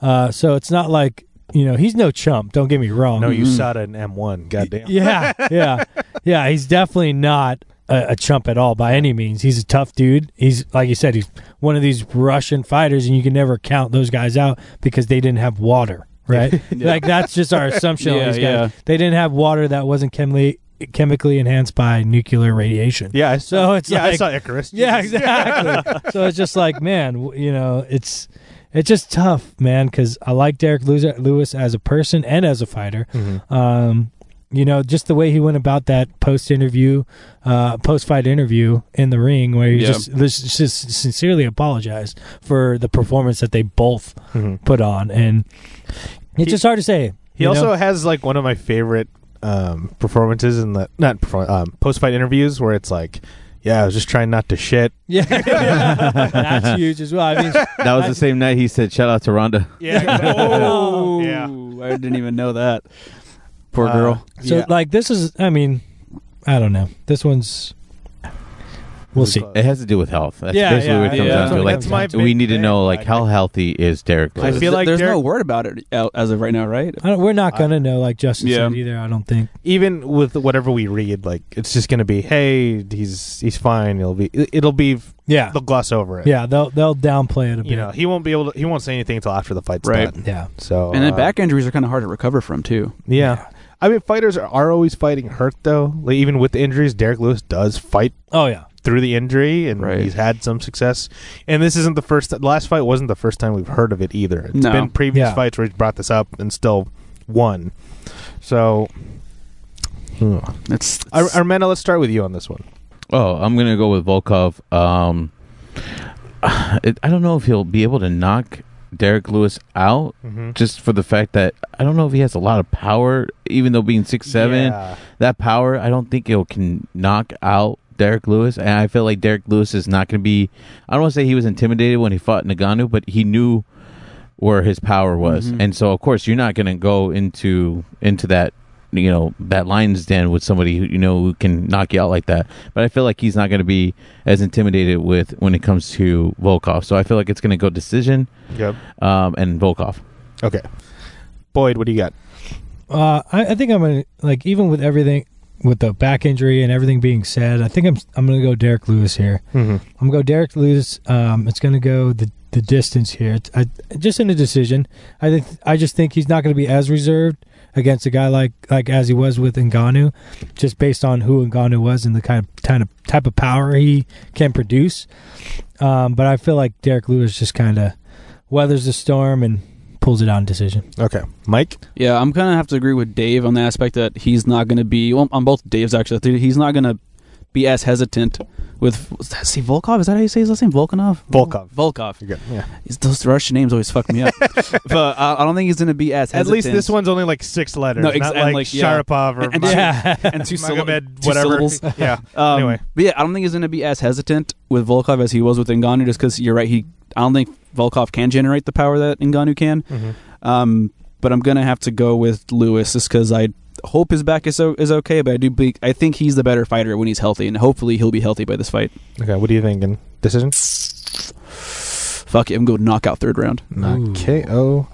D: uh, so it's not like you know he's no chump. Don't get me wrong.
A: No, you
C: Mhm.
A: saw it in M1. Goddamn.
D: yeah, yeah, yeah. He's definitely not a, a chump at all by any means. He's a tough dude. He's like you said, he's one of these Russian fighters, and you can never count those guys out because they didn't have water, right? Like that's just our assumption.
C: Yeah,
D: on these guys.
C: yeah.
D: They didn't have water that wasn't chemically chemically enhanced by nuclear radiation.
A: Yeah, I saw,
C: Oh,
D: So it's
A: yeah, I
D: like-
A: saw Icarus.
D: Yeah,
A: Jesus.
D: exactly. so it's just like, man, w- you know, it's it's just tough, man, because I like Derek Lewis- Lewis as a person and as a fighter.
A: Mhm.
D: Um, you know, just the way he went about that post interview, uh, post fight interview in the ring, where he
C: Yeah.
D: just, just just sincerely apologized for the performance that they both
A: Mhm.
D: put on, and it's
A: He-
D: just hard to say.
A: He
D: you
A: also
D: know?
A: has like one of my favorite um, performances in the not perform- um, post fight interviews where it's like, yeah, I was just trying not to shit.
D: yeah, that's huge as well. I mean,
B: That was the same night he said, "Shout out to Rhonda."
A: Yeah.
C: Oh,
A: Yeah.
C: I didn't even know that. Uh, Poor
A: Uh,
C: girl.
D: So like this is I mean, I don't know. This one's we'll see.
B: It has to do with health. That's
D: Yeah,
B: basically
D: yeah,
B: what it comes
C: yeah.
B: down to. Like,
D: That's my
B: we need to know like how healthy is Derek
A: I
B: Lewis?
A: feel like
C: there's
A: Derek-
C: no word about it out as of right now, right?
D: I don't, we're not gonna know like Justin
C: Yeah.
D: said either. I don't think.
A: even with whatever we read, like it's just gonna be, hey, he's he's fine. It'll be it'll be
D: Yeah,
A: they'll gloss over it.
D: yeah. They'll they'll downplay it a bit.
A: you know he won't be able to he won't say anything until after the fight's
C: Right.
A: done.
D: Yeah,
A: So
C: And then
A: uh,
C: back injuries are kind of hard to recover from too.
A: yeah. I mean, fighters are, are always fighting hurt though. Like, even with the injuries, Derek Lewis does fight
D: Oh yeah.
A: through the injury, and
C: Right.
A: he's had some success. And this isn't the first. The last fight wasn't the first time we've heard of it either. It's
C: No.
A: been previous
D: Yeah.
A: fights where he's brought this up and still won. So, hmm.
C: It's, it's
A: Ar- Armando, let's start with you on this one.
B: Oh, I'm gonna go with Volkov. Um, it, I don't know if he'll be able to knock Derek Lewis out,
A: Mm-hmm.
B: just for the fact that I don't know if he has a lot of power. Even though being six seven, that power, I don't think it can knock out Derek Lewis. And I feel like Derek Lewis is not going to be. I don't want to say he was intimidated when he fought Nagano, but he knew where his power was,
C: Mhm.
B: and so of course you're not going to go into into that you know that lion's den with somebody who you know who can knock you out like that. But I feel like he's not going to be as intimidated with when it comes to Volkov. So I feel like it's going to go decision
A: Yep.
B: um, and Volkov.
A: Okay. Boyd, what do you got?
D: Uh, I, I think I'm gonna like even with everything with the back injury and everything being said. I think I'm I'm gonna go Derek Lewis here.
A: Mm-hmm.
D: I'm gonna go Derek Lewis. Um, it's gonna go the the distance here. It's, I, just in a decision. I think I just think he's not gonna be as reserved against a guy like like as he was with Ngannou, just based on who Ngannou was and the kind of kind of type of power he can produce. Um, but I feel like Derek Lewis just kind of weathers the storm and pulls it out in decision.
A: Okay. Mike?
C: Yeah, I'm kind of have to agree with Dave on the aspect that he's not going to be. Well, on both Dave's actually, I think he's not going to be as hesitant with. See, Volkov is that how you say his last name? Volkanov.
A: Volkov.
C: Volkov.
A: You're good. Yeah.
C: He's- those Russian names always fuck me up. but I, I don't think he's going to be as.
A: At
C: Hesitant.
A: least this one's only like six letters.
C: No,
A: No,
C: ex-
A: not
C: and,
A: like,
C: like, yeah.
A: Sharapov or
C: And- and
A: Ma-
D: Yeah.
C: and two, sylla-
A: Magomed,
C: two
A: whatever.
C: syllables.
A: yeah.
C: Um,
A: Anyway.
C: but yeah, I don't think he's going to be as hesitant with Volkov as he was with Ngannou, just because you're right. He, I don't think Volkov can generate the power that Ngannou can. Um, but I'm gonna have to go with Lewis just because I hope his back is o- is okay. But I do be- I think he's the better fighter when he's healthy, and hopefully he'll be healthy by this fight.
A: Okay. What are you thinking? Decision?
C: Fuck it, I'm going knockout third round.
A: Not
D: Ooh.
A: KO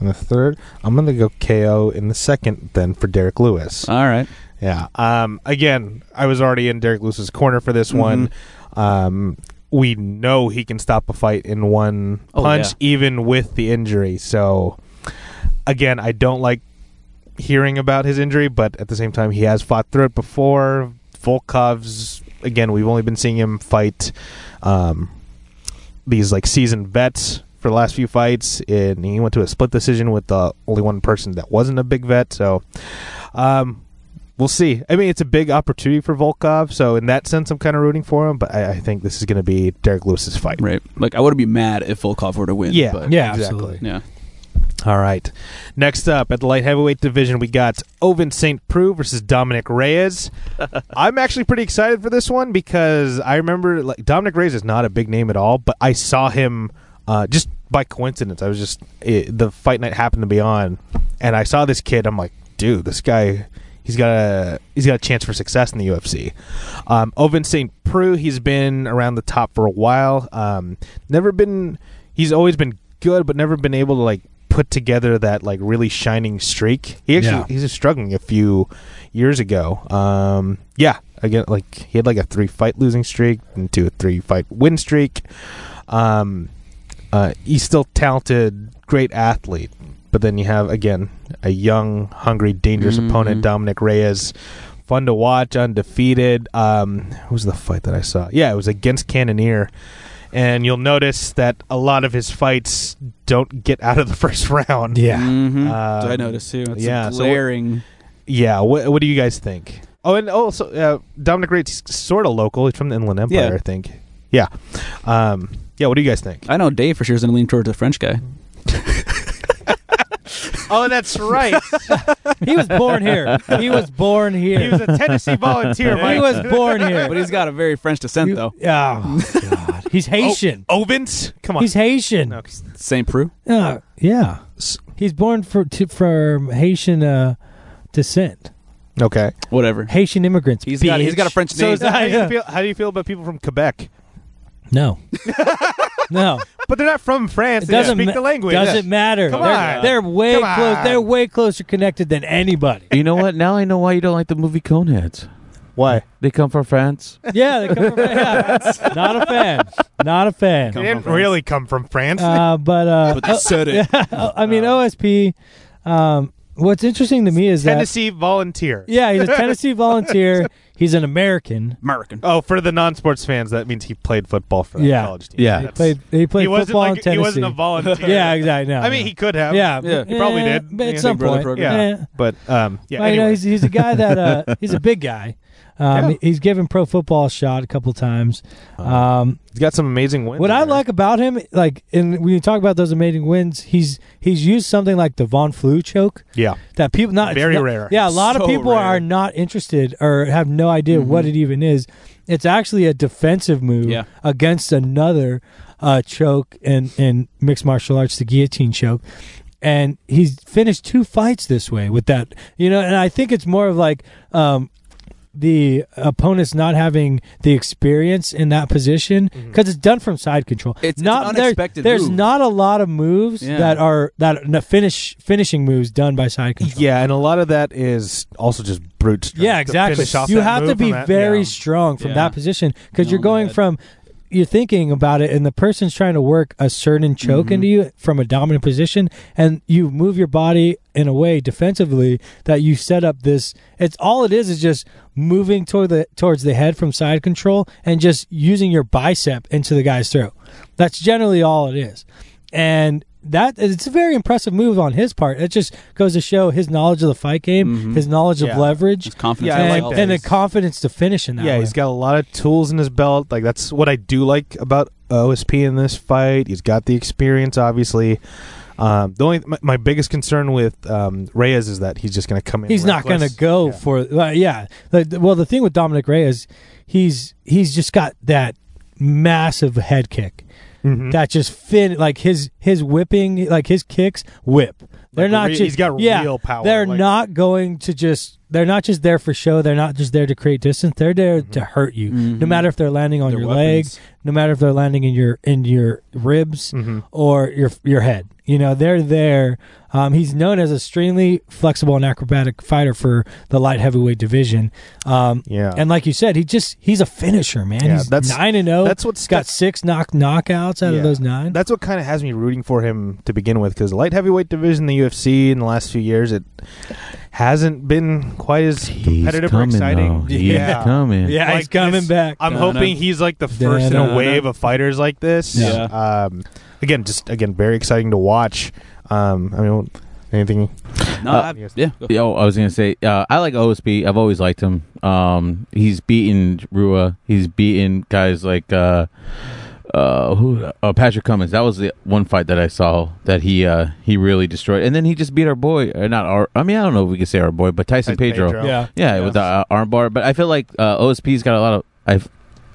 A: in the third. I'm going to go KO in the second then for Derek Lewis.
C: All right,
A: Yeah. Um, again, I was already in Derek Lewis's corner for this
C: Mhm.
A: one. Um, we know he can stop a fight in one
C: Oh,
A: punch,
C: yeah.
A: even with the injury. So, again, I don't like hearing about his injury, but at the same time, he has fought through it before. Volkov's again, we've only been seeing him fight um, these like seasoned vets for the last few fights, and he went to a split decision with the only one person that wasn't a big vet. So, um, we'll see. I mean, it's a big opportunity for Volkov, so in that sense, I'm kind of rooting for him. But I, I think this is going to be Derek Lewis's fight.
C: right. Like I would be mad if Volkov were to win.
A: Yeah.
C: but,
D: Yeah,
A: Exactly.
D: absolutely.
C: yeah.
A: All right. Next up at the light heavyweight division, we got Ovin St. Preux versus Dominic Reyes. I'm actually pretty excited for this one because I remember like Dominic Reyes is not a big name at all, but I saw him uh, just by coincidence. I was just it, the fight night happened to be on, and I saw this kid. I'm like, dude, this guy. He's got a he's got a chance for success in the UFC. Um, Ovin St. Preux, he's been around the top for a while. Um, never been he's always been good, but never been able to like put together that like really shining streak. He actually
E: Yeah.
A: he's just struggling a few years ago. Um, yeah, again, like he had like a three fight losing streak and two three fight win streak. Um, uh, he's still talented, great athlete, but then you have again a young, hungry, dangerous
B: Mhm.
A: opponent, Dominic Reyes. Fun to watch, undefeated. Um, who was the fight that I saw? Yeah, it was against Cannoneer. And you'll notice that a lot of his fights don't get out of the first round.
E: Yeah.
C: Mhm.
A: Um,
C: So I noticed too. It's
A: yeah,
C: yeah,
A: so what-
C: glaring.
A: Yeah. What, what do you guys think? Oh, and also uh, Dominic Reyes, sort of local. He's from the Inland Empire,
C: Yeah.
A: I think. Yeah. Um, yeah. What do you guys think?
C: I know Dave for sure is going to lean towards the French guy.
A: oh, that's right.
D: He was born here. He was born here.
A: he was a Tennessee volunteer.
D: He was born here.
C: but he's got a very French descent,
D: You-
C: though.
D: Oh, God. He's Haitian.
A: Ovins. Oh, Come on.
D: He's Haitian.
A: No,
C: Saint Preux.
D: Uh, yeah.
A: S-
D: He's born for, to, from Haitian uh, descent.
A: okay.
C: Whatever.
D: Haitian immigrants.
C: He's got he's
D: bitch.
C: got a French
A: So
C: name.
A: is that how,
D: Yeah.
A: you feel, how do you feel about people from Quebec?
D: No. no.
A: But they're not from France.
D: It
A: They
D: doesn't
A: speak
D: ma-
A: the language.
D: Doesn't matter.
A: Come
D: they're,
A: on.
D: they're way
A: Come
D: close. They're
A: on.
D: way closer connected than anybody.
B: You know what? Now I know why you don't like the movie Coneheads.
A: Why?
B: They come from France.
D: Yeah, they come from France. Not a fan. Not a
A: They
D: fan.
A: didn't
C: France.
A: really come from France.
D: Uh, but uh,
C: But they said it.
D: yeah, I mean OSP. Um, what's interesting to me is that
A: Tennessee volunteer.
D: yeah, he's a Tennessee volunteer. He's an American.
C: American.
A: Oh, for the non-sports fans, that means he played football for that
D: Yeah.
A: college team.
B: Yeah.
D: He
A: That's-
D: played. He played
A: he wasn't
D: football
A: like,
D: in Tennessee.
A: He wasn't a volunteer.
D: yeah, exactly. No,
A: I mean,
D: no.
A: he could have.
D: yeah,
C: Yeah,
A: he probably
D: eh,
A: did.
D: But at
A: Yeah.
D: some
C: Big Brother
D: point,
C: program.
D: eh.
A: But um, yeah.
D: Well, you know,
A: anyway.
D: he's, he's a guy that uh, he's a big guy. Um,
A: Yeah.
D: He's given pro football a shot a couple times. Um,
A: he's got some amazing wins.
D: what
A: in
D: I
A: there.
D: like about him, like, and when you talk about those amazing wins, he's he's used something like the Von Flu choke
A: Yeah.
D: that people not it's
A: Very
D: not-
A: rare.
D: Yeah, a lot of
C: So
D: people
C: rare. Mm-hmm.
D: are not interested or have no idea what it even is. It's actually a defensive move
C: Yeah.
D: against another uh, choke and in mixed martial arts, the guillotine choke. And he's finished two fights this way with that, you know. And I think it's more of like um, the opponents not having the experience in that position because it's done from side control.
C: Mm-hmm. It's- it's
D: not
C: an
D: there-
C: unexpected
D: There's
C: move.
D: not a lot of moves
C: Yeah.
D: that are that no, finish finishing moves done by side control.
A: Yeah, and a lot of that is also just brute strength.
D: Yeah,
A: to
D: exactly.
A: finish off
D: You
A: that
D: have to
A: move
D: be
A: from that-
D: very
A: yeah.
D: strong from
C: Yeah.
D: that position because
C: No,
D: you're
C: my
D: going
C: bad.
D: from you're thinking about it, and the person's trying to work a certain choke into you from a dominant position, and you move your body in a way defensively that you set up this. It's all it is is just moving toward the towards the head from side control and just using your bicep into the guy's throat. That's generally all it is, and. That it's a very impressive move on his part. It just goes to show his knowledge of the fight game, his knowledge
A: Yeah.
D: of leverage,
C: His confidence.
A: Yeah, I
C: in
A: like
D: and,
C: himself
A: that.
D: and the
C: is-
D: confidence to finish in that.
A: Yeah,
D: way.
A: he's got a lot of tools in his belt. Like that's what I do like about OSP in this fight. He's got the experience, obviously. Um, the only my, my biggest concern with um, Reyes is that he's just going to come in.
D: He's not going
A: reckless.
D: to go
A: Yeah.
D: for. Well, yeah. Like, well, the thing with Dominic Reyes, he's he's just got that massive head kick
A: Mhm.
D: that just fin like his his whipping like his kicks whip. They're
A: Like,
D: not
A: re-
D: just
A: he's got
D: yeah,
A: real power,
D: They're
A: like-
D: not going to just. They're not just there for show. They're not just there to create distance. They're there
A: Mm-hmm.
D: to hurt you,
C: Mm-hmm.
D: no matter if they're landing on
C: Their
D: your
C: weapons.
D: leg, no matter if they're landing in your in your ribs
A: Mhm.
D: or your your head. You know, they're there. Um, he's known as extremely flexible and acrobatic fighter for the light heavyweight division. Um,
A: Yeah.
D: and like you said, he just he's a finisher, man.
A: Yeah,
D: he's
A: that's-
D: nine and zero.
A: that's what's
D: got
A: got-
D: six knock knockouts out
A: Yeah.
D: of those nine.
A: That's what kind of has me rooting for him to begin with, because light heavyweight division in the UFC in the last few years it hasn't been quite as competitive or exciting.
B: He's coming.
D: yeah, he's
A: Like
D: coming
A: this-
D: back.
A: I'm
C: No,
A: hoping
C: no.
A: he's like the first in
D: No,
A: a
D: no,
A: wave of fighters like this.
C: Yeah.
A: Um, again, just again, very exciting to watch. Um, I mean, anything?
C: No,
B: Uh,
C: I- yeah.
B: Oh, I was gonna say, uh, I like OSP. I've always liked him. Um, he's beaten Rua. He's beaten guys like uh, uh, who, uh, Patrick Cummins. That was the one fight that I saw that he uh, he really destroyed. And then he just beat our boy, or not our. I mean, I don't know if we could say our boy, but Tyson
A: Tyson
B: Pedro.
A: Pedro.
D: yeah.
B: Yeah,
C: Yeah.
B: with the uh, armbar. But I feel like uh, OSP's got a lot of. I've,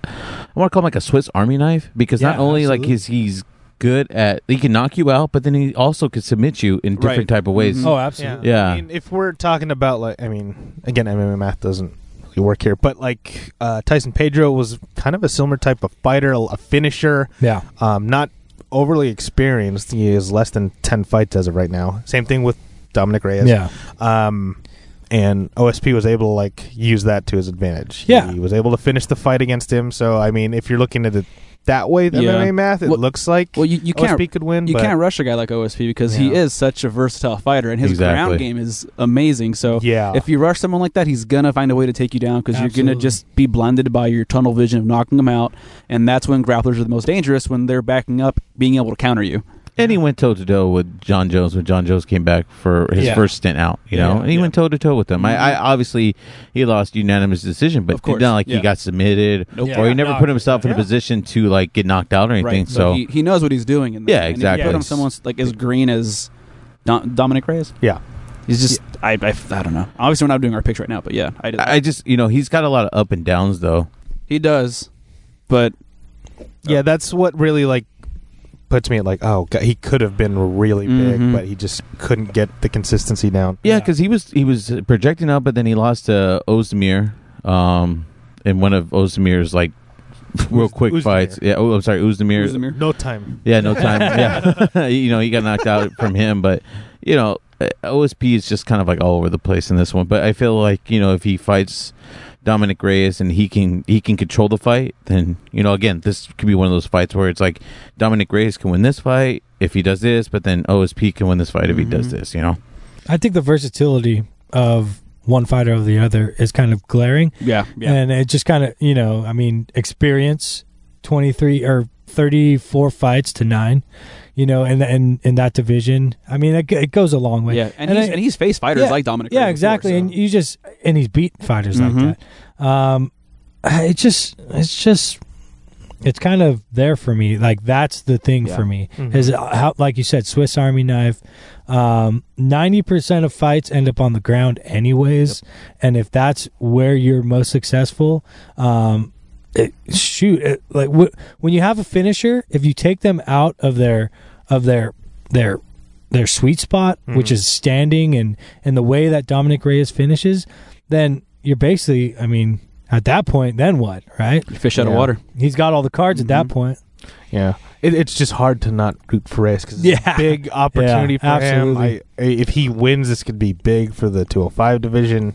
B: I want to call him like a Swiss Army knife because
D: Yeah,
B: not only like
D: absolutely.
B: he's he's good at he can knock you out, but then he also could submit you in different
A: Right.
B: type of ways.
C: Mhm.
D: Oh,
A: Yeah.
D: absolutely.
B: Yeah.
A: I mean, if we're talking about like, I mean, again, MMA math doesn't really work here, but like uh, Tyson Pedro was kind of a similar type of fighter, a finisher,
D: Yeah.
A: um, not overly experienced. He is less than ten fights as of right now. Same thing with Dominic Reyes.
D: Yeah.
A: Um, and OSP was able to like use that to his advantage.
D: Yeah.
A: He was able to finish the fight against him. So I mean, if you're looking at it that way, the
C: Yeah.
A: MMA math, it
C: Well-
A: looks like
C: Well, you, you can't
A: OSP could win.
C: you
A: but
C: can't rush a guy like OSP because he
A: Yeah.
C: is such a versatile fighter, and his
B: Exactly.
C: ground game is amazing. So
A: yeah.
C: if you rush someone like that, he's gonna find a way to take you down because you're gonna
D: Absolutely.
C: just be blinded by your tunnel vision of knocking them out, and that's when grapplers are the most dangerous when they're backing up, being able to counter you.
B: And he went toe to toe with John Jones when John Jones came back for his
D: Yeah.
B: first stint out, you know,
A: Yeah.
B: and he
A: Yeah.
B: went toe to toe with them. I, I obviously he lost unanimous decision, but
C: Of
B: it's
C: course.
B: not like
C: Yeah.
B: he got submitted
C: Nope.
B: or he never put
D: No,
B: himself in
A: yeah.
B: a position to like get knocked out or anything.
C: Right.
B: So
C: he, he knows what he's doing. In that.
B: Yeah,
C: And if
B: exactly.
C: you put him someone like as green as Dom- Dominic Reyes.
A: yeah.
C: He's just I, I I don't know. Obviously, we're not doing our picks right now, but yeah, I, did-
B: I I just you know he's got a lot of up and downs though.
C: he does, but
A: Yeah, that's what really like puts me at like, oh, God, he could have been really
C: Mhm.
A: big, but he just couldn't get the consistency down.
B: Yeah,
D: Yeah.
B: because he was he was projecting up, but then he lost to Ozdemir, um, in one of Ozdemir's like real
A: Uz-
B: quick
A: Uzdemir.
B: fights. Yeah, oh, I'm sorry, Ozdemir.
C: Ozdemir.
A: No time.
B: Yeah, no time. yeah, you know he got knocked out from him, but you know uh, OSP is just kind of like all over the place in this one. But I feel like you know if he fights Dominic Reyes and he can he can control the fight, then you know again this could be one of those fights where it's like Dominic Reyes can win this fight if he does this, but then OSP can win this fight if he does
C: Mhm.
B: this. You know.
D: I think the versatility of one fighter over the other is kind of glaring.
C: yeah, yeah.
D: And it just kind of, you know, I mean, experience 23 or 34 fights to nine, you know, and in, in that division. I mean, it, g- it goes a long way.
C: yeah, and, he's,
D: I-
C: and he's faced fighters
D: yeah,
C: like Dominic.
D: yeah,
C: Reyes
D: exactly.
C: Before, so.
D: And you just, and he's beat fighters
C: Mhm.
D: like that. Um, it just, it's just, it's kind of there for me. Like, that's the thing
C: Yeah.
D: for me is how, like you said, Swiss Army knife. Um, 90% of fights end up on the ground, anyways. And if that's where you're most successful, um, it, shoot, it, like w- when you have a finisher, if you take them out of their, of their, their, their sweet spot, which
A: Mhm.
D: is standing and, and the way that Dominic Reyes finishes, then you're basically, I mean, at that point, then what, right?
C: You fish out of
A: Yeah.
C: water.
D: He's got all the cards at
C: Mhm.
D: that point.
A: Yeah. It, it's just hard to not root for Reyes because it's
D: Yeah.
A: a big opportunity
D: Yeah,
A: for
D: absolutely.
A: him. I, I, if he wins, this could be big for the 205 division.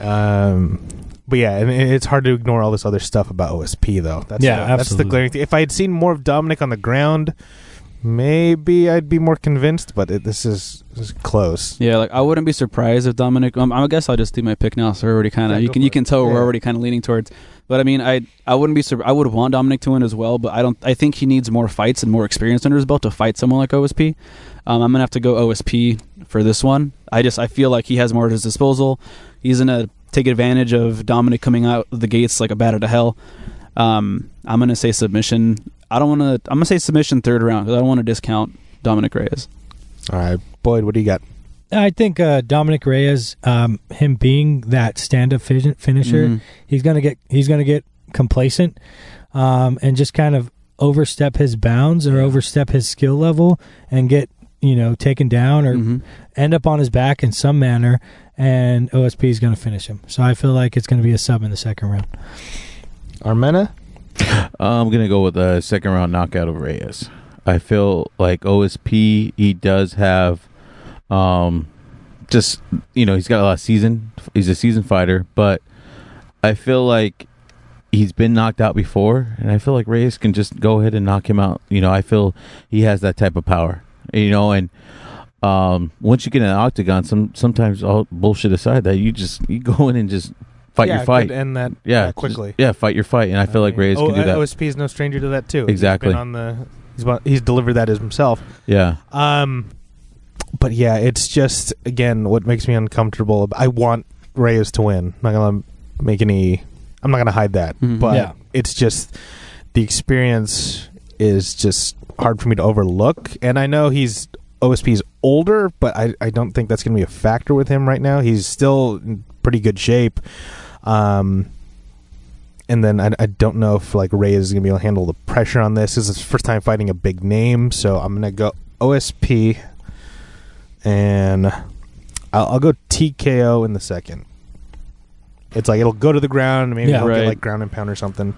A: Um, but yeah, and it- it's hard to ignore all this other stuff about OSP though. That's the,
D: Yeah,
A: that's the
D: absolutely.
A: glaring thing. If I had seen more of Dominic on the ground, maybe I'd be more convinced. But it, this is, this is close.
C: Yeah, like I wouldn't be surprised if Dominic. Um, I guess I'll just do my pick now. So we're already kind of
A: Yeah,
C: you
A: go
C: can
A: for
C: you
A: it.
C: can tell we're
A: Yeah.
C: already kind of leaning towards. But I mean, I I wouldn't be sur- I would want Dominic to win as well, but I don't. I think he needs more fights and more experience under his belt to fight someone like OSP. Um, I'm gonna have to go OSP for this one. I just I feel like he has more at his disposal. He's gonna take advantage of Dominic coming out of the gates like a bat out of hell. Um, I'm gonna say submission. I don't want to. I'm gonna say submission third round because I don't want to discount Dominic Reyes.
A: All right, Boyd, what do you got?
D: I think uh, Dominic Reyes, um, him being that stand-up fin- finisher,
C: Mhm.
D: he's gonna get he's gonna get complacent, um, and just kind of overstep his bounds or overstep his skill level and get you know taken down or
C: Mhm.
D: end up on his back in some manner. And OSP is gonna finish him. So I feel like it's gonna be a sub in the second round.
A: Armena?
B: I'm gonna go with a second round knockout of Reyes. I feel like OSP he does have, um, just you know he's got a lot of season. He's a seasoned fighter, but I feel like he's been knocked out before, and I feel like Reyes can just go ahead and knock him out. You know, I feel he has that type of power. You know, and um, once you get in an octagon, some sometimes all bullshit aside, that you just you go in and just fight
A: yeah,
B: your fight.
A: Could end that
B: yeah,
A: uh,
B: just-
A: quickly. uh,
B: yeah, fight your fight, and I feel like
A: mean,
B: Reyes
A: Oh, O-
B: can do that.
A: OSP is no stranger to that too.
B: Exactly.
A: He's been on the he's been- he's delivered that as himself.
B: yeah.
A: Um, but yeah, it's just again what makes me uncomfortable. ab- I want Reyes to win. I'm not gonna make any. I'm not gonna hide that.
C: Mhm.
A: But
D: Yeah.
A: it's just the experience is just hard for me to overlook. And I know he's OSP's older, but I I don't think that's gonna be a factor with him right now. He's still in pretty good shape. Um, and then I, I don't know if like Ray is gonna be able to handle the pressure on this. This is his first time fighting a big name, so I'm gonna go OSP, and I'll, I'll go TKO in the second. It's like it'll go to the ground, maybe
D: Yeah.
A: it'll
C: Right.
A: get like ground and pound or something.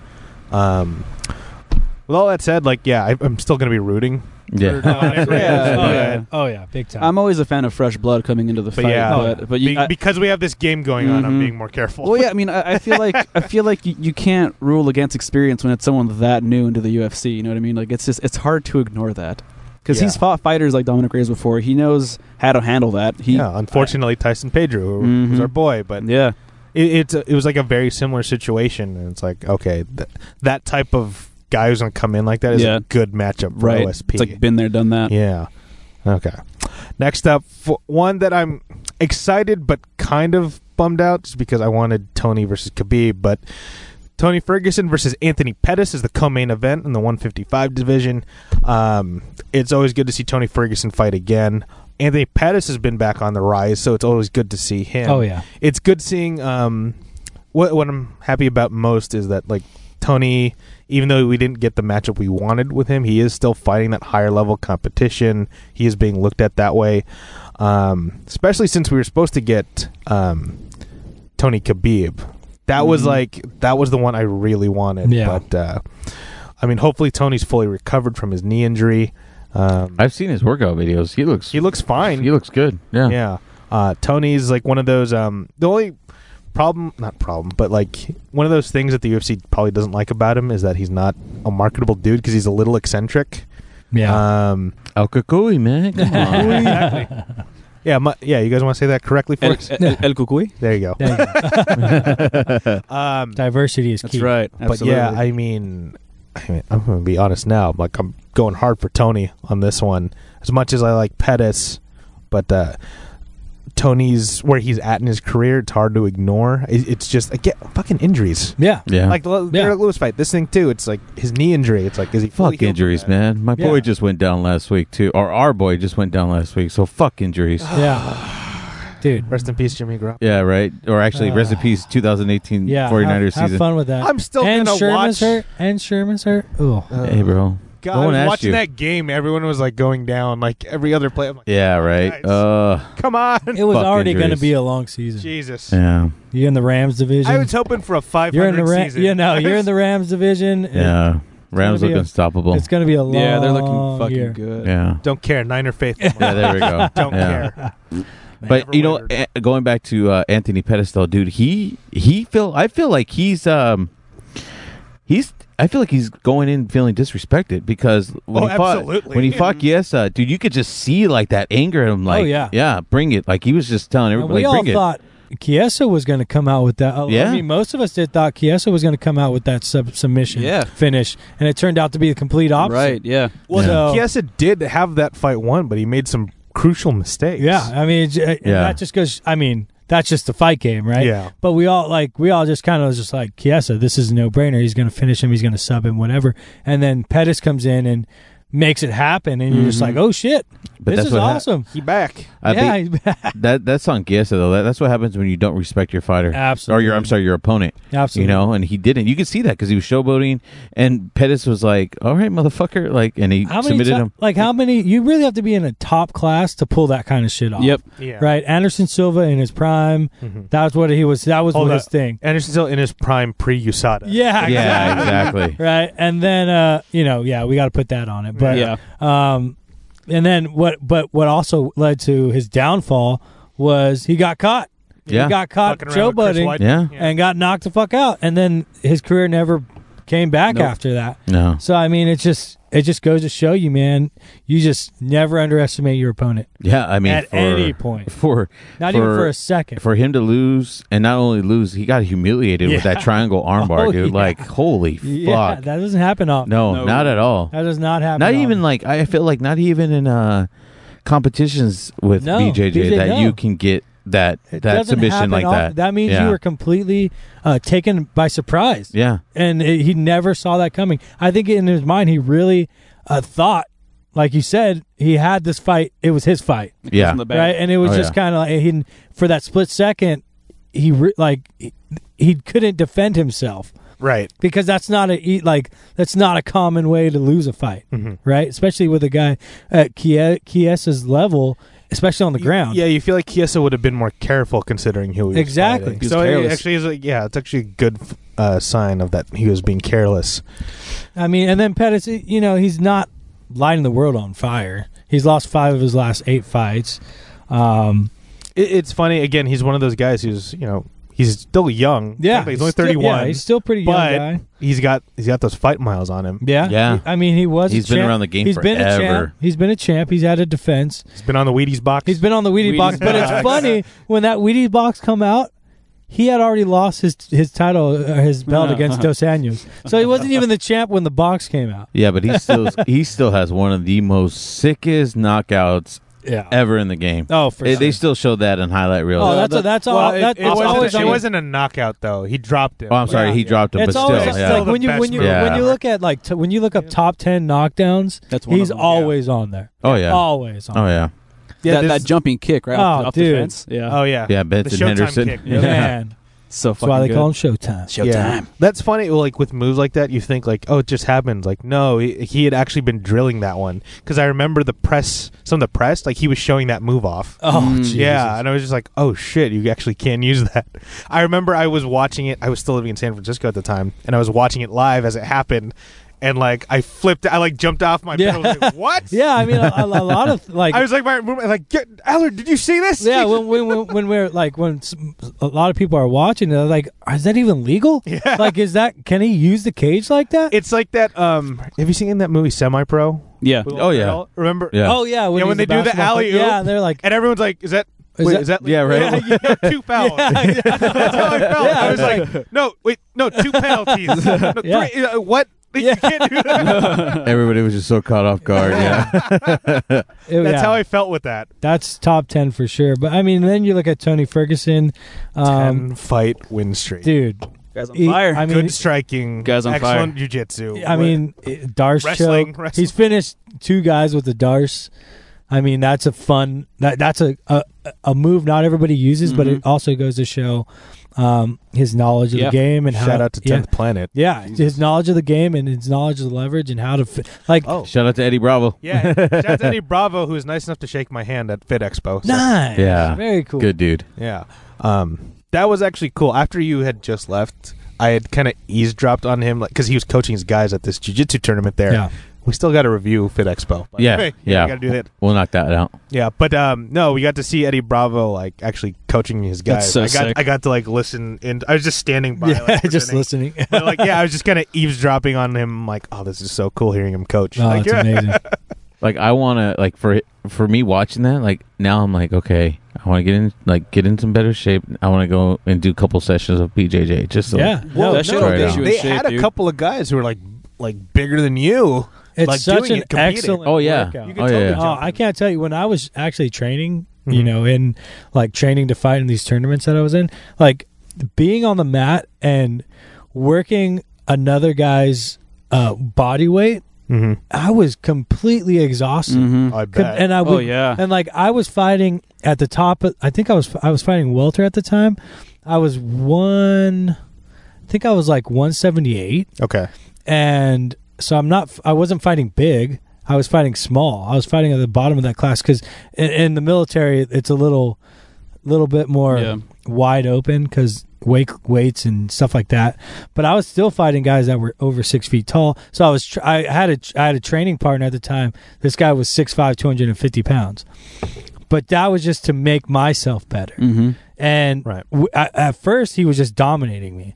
A: Um, with all that said, like yeah, I, I'm still gonna be rooting.
B: Yeah.
A: yeah,
D: oh,
C: yeah.
D: yeah. oh yeah, big time.
C: I'm always a fan of fresh blood coming into the
A: But
C: fight,
A: yeah.
C: but but you,
A: Be-
C: I-
A: because we have this game going on, I'm
C: Mhm.
A: being more careful.
C: well, yeah. I mean, I, I feel like I feel like you, you can't rule against experience when it's someone that new into the UFC. You know what I mean? Like it's just it's hard to ignore that because he's
A: Yeah.
C: fought fighters like Dominic Reyes before. He knows how to handle that. He,
A: yeah, unfortunately, Tyson Pedro who was
C: Mhm.
A: our boy, but
C: yeah.
A: it, it's a, it was like a very similar situation, and it's like okay, th- that type of guy who's gonna come in like that is
C: Yeah.
A: a good matchup for
C: Right.
A: OSP.
C: It's like been there, done that.
A: yeah, okay. Next up, f one that I'm excited but kind of bummed out just because I wanted Tony versus Khabib, but Tony Ferguson versus Anthony Pettis is the co-main event in the 155 division. Um, it's always good to see Tony Ferguson fight again. Anthony Pettis has been back on the rise, so it's always good to see him
D: oh yeah,
A: it's good seeing um what what I'm happy about most is that like Tony even though we didn't get the matchup we wanted with him, he is still fighting that higher level competition. He is being looked at that way. Um especially since we were supposed to get um Tony Khabib. That was
C: Mhm.
A: like that was the one I really wanted,
D: Yeah.
A: but uh I mean hopefully Tony's fully recovered from his knee injury. Um
B: I've seen his workout videos. He looks
A: he looks fine.
B: he looks good. Yeah.
A: Yeah. Uh, Tony's like one of those. Um, the only problem, not problem, but like one of those things that the UFC probably doesn't like about him is that he's not a marketable dude because he's a little eccentric.
D: yeah.
A: Um,
B: Al Kakui, man. Come on.
A: exactly. Yeah, mu yeah. You guys want to say that correctly for
C: El,
A: us?
C: El, El Cucuy.
A: There you go.
D: There you go.
A: Um,
D: Diversity is key.
C: right.
A: but yeah, I mean, I mean, I'm gonna be honest now. Like I'm going hard for Tony on this one, as much as I like Pettis, but uh, Tony's where he's at in his career. It's hard to ignore. It, it's just I get fucking injuries.
D: Yeah.
B: Yeah.
A: Like the
D: Yeah.
A: Derek Lewis fight, this thing too. It's like his knee injury. It's like is he fully healed
B: fuck
A: from
B: injuries,
A: that?
B: man. My boy
D: Yeah.
B: just went down last week too, or our boy just went down last week. So fuck injuries.
D: Yeah. Dude.
A: Rest in peace, Jimmy Garoppolo.
B: yeah, right. Or actually,
D: Uh,
B: rest in peace, 2018
D: Yeah.
B: 49ers
D: have, have
B: season.
D: fun with that.
A: I'm still
D: and
A: gonna
D: Sherman's
A: watch.
D: hurt. And Sherman's hurt. Ooh.
A: Uh,
B: Hey, bro.
A: God,
B: no
A: I
B: one
A: was
B: asked
A: watching
B: you.
A: that game. Everyone was like going down, like every other play. I'm like,
B: Yeah, right.
A: Guys.
B: Uh,
A: come on,
D: It was
B: Fuck
D: already going to
B: injuries.
D: be a long season.
A: Jesus.
B: yeah,
D: You're in the Rams division.
A: I was hoping for a 500
D: you're in the Ra-
A: season.
D: you know, you're in the Rams division.
B: yeah. Rams
D: be
B: look
D: a-
B: unstoppable.
D: It's going to be a long
C: yeah, they're looking fucking
D: year.
C: good.
B: Yeah.
A: Don't care. Niner faith.
B: Yeah, there we go.
A: Don't
B: Yeah.
A: care.
B: But
A: Never
B: you know,
A: wavered.
B: a- going back to uh, Anthony Pettis, though, dude, he he feel I feel like he's um he's I feel like he's going in feeling disrespected because when
A: Oh,
B: he fought
A: absolutely.
B: when he fought Giesa, dude, you could just see like that anger in him, like
D: Oh, yeah.
B: bring it, like he was just telling
D: And
B: everybody,
D: we all
B: bring
D: thought Kiesa was going to come out with that. I
B: Yeah.
D: mean, most of us did thought Kiesa was going to come out with that sub- submission
C: Yeah.
D: finish, and it turned out to be the complete opposite.
C: Right. Yeah.
A: Well,
D: Yeah.
A: yes, it did have that fight won, but he made some crucial mistakes.
D: Yeah, I mean, it's- uh,
B: Yeah.
D: that just goes. I mean, that's just the fight game, right?
A: Yeah.
D: But we all like we all just kind of was just like Kiesa, this is a no brainer. He's going to finish him. He's going to sub him, whatever. And then Pettis comes in and makes it happen, and you're just like, oh shit,
B: Mm-hmm. But
D: this
B: that's
D: is
B: what hap-
D: awesome.
A: He back.
B: it. I
D: yeah,
B: think that that's on Giesa though. That, that's what happens when you don't respect your fighter,
D: Absolutely.
B: or your I'm sorry, your opponent.
D: absolutely.
B: You know, and he didn't. You could see that because he was showboating, and Pettis was like, "All right, motherfucker," like, and he
D: how many
B: submitted
D: ti-
B: him.
D: Like how many? You really have to be in a top class to pull that kind of shit off.
C: Yep.
A: Yeah.
D: Right. Anderson Silva in his prime.
A: Mhm.
D: That was what he was. That was
A: Hold
D: his
A: up.
D: thing.
A: Anderson still in his prime pre USADA.
D: Yeah.
B: Yeah, exactly.
D: Right. And then uh, you know, yeah, we got to put that on it. But
C: yeah.
D: um, and then what? But what also led to his downfall was he got caught.
B: Yeah.
D: He got caught
A: Fucking around with Chris
D: showboating
A: White.
B: Yeah.
D: and got knocked the fuck out. And then his career never came back
C: Nope.
D: after that.
B: No.
D: So I mean, it just it just goes to show you, man. You just never underestimate your opponent
B: Yeah, I mean,
D: at
B: for,
D: any point,
B: for
D: not even for a second.
B: for him to lose, and not only lose, he got humiliated with that triangle armbar,
D: Oh,
B: dude.
D: yeah.
B: Like, holy
D: yeah,
B: fuck!
D: that doesn't happen often.
B: no,
C: No.
B: not at all.
D: that does not happen.
B: Not
D: often.
B: even like I feel like not even in uh competitions with
D: No,
B: BJJ,
D: BJJ,
B: that
D: no.
B: you can get that that
D: It doesn't
B: submission
D: happen
B: like
D: often.
B: that.
D: That means
B: Yeah.
D: you were completely uh, taken by surprise,
B: yeah,
D: and it, he never saw that coming. I think in his mind, he really uh, thought, like you said, he had this fight. It was his fight.
B: yeah.
C: From the back.
D: right? And it was
B: Oh,
D: just
B: yeah.
D: kind of like he for that split second, he re- like he, he couldn't defend himself.
A: Right.
D: because that's not a e- like that's not a common way to lose a fight,
A: Mhm.
D: right? Especially with a guy at Kie- Kiesa's level, especially on the ground.
A: Yeah, you feel like Kiesa would have been more careful considering who he was
D: Exactly.
A: fighting.
C: He was
A: so it
C: careless.
A: actually is like, yeah, it's actually a good uh, sign of that he was being careless.
D: I mean, and then Pettis, you know, he's not lighting the world on fire. He's lost five of his last eight fights. Um,
A: It, it's funny again. He's one of those guys who's you know he's still young.
D: yeah,
A: he's only
D: still-
A: thirty one.
D: yeah, he's still a pretty young
A: but
D: guy.
A: he's got he's got those fight miles on him.
D: Yeah,
B: Yeah.
D: I mean, he was.
B: He's
D: a
B: been
D: champ.
B: around the game
D: He's been a champ.
B: forever.
D: He's been a champ. He's had a defense.
A: He's been on the Wheaties box.
D: He's been on the Wheaties,
C: Wheaties
D: box, but it's
C: box.
D: funny when that Wheaties box come out, he had already lost his his title, uh, his belt against Dos Anjos, so he wasn't even the champ when the box came out.
B: Yeah, but he still he still has one of the most sickest knockouts
D: Yeah.
B: ever in the game.
D: Oh, for
B: They-
D: sure.
B: They still show that in highlight reels.
D: oh,
B: Oh,
D: that's
C: the-
D: that's all.
A: well, it-
D: that,
A: it,
D: that's
A: wasn't,
D: always
A: it
D: on-
A: wasn't a knockout though. He dropped him.
B: Oh, I'm sorry,
D: Oh, yeah.
B: he dropped him,
D: It's
B: but
D: always
B: still, yeah.
A: still
D: like when you
A: the
D: when you
A: best
B: move.
D: when you
B: Yeah.
D: look at like t- when you look up top ten knockdowns,
C: That's one.
D: he's
C: of them.
D: always on there.
B: oh yeah,
D: Always on.
B: oh yeah,
A: Yeah,
C: that,
A: this-
C: that jumping kick right off,
D: Oh,
C: the- off the
D: dude.
C: fence. Yeah,
A: Oh yeah.
B: yeah. Benson
A: Showtime
B: Henderson.
A: kick.
C: Yeah.
D: Man,
C: so
D: that's why they
C: fucking
D: call him
C: good.
D: Showtime.
C: Showtime.
A: That's funny. Like with moves like that, you think like, oh, it just happened. Like no, he, he had actually been drilling that one because I remember the press, some of the press, like he was showing that move off.
D: Oh,
C: Mm.
D: Jesus.
A: Yeah, and I was just like, oh shit, you actually can use that. I remember I was watching it. I was still living in San Francisco at the time, and I was watching it live as it happened. And like I flipped, I like jumped off my
D: Yeah.
A: bed. I was like, what?
D: Yeah, I mean, a, a- a lot of like
A: I was like, my like, get, Allard, did you see this?
D: yeah, when, when when when we're like when s- a lot of people are watching, they're like, "Is that even legal?
A: Yeah.
D: Like, is that can he use the cage like that?
A: it's like that. Um, have you seen that movie Semi Pro?
C: Yeah,
B: Oh, yeah.
A: remember?
B: Yeah.
D: Oh yeah, when,
A: Yeah, when
D: he's
A: they do the
D: basketball player.
A: alley-oop.
D: yeah, they're like,
A: And everyone's like, is that?
D: Is
A: wait,
D: that-
A: is that?
B: yeah, right.
A: Yeah, yeah, two fouls.
D: yeah,
A: That's how I felt.
D: Yeah,
A: I was like, no, wait, no, two penalties. No,
D: Yeah.
A: three, uh, what?
D: Yeah.
A: You can't do that.
B: Everybody was just so caught off guard. Yeah,
D: it-
A: That's
D: "Oh, yeah.
A: how I felt with that.
D: That's top ten for sure. But I mean, then you look at Tony Ferguson, um,
A: Ten fight win streak.
D: dude.
C: guys on
D: he-
C: fire.
D: I mean,
A: Good striking.
C: Guys on fire.
A: excellent jujitsu.
D: I mean, it- Darce
A: Wrestling,
D: choke.
A: wrestling.
D: He's finished two guys with the Darce. I mean, that's a fun. That that's a a, a move not everybody uses, but it
A: Mm-hmm.
C: Mhm.
D: also goes to show um, his knowledge of
C: Yeah.
D: the game and
A: shout
D: how,
A: out to
D: yeah.
A: Tenth Planet.
D: Yeah, his knowledge of the game and his knowledge of the leverage and how to fi- like
A: Oh.
B: shout out to Eddie Bravo.
A: Yeah, shout out to Eddie Bravo, who was nice enough to shake my hand at Fit Expo. So,
D: nice.
B: Yeah.
D: very cool.
B: good dude.
A: Yeah, um, that was actually cool. After you had just left, I had kind of eavesdropped on him because he was coaching his guys at this jujitsu tournament there.
D: Yeah,
A: We still got to review Fit Expo. by the
B: Yeah,
A: way.
B: yeah.
A: we got to do that.
B: We'll knock that out.
A: Yeah, but um, no, we got to see Eddie Bravo like actually coaching his guys.
C: That's so
A: I got
C: sick.
A: I got to like listen, and I was just standing by,
D: yeah,
A: like,
D: just
A: listening.
D: listening.
A: But, like yeah, I was just kind of eavesdropping on him. Like, oh, this is so cool hearing him coach.
D: Oh,
A: like,
D: it's amazing.
B: Like I want to like for for me watching that. Like now I'm like okay, I want to get in like get in some better shape. I want to go and do a couple sessions of BJJ just so
D: yeah,
A: Whoa,
D: no,
C: that shit
A: no,
C: will
B: right
C: get
B: on.
C: you in
A: they
C: shape,
A: had a
C: dude.
A: couple of guys who were like like bigger than you.
D: it's
A: like,
D: such
A: doing
D: an
A: it, competing.
D: excellent.
B: Oh yeah,
D: workout.
B: oh
A: tell
B: yeah.
A: the
D: Oh, I can't tell you when I was actually training, you
A: Mhm.
D: know, in like training to fight in these tournaments that I was in, like being on the mat and working another guy's uh, body weight,
A: Mm-hmm.
D: I was completely exhausted.
C: Mhm.
A: I
D: Com-
A: bet.
D: and I would
C: Oh yeah,
D: and like I was fighting at the top. Of, I think I was I was fighting welter at the time. I was one. I think I was like 178,
A: okay.
D: and so I'm not. I wasn't fighting big. I was fighting small. I was fighting at the bottom of that class because in, in the military it's a little, little bit more
C: Yeah.
D: wide open because weight weights and stuff like that. But I was still fighting guys that were over six feet tall. So I was tr- I had a I had a training partner at the time. This guy was 6'5", 250 pounds. But that was just to make myself better.
C: Mm-hmm.
D: And
A: Right.
D: w- at, at first he was just dominating me,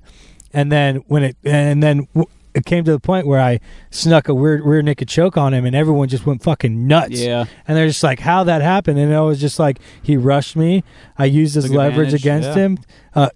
D: and then when it and then w- it came to the point where I snuck a weird rear naked choke on him, and everyone just went fucking nuts.
C: Yeah,
D: And they're just like, how that happened? And I was just like, he rushed me. I used his
C: Took
D: leverage
C: advantage,
D: against
C: yeah.
D: him. Uh,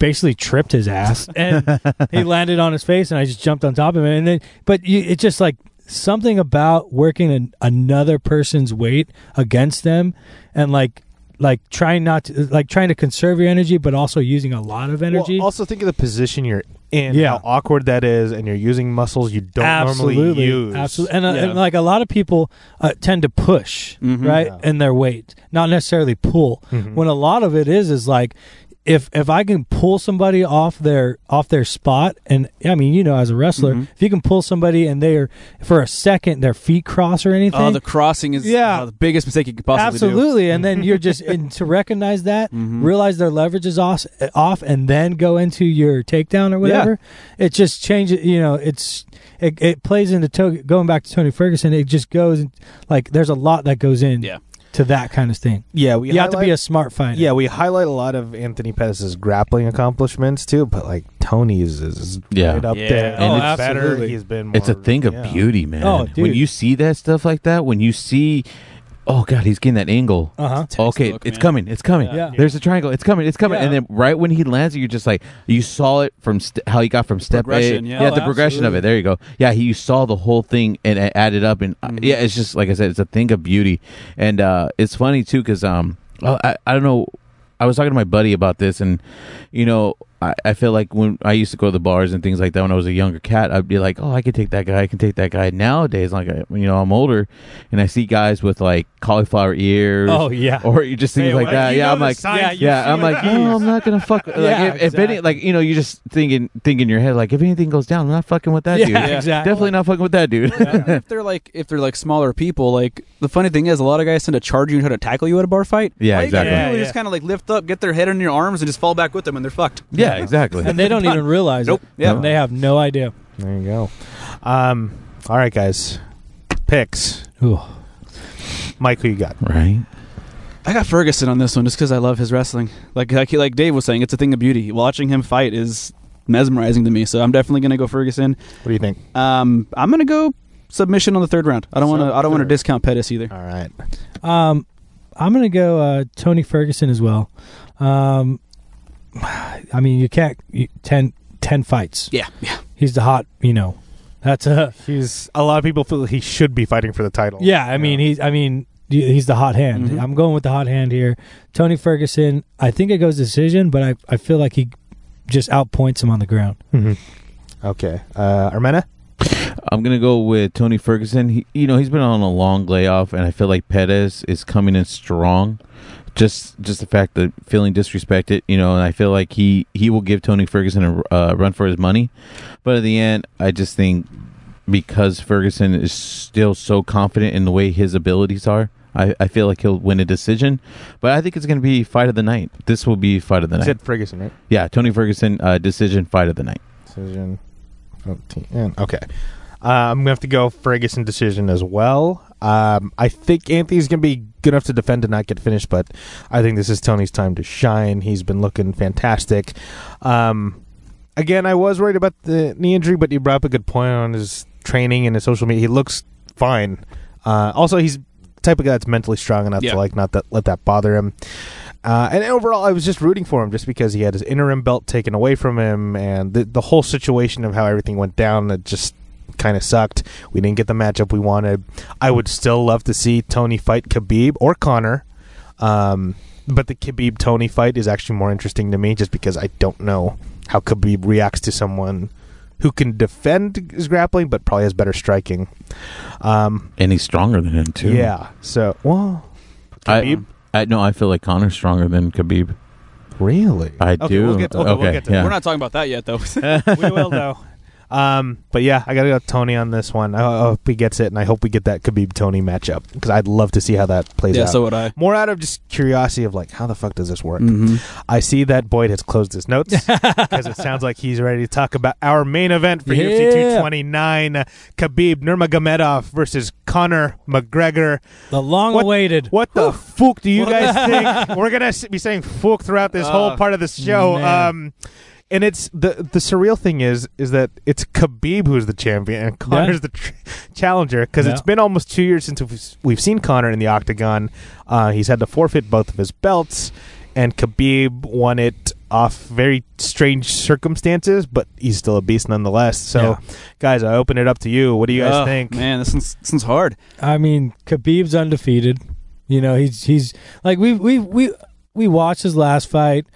D: basically tripped his ass, and he landed on his face, and I just jumped on top of him. And then, but you, it's just like something about working an, another person's weight against them, and like. Like trying not to, like trying to conserve your energy, but also using a lot of energy.
A: Well, also think of the position you're in.
D: Yeah.
A: How awkward that is, and you're using muscles you don't normally use.
D: Absolutely, and, uh,
C: Yeah.
D: and like a lot of people uh, tend to push
C: Mhm.
D: right
A: Yeah.
D: in their weight, not necessarily pull.
A: Mhm.
D: When a lot of it is is like if if I can pull somebody off their off their spot, and I mean, you know, as a wrestler,
C: Mhm.
D: if you can pull somebody and they are for a second their feet cross or anything,
C: Oh, the crossing is
D: Yeah.
C: uh, the biggest mistake you could possibly do.
D: absolutely, and then you're just and to recognize that,
C: Mhm.
D: realize their leverage is off, off, and then go into your takedown or whatever. It just changes. You know, it's it, it plays into to- going back to Tony Ferguson. It just goes like there's a lot that goes in
C: Yeah.
D: to that kind of thing.
A: Yeah, we
D: you have to be
A: highlight-
D: a smart fighter.
A: Yeah, we highlight a lot of Anthony Pettis' grappling accomplishments too, but like Tony's is
B: Yeah.
A: right up
C: Yeah.
A: there.
B: And
A: Oh,
B: it's-
A: better.
D: absolutely.
A: He's been. More,
B: It's a thing of
A: yeah.
B: beauty, man.
D: Oh,
B: when
D: dude.
B: you see that stuff like that, when you see, oh god, he's getting that angle.
D: Uh huh.
B: okay,
C: Textbook,
B: it's
C: man.
B: coming, it's coming.
D: Yeah.
B: There's a triangle, it's coming, it's coming.
D: Yeah.
B: And then right when he lands it, you're just like, you saw it from st- how he got from step A.
C: Progression, yeah.
B: the
D: Oh,
B: progression of
D: absolutely.
B: it. There you go. Yeah, he, you saw the whole thing and it added up. And uh,
D: Mm-hmm.
C: Mhm.
B: yeah, it's just like I said, it's a thing of beauty. And uh, it's funny too because um, oh, I I don't know. I was talking to my buddy about this, and you know, I, I feel like when I used to go to the bars and things like that when I was a younger cat, I'd be like, oh, I could take that guy, I can take that guy. Nowadays, like I, you know, I'm older, and I see guys with like cauliflower ears,
D: Oh yeah.
B: or you just things
A: Hey,
B: like
A: well,
B: that.
A: you know
B: Yeah, I'm
A: the
B: like,
A: signs
D: yeah,
A: you
B: yeah,
A: see
B: I'm
A: with
B: like,
A: that.
B: oh, I'm not gonna fuck. Like,
D: Yeah,
B: if, if any,
D: exactly.
B: like you know, you just thinking, thinking in your head, like if anything goes down, I'm not fucking with that
D: Yeah,
B: dude.
D: Yeah. exactly.
B: Definitely not fucking with that dude.
C: if they're like if they're like smaller people, like the funny thing is a lot of guys tend to charge you and try to tackle you at a bar fight.
B: Yeah,
C: All you gotta
B: exactly.
C: do is
A: Yeah,
C: Just
A: yeah.
C: kind of like lift up, get their head in your arms, and just fall back with them, and they're fucked.
B: yeah, exactly.
D: and they don't even realize
C: Nope.
D: it.
C: Yeah.
D: And they have no idea.
B: hmm.
A: There you go. Um, all right, guys. Picks.
D: Ooh.
A: Mike, who you got?
B: Right.
C: I got Ferguson on this one just because I love his wrestling. Like like he- like Dave was saying, it's a thing of beauty. Watching him fight is mesmerizing to me. So I'm definitely gonna go Ferguson.
A: What do you think?
C: Um, I'm gonna go submission on the third round. I don't want to. I don't want to
A: Sub-third.
C: discount Pettis either.
A: All right.
D: Um, I'm gonna go uh, Tony Ferguson as well. Um, I mean, you can't you, ten ten fights.
C: Yeah, yeah.
D: He's the hot. You know, that's a
A: He's a lot of people feel he should be fighting for the title.
D: yeah. I mean, he's I mean he's the hot hand.
C: Mhm.
D: I'm going with the hot hand here. Tony Ferguson. I think it goes decision, but I I feel like he just outpoints him on the ground.
A: Mhm. Okay. Uh, Armena.
B: I'm gonna go with Tony Ferguson. He, you know, he's been on a long layoff, and I feel like Pettis is coming in strong. Just, just the fact that feeling disrespected, you know, and I feel like he he will give Tony Ferguson a uh, run for his money. But at the end, I just think because Ferguson is still so confident in the way his abilities are, I, I feel like he'll win a decision. But I think it's gonna be fight of the night. This will be fight of the
A: You
B: night.
A: said Ferguson, right?
B: Yeah, Tony Ferguson uh, decision fight of the night.
A: Decision. OTN. Okay. Uh, I'm gonna have to go Ferguson decision as well. Um, I think Anthony's gonna be good enough to defend and not get finished, but I think this is Tony's time to shine. He's been looking fantastic. Um, again, I was worried about the knee injury, but you brought up a good point on his training and his social media. He looks fine. Uh, also, he's the type of guy that's mentally strong enough
C: Yeah.
A: to like not that let that bother him. Uh, and overall, I was just rooting for him just because he had his interim belt taken away from him, and the the whole situation of how everything went down it just kind of sucked. We didn't get the matchup we wanted. I would still love to see Tony fight Khabib or Connor. Um, but the Khabib Tony fight is actually more interesting to me just because I don't know how Khabib reacts to someone who can defend his grappling but probably has better striking. Um,
B: And he's stronger than him too.
A: yeah. So, well,
B: I-
A: Khabib?
B: I no, I feel like Connor's stronger than Khabib.
A: really?
B: I
A: Okay,
B: do.
A: we'll get to- okay, we'll get to that.
B: yeah.
C: We're not talking about that yet, though.
A: we will though. Um, but yeah, I gotta go Tony on this one. I I hope he gets it, and I hope we get that Khabib Tony matchup because I'd love to see how that plays
C: yeah,
A: out.
C: so would I.
A: More out of just curiosity of like, how the fuck does this work?
C: Mm-hmm.
A: I see that Boyd has closed his notes because it sounds like he's ready to talk about our main event for UFC
D: Yeah.
A: 229: uh, Khabib Nurmagomedov versus Conor McGregor.
D: The long-awaited.
A: What the fuck do you
C: What
A: guys think? We're gonna s- be saying fuck throughout this whole
C: Uh,
A: part of the show.
D: man.
A: Um, and it's the the surreal thing is is that it's Khabib who's the champion and Connor's the tr- challenger because it's
D: Yeah.
A: been almost two years since we've, s- we've seen Connor in the octagon. Uh, he's had to forfeit both of his belts, and Khabib won it off very strange circumstances, but he's still a beast nonetheless. So, guys, I open it up to you. What do you guys think?
C: Oh, Man, this one's, this one's hard.
D: I mean, Khabib's undefeated. You know, he's he's like we we we we watched his last fight.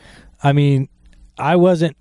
D: I mean, I wasn't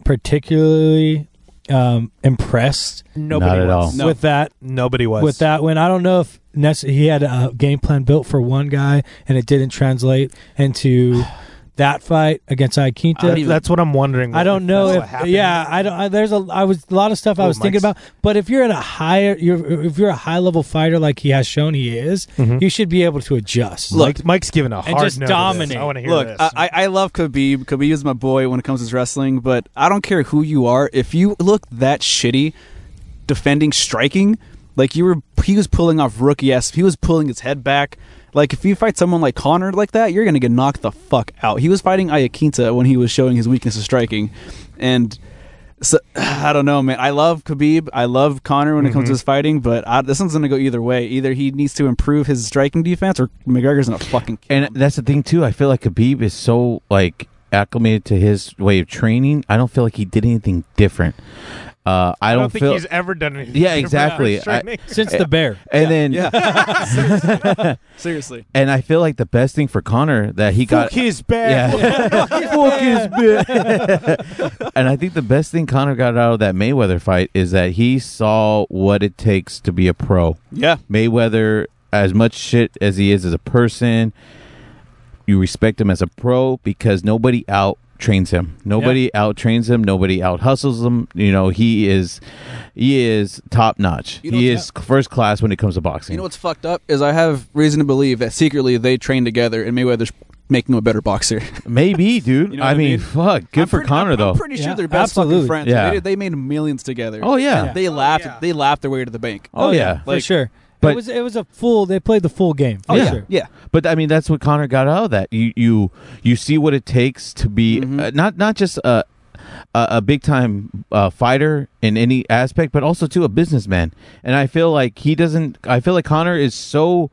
D: particularly um, impressed
A: Nobody
B: Not at
A: was.
B: all.
C: No.
D: with that
A: Nobody was
D: with that win. I don't know if necess- he had a game plan built for one guy and it didn't translate into that fight against Iaquinta.
A: That- that's what I'm wondering.
D: I don't know
A: that's what
D: if
A: happened.
D: yeah I don't I, there's a I was a lot of stuff I
A: Oh,
D: was thinking
A: Mike's-
D: about but if you're in a higher you're if you're a high level fighter like he has shown he is
B: Mm-hmm.
A: Mhm.
D: you should be able to adjust
A: Mike, Mike's given a hard
D: just
A: no to this.
D: dominate.
A: I want to hear
C: Look,
A: this.
C: I, I- I love Khabib. Khabib is my boy when it comes to wrestling, but I don't care who you are. If you look that shitty defending striking, like you were, he was pulling off rookie ass. He was pulling his head back. Like if you fight someone like Connor like that, you're gonna get knocked the fuck out. He was fighting Iaquinta when he was showing his weakness of striking, and. So, I don't know, man. I love Khabib. I love Connor when it
A: Mm-hmm.
C: comes to his fighting, but I, this one's going to go either way. Either he needs to improve his striking defense, or McGregor's going to fucking. Kill
B: And
C: him.
B: that's the thing too. I feel like Khabib is so like acclimated to his way of training. I don't feel like he did anything different. Uh, I,
A: I
B: don't,
A: don't think
B: feel.
A: he's ever done anything.
B: Yeah,
A: different
B: exactly.
A: with training.
D: since
B: eh,
D: the bear
B: and then
C: yeah, seriously.
B: and I feel like the best thing for Connor that he got.
A: Fuck his bad.
B: yeah. Fuck his bad. and I think the best thing Connor got out of that Mayweather fight is that he saw what it takes to be a pro.
C: Yeah,
B: Mayweather, as much shit as he is as a person, you respect him as a pro because nobody out trains him. Nobody out trains him. Nobody out hustles him. You know, he is he is top notch.
C: You know
B: he
C: what's
B: is first class when it comes to boxing.
C: You know what's fucked up is I have reason to believe that secretly they train together and Mayweather's making him a better boxer.
B: Maybe, dude.
C: You know
B: I,
C: what I
B: mean,
C: mean?
B: fuck. Good
C: I'm
B: for
C: pretty-
B: Connor
C: I'm-
B: though.
C: I'm pretty sure
D: Yeah,
C: they're best fucking
D: absolutely.
C: friends.
B: Yeah.
C: They, did- they made millions together.
B: oh yeah.
D: Yeah.
C: They laughed.
A: yeah.
C: They laughed their way to the bank.
B: Oh, yeah.
D: for sure
B: but-
D: it was it was a full they played the full game for
B: Oh, yeah.
D: sure.
C: Yeah.
B: But I mean, that's what Connor got out of that. You you you see what it takes to be uh, not not just a a, a big time uh, fighter in any aspect, but also too a businessman. And I feel like he doesn't. I feel like Connor is so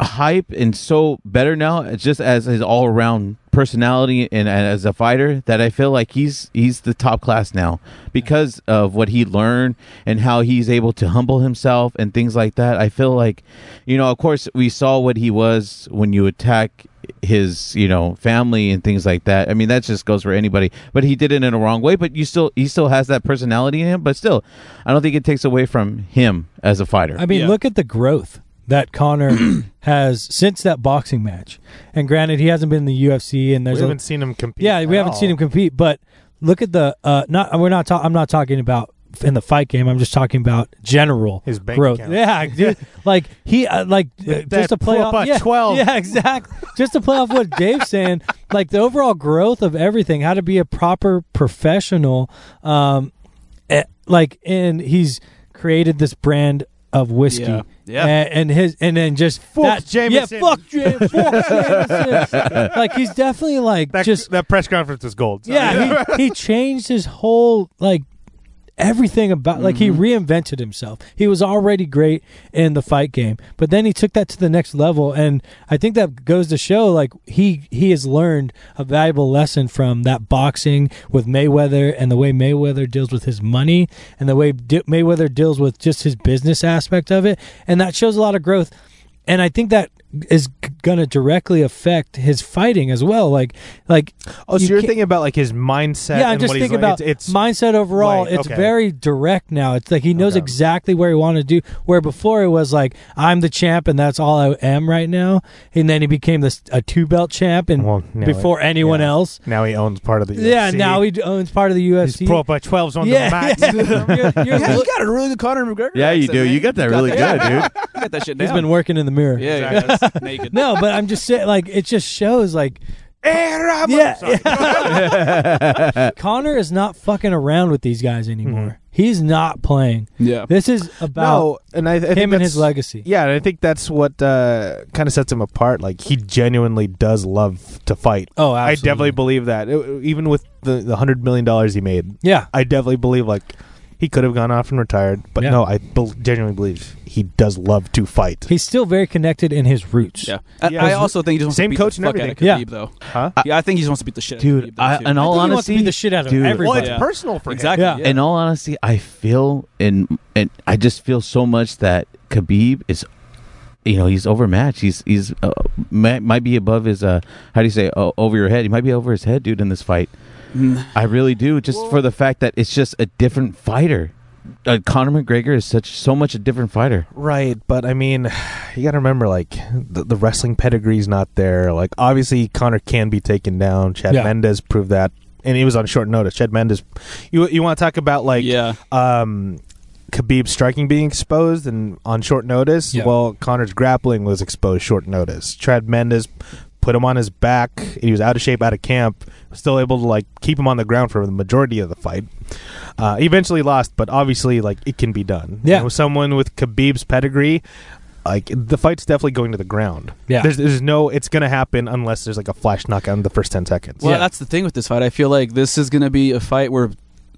B: hype and so better now, it's just as his all around personality and, and as a fighter, that I feel like he's he's the top class now because of what he learned and how he's able to humble himself and things like that. I feel like, you know, of course we saw what he was when you attack his you know family and things like that i mean that just goes for anybody but he did it in a wrong way but you still he still has that personality in him but still i don't think it takes away from him as a fighter
D: I mean,
C: Yeah.
D: look at the growth that Connor has since that boxing match. And granted, he hasn't been in the UFC, and
A: We
D: there's a,
A: haven't seen him compete.
D: yeah, we
A: at
D: haven't
A: all.
D: seen him compete. But look at the uh, not we're not ta- I'm not talking about in the fight game. I'm just talking about general
A: His bank
D: growth.
A: account.
D: Yeah, dude, like he uh, like uh,
A: that
D: just to play
A: Papa
D: off yeah,
A: 12.
D: Yeah, exactly. just to play off what Dave's saying, like the overall growth of everything, how to be a proper professional. Um, eh, like and he's created this brand of whiskey.
C: Yeah. Yeah.
D: A- And, his and then just
A: Fuck
D: that-
A: Jameson.
D: Yeah, fuck, Jam- fuck Jameson. like he's definitely like
A: That,
D: just
A: that press conference was gold.
D: yeah, he, he changed his whole like everything about like he
A: Mm-hmm.
D: reinvented himself. He was already great in the fight game, but then he took that to the next level and I think that goes to show like he he has learned a valuable lesson from that boxing with Mayweather and the way Mayweather deals with his money and the way D- Mayweather deals with just his business aspect of it and that shows a lot of growth and I think that is going to directly affect his fighting as well like like
A: Oh, so
D: you
A: you are
D: can't-
A: thinking about like his mindset.
D: yeah, I'm
A: and
D: just
A: what
D: thinking
A: he's
D: about
A: like. It's, it's
D: mindset overall.
A: Right,
D: it's
A: okay.
D: very direct now. It's like he knows
A: Okay.
D: exactly where he wanted to do. Where before it was like I'm the champ and that's all I am right now. And then he became this a two belt champ and
A: Well, now
D: before
A: it-
D: anyone
A: yeah.
D: else.
A: now he owns part of the.
D: Yeah,
A: UFC.
D: now he owns part of the
A: His
D: UFC.
A: Pro by 12s on
D: yeah,
A: the mat.
D: You're- you're-
C: Yeah, you got a really good Conor McGregor.
B: Yeah, you
C: accent,
B: do.
C: man.
B: You got that really good, dude.
C: You got that shit down.
D: he's been working in the mirror.
C: Yeah, yeah, that's naked.
D: No, but I'm just saying, like, it just shows, like,
A: Era-
D: yeah, Connor is not fucking around with these guys anymore. He's not playing.
C: Yeah.
D: This is about
A: Mm-hmm. No, and I, I think
D: him and his
A: that's-
D: legacy.
A: Yeah, and I think that's what uh, kind of sets him apart. Like he genuinely does love to fight.
D: Oh,
A: I
D: absolutely.
A: definitely believe that. It- even with the, the hundred million dollars he made,
D: Yeah.
A: I definitely believe like he could have gone off and retired. But
D: Yeah.
A: no, I bel genuinely believe he does love to fight.
D: He's still very connected in his roots.
C: Yeah. I,
A: Yeah.
C: I also think he just wants
A: Same
C: to beat
A: coach
C: the
A: and
C: fuck out of
A: everything.
D: Yeah.
C: Khabib, though.
A: huh?
D: uh,
C: Yeah, I think he just wants to beat the shit out of
B: Dude,
C: Khabib, though,
B: I,
C: too.
B: in all
D: think he wants to
B: honesty,
D: beat the shit out of
B: dude,
D: everybody.
A: Well, it's
C: Yeah.
A: personal for him.
C: exactly.
D: Yeah.
C: yeah.
B: In all honesty, I feel and and I just feel so much that Khabib is, you know, he's overmatched. He's he's uh, might, might be above his uh how do you say oh, over your head. He might be over his head, dude, in this fight. I really do, just for the fact that it's just a different fighter. uh, Conor McGregor is such so much a different fighter.
A: Right, but I mean, you got to remember, like the, the wrestling pedigree's not there. Like obviously, Connor can be taken down. Chad
D: Yeah.
A: Mendez proved that, and he was on short notice. Chad Mendez, you you want to talk about like
C: yeah,
A: um, Khabib striking being exposed and on short notice.
D: Yeah.
A: Well, Connor's grappling was exposed short notice. Chad Mendez put him on his back. and He was out of shape, out of camp. Still able to like keep him on the ground for the majority of the fight. Uh, he eventually lost, but obviously, like it can be done.
D: Yeah.
A: with someone with Khabib's pedigree. Like the fight's definitely going to the ground.
D: Yeah.
A: there's, there's no. It's gonna happen unless there's like a flash knockout in the first ten seconds.
C: Well,
D: Yeah.
C: that's the thing with this fight. I feel like this is going to be a fight where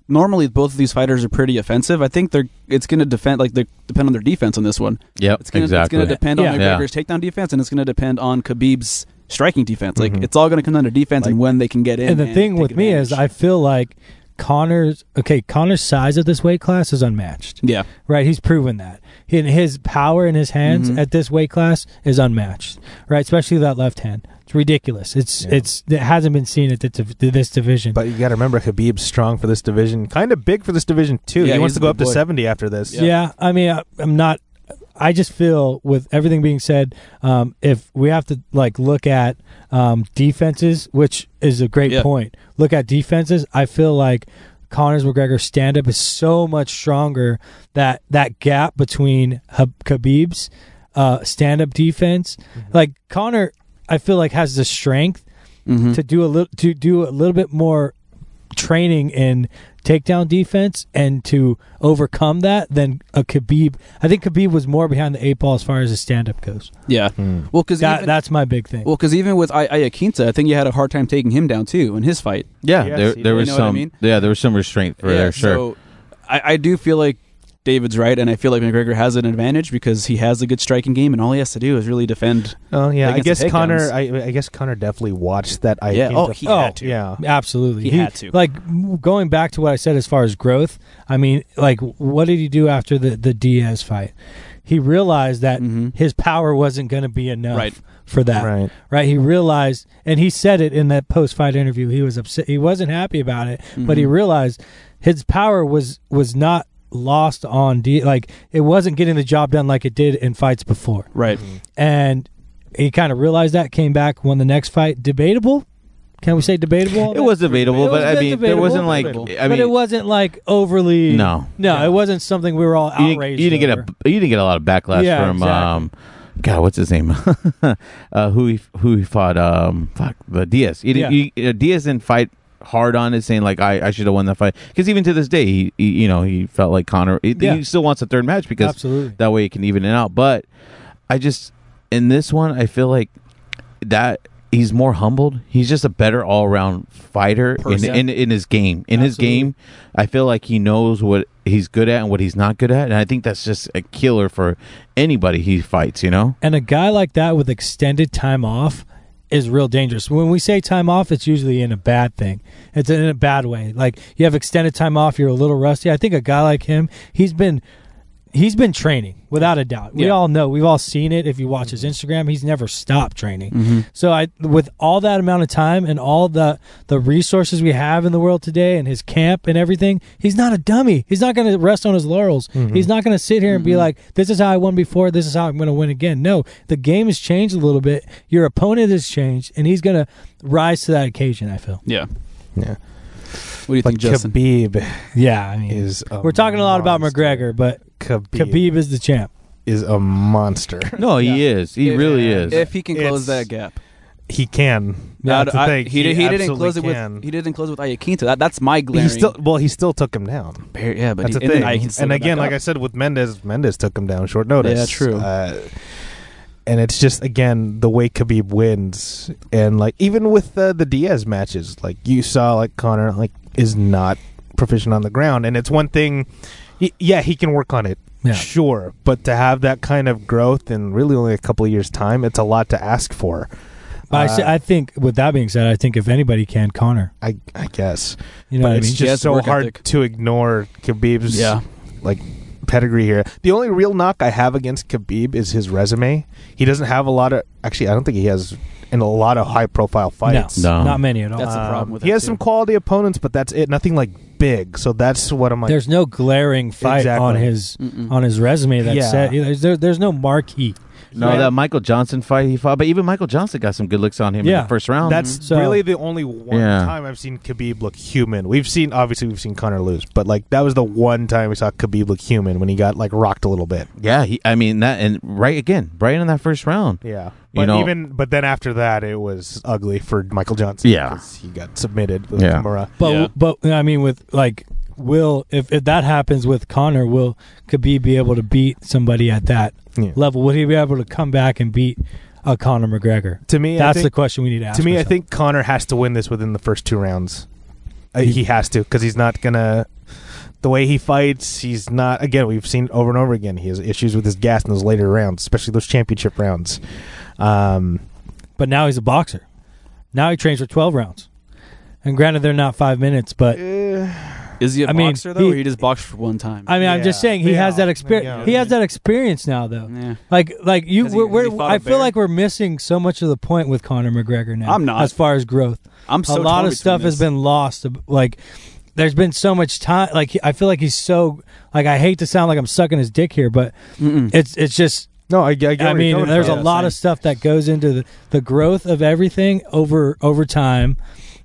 C: normally both of these fighters are pretty offensive. I think they're it's going to defend like they depend on their defense on this one.
B: Yep,
C: It's going
B: exactly.
C: to depend
D: Yeah.
C: on
B: Yeah.
C: McGregor's takedown defense, and it's going to depend on Khabib's striking defense. Like
A: Mhm.
C: it's all going to come down to defense and
A: Like-
C: when they can get in.
D: Mm-hmm. and the thing
C: take
D: with me is, I
C: advantage.
D: feel like Connor's okay. Connor's size of this weight class is unmatched.
C: yeah
D: right? He's proven that. And his power in his hands
C: Mhm.
D: at this weight class is unmatched, right? Especially that left hand. It's ridiculous. It's
A: Yeah.
D: it's it hasn't been seen at the, div- this division.
A: But you got to remember, Khabib's strong for this division, kind of big for this division too.
C: Yeah,
A: he wants
C: he's
A: to
C: a
A: go
C: big
A: up to
C: boy.
A: seventy after this.
D: yeah. I mean, I, I'm not. I just feel with everything being said, um, if we have to like look at um, defenses, which is a great
C: Yeah.
D: point, look at defenses. I feel like Connor's McGregor stand up is so much stronger that that gap between Hab- Khabib's uh, stand up defense, like Connor, I feel like has the strength
C: Mhm.
D: to do a little to do a little bit more training in takedown defense and to overcome that than a Khabib. I think Khabib was more behind the eight ball as far as his stand up goes.
C: yeah. Well, because
D: That, that's my big thing.
C: well, 'cause even with I- Iaquinta, I think you had a hard time taking him down too in his fight.
B: Yeah,
A: Yes,
B: there
A: he
B: there
A: did.
B: was
C: You know what I
B: some
C: mean?
B: yeah there was some restraint for there sure.
C: So I, I do feel like David's right, and I feel like McGregor has an advantage because he has a good striking game, and all he has to do is really defend.
A: Oh yeah. I
C: Against
A: guess
C: the takedowns.
A: Connor. I, I guess Connor definitely watched that. I
C: yeah. Oh, he
D: Oh,
C: had to.
A: yeah.
D: Absolutely,
C: He had to.
D: Like m- going back to what I said as far as growth. I mean, like, what did he do after the the Diaz fight? He realized that
C: Mhm.
D: his power wasn't going to be enough
C: Right.
D: for that.
A: Right.
D: right? He realized, and he said it in that post-fight interview. He was upset. He wasn't happy about it, but
C: Mhm.
B: Mm-hmm.
D: he realized his power was was not lost on D. Like it wasn't getting the job done like it did in fights before,
C: Right.
D: and he kind of realized that. Came back, won the next fight. Debatable? Can we say debatable?
B: it was debatable,
D: It was
B: but I mean there
D: debatable.
B: wasn't like
A: Debatable.
B: I
D: but
B: mean
D: it wasn't like overly.
B: No.
D: no, it wasn't something we were all
B: you didn't,
D: outraged.
B: you didn't get
D: over.
B: a you didn't get a lot of backlash
D: Yeah,
B: from
D: exactly.
B: um God what's his name uh, who he who he fought um fuck the Diaz he didn't,
D: Yeah.
B: he- uh, Diaz didn't fight hard on it saying like I, I should have won that fight because even to this day he, he you know he felt like Connor he,
D: Yeah.
B: he still wants a third match because
D: absolutely.
B: that way it can even it out but I just in this one I feel like that he's more humbled he's just a better all around fighter in,
C: Person.
B: in in his game in his
D: Absolutely.
B: game I feel like he knows what he's good at and what he's not good at, and I think that's just a killer for anybody he fights. You know?
D: And a guy like that with extended time off is real dangerous. When we say time off, it's usually in a bad thing. It's in a bad way. Like you have extended time off, you're a little rusty. I think a guy like him, he's been he's been training without a doubt. We
C: Yeah.
D: all know. We've all seen it if you watch his Instagram, he's never stopped training. So I with all that amount of time and all the the resources we have in the world today and his camp and everything, he's not a dummy. He's not going to rest on his laurels. He's not going to sit here and be like, "This is how I won before. This is how I'm going to win again." No, the game has changed a little bit. Your opponent has changed, and he's going to rise to that occasion. I feel.
C: Yeah.
A: Yeah.
C: What do you
A: But
C: think, Justin?
A: Khabib
D: Yeah, I mean,
A: is. A
D: we're talking a lot about
A: monster.
D: McGregor, but
A: Khabib,
D: Khabib is the champ.
A: is a monster.
B: No, he is. He
C: If-
B: really is.
C: If he can close
A: It's-
C: that gap,
A: He can.
C: Now,
A: That's the
C: I-
A: thing.
C: he, di- he didn't
A: absolutely
C: close it
A: can.
C: with he didn't close it with Iaquinta. That, that's my
A: But
C: glaring.
A: he still. Well, he still took him down.
C: Bear- yeah, but
A: That's
C: he,
A: the
C: and
A: thing.
C: then Iaquinta
A: And,
C: slowed it back
A: again, like
C: up.
A: I said with Mendez, Mendez took him down short notice.
C: Yeah, true.
A: Uh, and it's just again the way Khabib wins, and like even with uh, the Diaz matches, like you saw, like Connor like is not proficient on the ground, and it's one thing. y- Yeah, he can work on it,
D: Yeah.
A: sure, but to have that kind of growth in really only a couple of years' time, it's a lot to ask for.
D: But I, s-
A: Uh,
D: I think, with that being said, I think if anybody can, Connor.
A: I, I guess,
D: You know
A: but
D: what I
A: it's
D: mean?
C: He
A: just
C: has the
A: so
C: work
A: hard
C: ethic.
A: to ignore Khabib's
C: yeah,
A: like pedigree here. The only real knock I have against Khabib is his resume. He doesn't have a lot of actually I don't think he has in a lot of high profile fights. Um,
D: No,
B: No.
D: not many at all. Uh,
C: That's the problem with
A: he
C: that,
A: has
C: too.
A: some quality opponents, but that's it. Nothing like big. So that's what I'm like.
D: there's no glaring fight
A: Exactly.
D: on his
C: Mm-mm.
D: on his resume that
A: Yeah.
D: said there's, there, there's no marquee.
B: No,
A: Right.
B: that Michael Johnson fight he fought, but even Michael Johnson got some good looks on him in
D: Yeah.
B: the first round.
A: that's
D: So-
A: really the only one
B: Yeah.
A: time I've seen Khabib look human. We've seen obviously we've seen Connor lose, but like that was the one time we saw Khabib look human when he got like rocked a little bit.
B: yeah. He, I mean that, and right again, right in that first round.
A: Yeah, but
B: You know-
A: even but then after that it was ugly for Michael Johnson.
B: Yeah.
A: 'cause he got submitted with
B: Yeah.
A: Kimura.
D: But
C: Yeah.
D: but I mean with like will if, if that happens with Connor will Khabib be able to beat somebody at that
A: Yeah.
D: level? Would he be able to come back and beat a Connor McGregor?
A: To me,
D: That's
A: I
D: the
A: think,
D: question we need to ask.
A: to me. I
D: ourselves.
A: think Connor has to win this within the first two rounds. Uh, he has to because he's not gonna. The way he fights, he's not. Again, we've seen over and over again. He has issues with his gas in those later rounds, especially those championship rounds. Um,
D: but now he's a boxer. Now he trains for twelve rounds, and granted they're not five minutes, but
B: Eh.
C: Is he a
D: I mean,
C: boxer though, or
D: he-
C: he just boxed for one time?
D: I mean I'm just
A: Yeah.
D: saying he has
A: Yeah.
D: that experience.
A: Yeah.
D: He has that experience now though.
C: yeah.
D: Like, like you,
C: Has he-
D: we're,
C: has he
D: we're-
C: fought
D: I
C: a
D: feel
C: bear?
D: like we're missing so much of the point with Conor McGregor now.
C: I'm not.
D: as far as growth.
C: I'm so
D: a lot
C: torn
D: of stuff
C: between
D: has
C: this.
D: been lost. Like, there's been so much time. Like, he- I feel like he's so. Like, I hate to sound like I'm sucking his dick here, but
C: Mm-mm.
D: it's it's just.
A: no, I, I, get where
D: I
A: you're
D: mean,
A: coming
D: there's
A: from.
D: a lot of
C: same.
D: stuff that goes into the, the growth of everything over over time.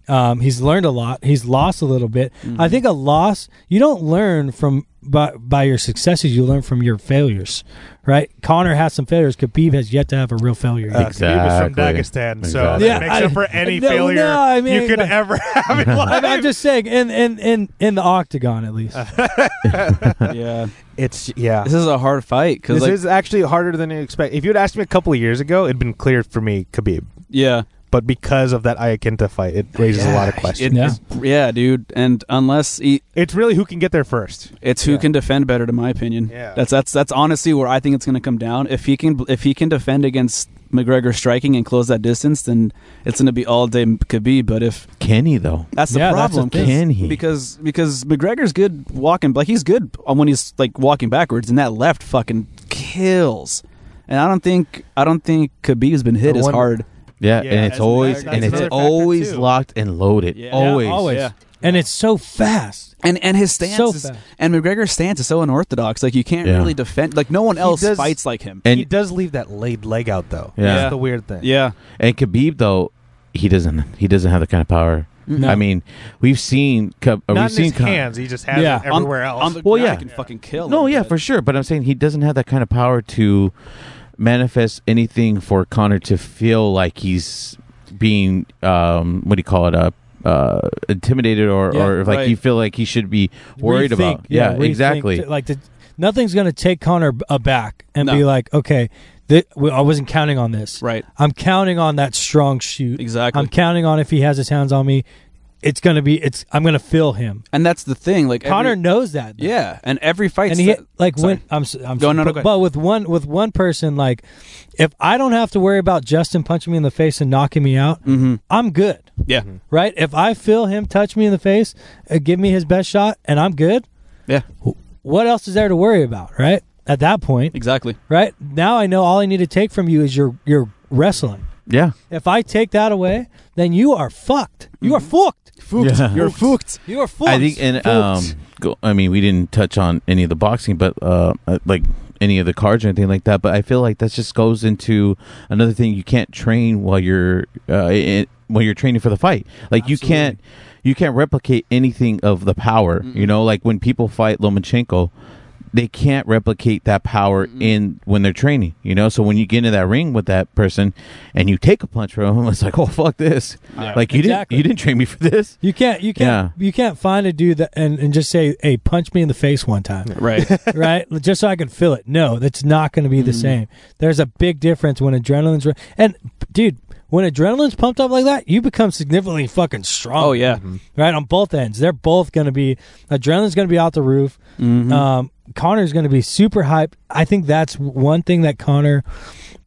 D: Um, he's learned a lot. He's lost a little bit. I think a loss you don't learn from by, by your successes. You learn from your failures, right? Connor has some failures. Khabib has yet to have a real failure. yet.
A: Uh, Khabib is
B: Exactly.
A: from Dagestan, so that
B: Exactly.
D: Yeah,
A: makes up
D: I-
A: for any
D: no,
A: failure
D: no, I mean,
A: you could
D: like-
A: ever have in life.
D: I'm, I'm just saying, in in in in the octagon at least.
C: yeah.
A: it's yeah.
C: This is a hard fight because
A: This
C: like,
A: is actually harder than you expect. If you'd asked me a couple of years ago, it'd been clear for me, Khabib.
C: yeah,
A: But because of that Iaquinta fight, it raises a lot of
C: Yeah,
A: questions.
C: it-
D: Yeah.
C: it's- yeah, dude. And unless he,
A: it's really who can get there first.
C: it's who
A: Yeah.
C: can defend better, to my opinion.
A: Yeah.
C: That's that's that's honestly where I think it's going to come down. If he can, if he can defend against McGregor striking and close that distance, then it's going to be all day Khabib. But if
B: Kenny though.
C: that's the
D: Yeah, that's the
C: problem,
D: thing.
B: Can he?
C: Because because McGregor's good walking, like he's good on when he's like walking backwards, and that left fucking kills. And I don't think I don't think Khabib's been hit
A: The
C: as
A: one-
C: hard.
B: Yeah,
A: Yeah,
B: and
A: that's
B: it's always
A: another-
B: and
A: that's
B: it's
A: another factor,
B: always
A: too.
B: locked and loaded.
C: Yeah. Yeah,
B: Always.
D: Yeah, always.
C: Yeah.
D: And it's so fast.
C: And and his stance
D: So
C: is,
D: fast.
C: and McGregor's stance is so unorthodox. Like you can't
B: Yeah.
C: really defend. Like no one else
A: does-
C: fights like him.
B: And
A: he does leave that laid leg out though.
B: Yeah.
A: That's the weird thing.
C: yeah,
B: and Khabib though, he doesn't he doesn't have the kind of power.
D: No.
B: I mean, we've seen Khab- uh,
A: Not in
B: we've seen
A: his
B: Con-
A: hands. He just has
D: Yeah.
A: it everywhere
C: on,
A: else.
C: On the
B: Um, Well,
C: ground,
B: yeah.
C: he can fucking kill.
B: No,
C: him,
B: yeah,
C: but-
B: for sure. But I'm saying he doesn't have that kind of power to manifest anything for Connor to feel like he's being um, what do you call it uh, uh, intimidated or,
C: Yeah,
B: or like
C: right.
B: you feel like he should be worried
D: Rethink,
B: about. Yeah,
D: rethink,
B: exactly.
D: t- like the, nothing's going to take Connor b- aback and
C: No.
D: be like, okay, th- w- I wasn't counting on this.
C: Right.
B: Um,
D: I'm counting on that strong shoot.
C: Exactly.
D: I'm counting on if he has his hands on me, it's going to be. It's I'm going to feel him.
C: and that's the thing. Like every-
D: Connor knows that. though.
C: yeah, and every fight.
D: and he like
C: sorry.
D: when I'm s- I'm
C: Go,
D: s-
C: no, no,
D: but,
C: go ahead.
D: but with one with one person like if I don't have to worry about Justin punching me in the face and knocking me out,
C: Mm-hmm.
D: I'm good,
C: yeah,
D: right? If I feel him touch me in the face, uh, give me his best shot, and I'm good.
C: yeah,
D: What else is there to worry about, right? At that point,
C: exactly.
D: right now I know all I need to take from you is your your wrestling.
B: yeah.
D: If I take that away, then you are fucked. You are fucked.
B: Yeah.
C: You're fucked.
D: You are fucked.
B: I think, and um, go, I mean, we didn't touch on any of the boxing, but uh, uh, like any of the cards or anything like that. But I feel like that just goes into another thing. You can't train while you're uh, in, while you're training for the fight. Like you can't you can't replicate anything of the power. You know, like when people fight Lomachenko. They can't replicate that power in when they're training, you know. So when you get into that ring with that person, and you take a punch from him, it's like, oh fuck this!
C: Yeah.
B: Like you didn't
D: Exactly.
B: you didn't train me for this.
D: You can't you can't you can't find a dude that and, and just say, Hey, punch me in the face one time.
C: Right.
D: right? Just so I can feel it. No, that's not gonna be the same. There's a big difference when adrenaline's ru- and dude, when adrenaline's pumped up like that, you become significantly fucking strong.
C: oh yeah.
D: Right? On both ends. They're both gonna be adrenaline's gonna be out the roof. Mm-hmm.
B: Mm-hmm.
D: Um Connor's gonna be super hyped. I think that's one thing that Connor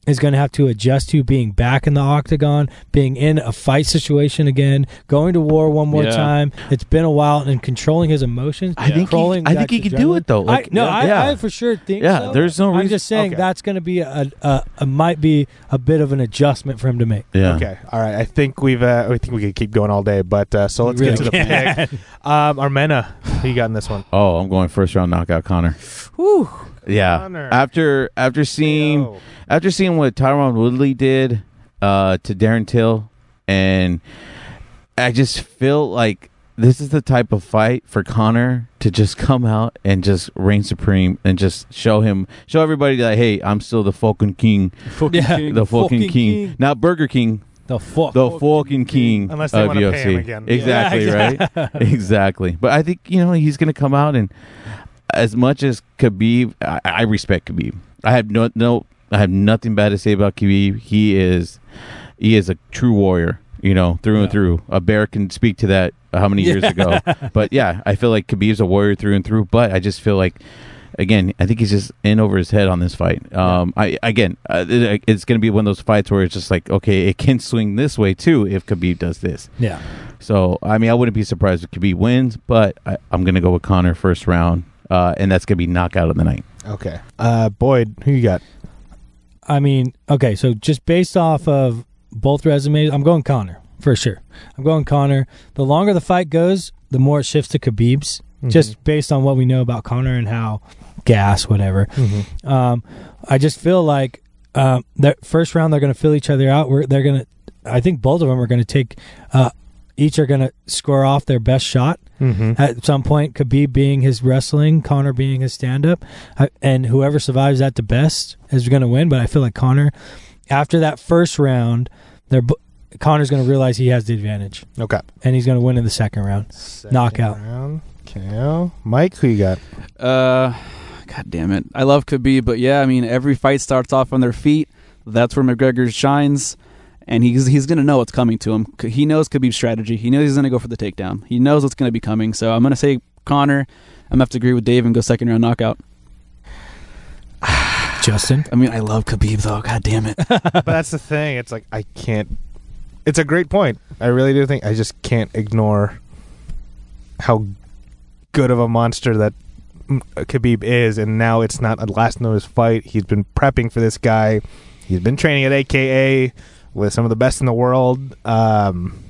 D: is going to have to adjust to being back in the octagon, being in a fight situation again, going to war one more
C: Yeah.
D: time. It's been a while, and controlling his emotions.
B: I think
D: controlling
B: he, I think
D: that
B: he could do
D: adrenaline.
B: it though. Like,
D: I, no, I,
B: yeah.
D: I for sure think.
B: Yeah,
D: so.
B: there's no
D: I'm
B: reason-
D: just saying
A: okay.
D: that's going to be a, a, a might be a bit of an adjustment for him to make.
B: yeah.
A: Okay. All right. I think we've. Uh, I think we could keep going all day, but uh, so let's
D: Really
A: get to the
D: can.
A: pick. Um, Armena, who you got in this one?
B: Oh, I'm going first round knockout, Connor.
A: Whew.
B: Yeah.
A: Connor.
B: After after seeing after seeing what Tyron Woodley did uh, to Darren Till, and I just feel like this is the type of fight for Connor to just come out and just reign supreme and just show him, show everybody that hey, I'm still the fucking king,
C: Mm-hmm.
D: Yeah,
B: the fucking, king. not Burger King,
D: The fuck.
B: the fucking king.
A: Unless they
B: of
A: wanna pay
B: UFC.
A: him again.
B: exactly right exactly. But I think you know he's going to come out and as much as Khabib, I, I respect Khabib. I have no no, I have nothing bad to say about Khabib. He is he is a true warrior. You know, through and
D: Yeah.
B: through. A bear can speak to that. How many years ago? But yeah, I feel like Khabib's a warrior through and through. But I just feel like. Again, I think he's just in over his head on this fight. Um, I again, uh, it- it's going to be one of those fights where it's just like, okay, it can swing this way too if Khabib does this.
D: yeah.
B: So I mean, I wouldn't be surprised if Khabib wins, but I, I'm going to go with Connor first round, uh, and that's going to be knockout of the night.
A: Okay. Uh, Boyd, who you got?
D: I mean, okay, so just based off of both resumes, I'm going Connor for sure. I'm going Connor. The longer the fight goes, the more it shifts to Khabib's,
A: Mm-hmm.
D: just based on what we know about Connor and how gas, whatever.
A: Mm-hmm.
D: Um, I just feel like um, that first round they're going to fill each other out. We're, they're going to, I think both of them are going to take, uh, each are going to score off their best shot
A: Mm-hmm.
D: at some point. Khabib being his wrestling, Connor being his stand up, and whoever survives that the best is going to win. But I feel like Connor, after that first round, they're bo- Connor's going to realize he has the advantage,
A: Okay.
D: and he's going to win in the second round. Knockout.
A: Round. Okay. Mike, who you got?
C: Uh, God damn it. I love Khabib, but yeah, I mean, every fight starts off on their feet. That's where McGregor shines, and he's he's gonna know what's coming to him. K- He knows Khabib's strategy. He knows he's gonna go for the takedown. He knows what's gonna be coming. So I'm gonna say Connor. I'm gonna have to agree with Dave and go second round knockout.
D: Justin,
C: I mean, I love Khabib though. God damn it.
A: but that's the thing. It's like I can't. It's a great point. I really do think I just can't ignore how good of a monster that mm, Khabib is, and now it's not a last notice fight. He's been prepping for this guy. He's been training at AKA with some of the best in the world. Um,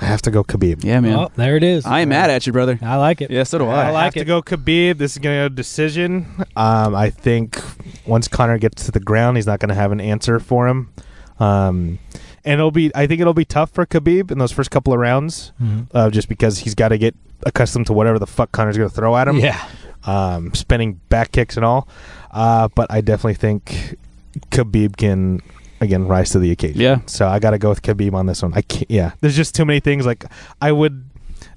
A: I have to go Khabib.
C: Yeah, man.
D: oh, there it is. I,
C: I am mad at you, brother.
D: like it.
C: Yeah, so do
A: I
C: I.
A: have to go Khabib. This is going to go decision. Um, I think once Connor gets to the ground, he's not going to have an answer for him. Um, and it'll be. I think it'll be tough for Khabib in those first couple of rounds,
D: Mhm.
A: uh, just because he's got to get accustomed to whatever the fuck Connor's going to throw at him.
D: Yeah,
A: Um, spinning back kicks and all. Uh, but I definitely think Khabib can again rise to the occasion.
C: Yeah.
A: So I got to go with Khabib on this one. I can't. Yeah, there's just too many things. Like I would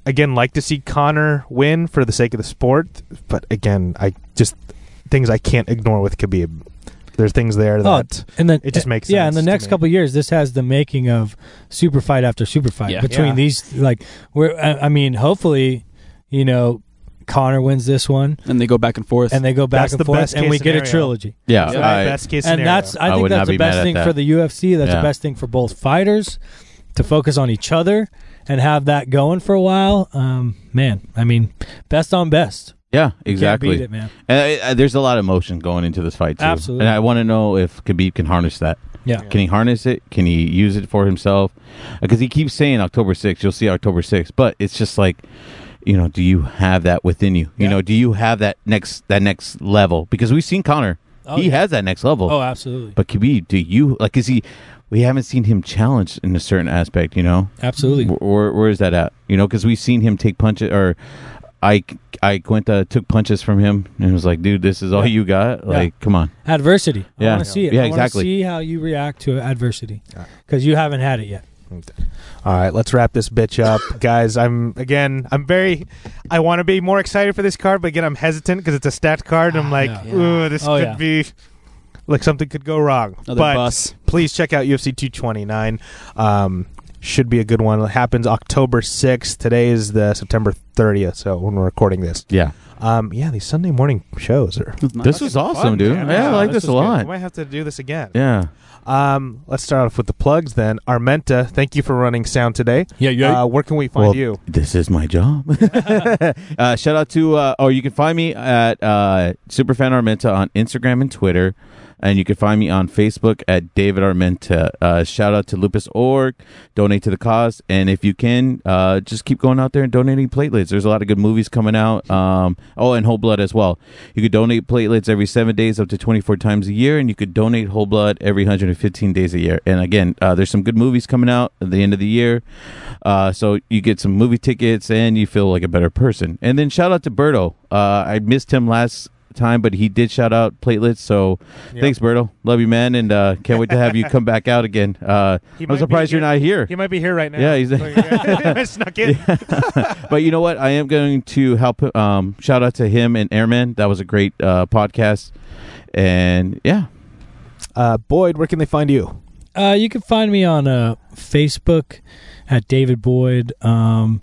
A: again like to see Connor win for the sake of the sport, but again, I just things I can't ignore with Khabib. There's things there
D: Oh,
A: that
D: and then
A: It just makes
D: Yeah, in the
A: sense to
D: next
A: me.
D: couple of years, this has the making of super fight after super fight
C: Yeah.
D: between
A: Yeah.
D: these. Like, we're I, I mean, hopefully, you know, Connor wins this one.
C: And they go back and forth.
D: and they go back
A: That's
D: and
A: the
D: forth,
A: best
D: and
A: case
D: we get a
A: scenario.
D: trilogy.
B: Yeah,
A: so
B: I-
A: best case
D: And
A: scenario.
D: that's I
B: I
D: think
B: would
D: that's
B: not
D: the
B: be mad
D: best
B: at
D: thing
B: that.
D: for the UFC. That's
B: Yeah.
D: the best thing for both fighters to focus on each other and have that going for a while. Um, man, I mean, best on best.
B: yeah,
D: You can't
B: exactly.
D: beat it, man.
B: And I, I, there's a lot of emotion going into this fight too.
D: Absolutely.
B: And I want to know if Khabib can harness that.
D: Yeah.
B: Can he harness it? Can he use it for himself? Because he keeps saying October 6th, you'll see October 6th, but it's just like, you know, do you have that within you? You
D: Yeah.
B: know, do you have that next that next level? Because we've seen Connor.
D: Oh,
B: he
D: yeah.
B: has that next level.
D: Oh, absolutely,
B: But Khabib, do you like? Is he? We haven't seen him challenged in a certain aspect. You know,
D: absolutely.
B: where, where, where is that at? You know, because we've seen him take punches or. I I Quinta took punches from him and was like, dude, this is all
D: Yeah.
B: you got. Like, come on.
D: Adversity. I
B: Yeah.
D: want to see it.
B: Yeah,
D: I wanna
B: exactly.
D: See how you react to adversity
A: Yeah.
D: because you haven't had it yet.
A: All right, let's wrap this bitch up, guys. I'm again. I'm very. I want to be more excited for this card, but again, I'm hesitant because it's a stacked card. And I'm like,
D: Ah, Yeah.
A: ooh, this
D: Oh,
A: could
D: yeah.
A: be like something could go wrong.
C: Another
A: but
C: bus.
A: please check out UFC 229. Um, should be a good one. It happens October 6th. Today is the September 30th, so when we're recording this.
B: Yeah.
A: Um, yeah, these Sunday morning shows are.
C: It was nice.
B: This was awesome, dude. Yeah, I like this, a lot.
A: We might have to do this again.
B: Yeah.
A: Um, let's start off with the plugs then. Armenta, thank you for running sound today.
E: Yeah, yeah.
A: Uh, where can we find
B: Well,
A: you?
B: This is my job. uh, shout out to, uh, or you can find me at uh, Superfan Armenta on Instagram and Twitter. And you can find me on Facebook at David Armenta. Uh, shout out to Lupus.org. Donate to the cause. And if you can, uh, just keep going out there and donating platelets. There's a lot of good movies coming out. Um, oh, and whole blood as well. You could donate platelets every seven days up to 24 times a year. And you could donate whole blood every 115 days a year. And again, uh, there's some good movies coming out at the end of the year. Uh, so you get some movie tickets and you feel like a better person. And then shout out to Berto. Uh, I missed him last time, but he did shout out platelets. So
A: Yeah.
B: thanks, Berto. Love you, man, and uh, can't wait to have you come back out again. Uh,
A: He might
B: I'm
A: be
B: surprised you're
A: here.
B: not here.
A: He might be here right now.
B: Yeah, he's-
A: I snuck in.
B: but you know what? I am going to help. Um, shout out to him and Airman. That was a great uh, podcast. And yeah,
A: Uh, Boyd, where can they find you?
D: Uh, you can find me on uh, Facebook at David Boyd. Um,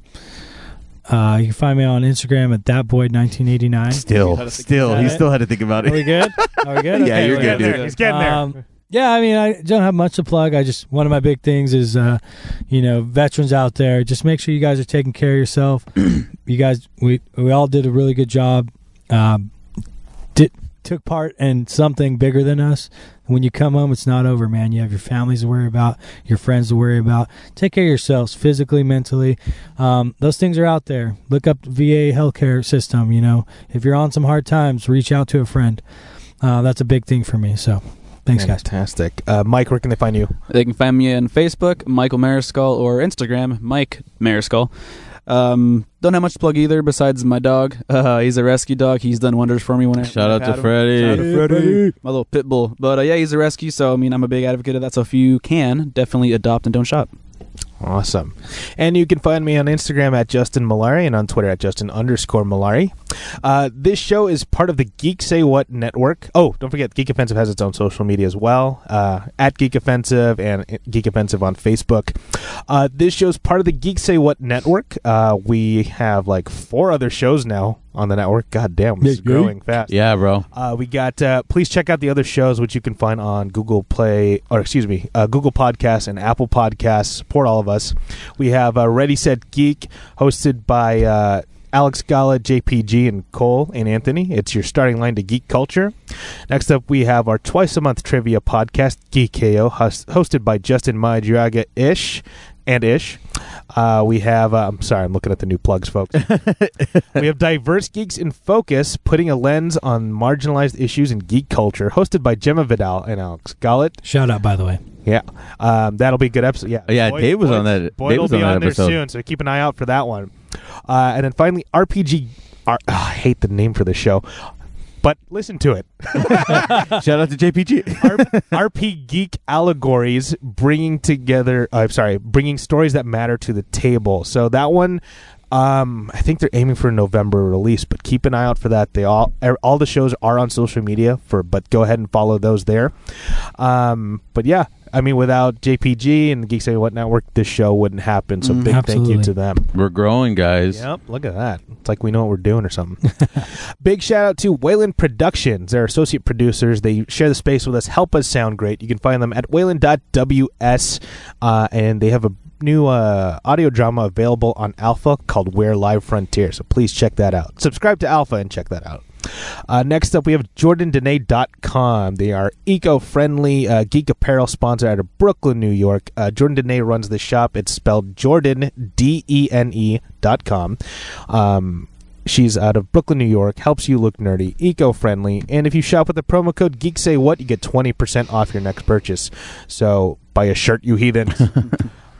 D: uh, you can find me on Instagram at thatboyd1989.
B: still, still,
D: he still
B: had to think about
D: Are we good? Are we good?
B: Yeah,
D: Okay,
B: you're
A: He's getting
B: good,
D: we're
A: there.
B: dude.
A: He's getting there.
D: Um, yeah, I mean, I don't have much to plug. I just one of my big things is, uh, you know, veterans out there. Just make sure you guys are taking care of yourself. you guys, we we all did a really good job. Um, did took part in something bigger than us. When you come home, it's not over, man. You have your families to worry about, your friends to worry about. Take care of yourselves physically, mentally. Um, those things are out there. Look up VA healthcare system. You know, if you're on some hard times, reach out to a friend. Uh, that's a big thing for me. So, thanks, guys.
A: Fantastic. Uh, Mike, where can they find you?
C: They can find me on Facebook, Michael Mariscal, or Instagram, Mike Mariscal. Um, don't have much to plug either besides my dog. Uh, he's a rescue dog. He's done wonders for me when I
B: Shout out
C: when I've
B: to
C: had him. Shout out
B: Freddie.
C: to My little pit bull. But uh, yeah, he's a rescue, so I mean, I'm a big advocate of that. So if you can, definitely adopt and don't shop.
A: Awesome. And you can find me on Instagram at Justin Malari and on Twitter at Justin underscore Malari. Uh, this show is part of the Geek Say What network. Oh, don't forget, Geek Offensive has its own social media as well uh, at Geek Offensive and Geek Offensive on Facebook. Uh, this show is part of the Geek Say What network. Uh, we have like four other shows now on the network. God damn, this is growing fast.
B: Yeah, bro.
A: Uh, we got. Uh, please check out the other shows, which you can find on Google Play, or excuse me, uh, Google Podcasts and Apple Podcasts. Support all of us. We have uh, Ready Set Geek, hosted by uh, Alex Gala, JPG, and Cole and Anthony. It's your starting line to geek culture. Next up, we have our twice a month trivia podcast, Geek KO, hus- hosted by Justin Majiaga Ish and Ish. Uh, we have, uh, I'm sorry, I'm looking at the new plugs, folks. we have Diverse Geeks in Focus, putting a lens on marginalized issues in geek culture, hosted by Gemma Vidal and Alex Gollett.
D: Shout out, by the way.
A: Yeah, um, that'll be a good episode. Yeah,
B: Yeah, Dave was on that-
A: Boyd
B: Dave
A: will
B: was
A: be
B: on that
A: there
B: episode.
A: soon, so keep an eye out for that one. Uh, and then finally, RPG. R- oh, I hate the name for the show, but listen to it.
B: Shout out to JPG.
A: R- RP Geek Allegories bringing together, uh, I'm sorry, bringing stories that matter to the table. So that one, um, I think they're aiming for a November release, but keep an eye out for that. They all, er, all the shows are on social media for, but go ahead and follow those there. Um, but yeah, I mean, without JPG and the Geeks Say What Network, this show wouldn't happen. So big
C: Mm,
A: thank
D: absolutely.
A: you to them.
B: We're growing, guys.
A: Yep, look at that. It's like we know what we're doing or something. Big shout out to Wayland Productions, their associate producers. They share the space with us, help us sound great. You can find them at wayland.ws, uh, and they have a new uh, audio drama available on Alpha called Where Live Frontier. So please check that out. Subscribe to Alpha and check that out. Uh, next up, we have JordanDene.com. They are eco-friendly uh, geek apparel sponsor out of Brooklyn, New York. Uh, Jordan Dene runs the shop. It's spelled Jordan D E N E dot com. Um, she's out of Brooklyn, New York. Helps you look nerdy, eco-friendly, and if you shop with the promo code Geek Say What, you get twenty percent off your next purchase. So buy a shirt, you heathens.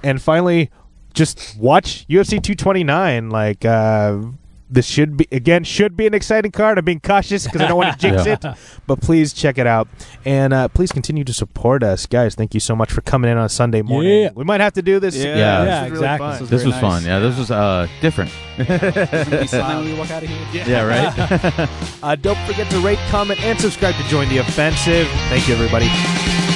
A: and finally, just watch UFC 229. Like. Uh, this should be again should be an exciting card. I'm being cautious because I don't want to jinx
B: Yeah.
A: it, but please check it out and uh, please continue to support us, guys. Thank you so much for coming in on Sunday morning.
D: Yeah.
A: We might have to do this.
B: Yeah,
C: Yeah.
D: Yeah,
A: this is
D: exactly.
A: Really fun.
B: This
C: Very
B: was
C: nice.
B: fun. Yeah, this was uh, different.
C: Peace sign when we walk out of here.
B: Yeah, right?
A: Uh, don't forget to rate, comment, and subscribe to join the offensive. Thank you, everybody.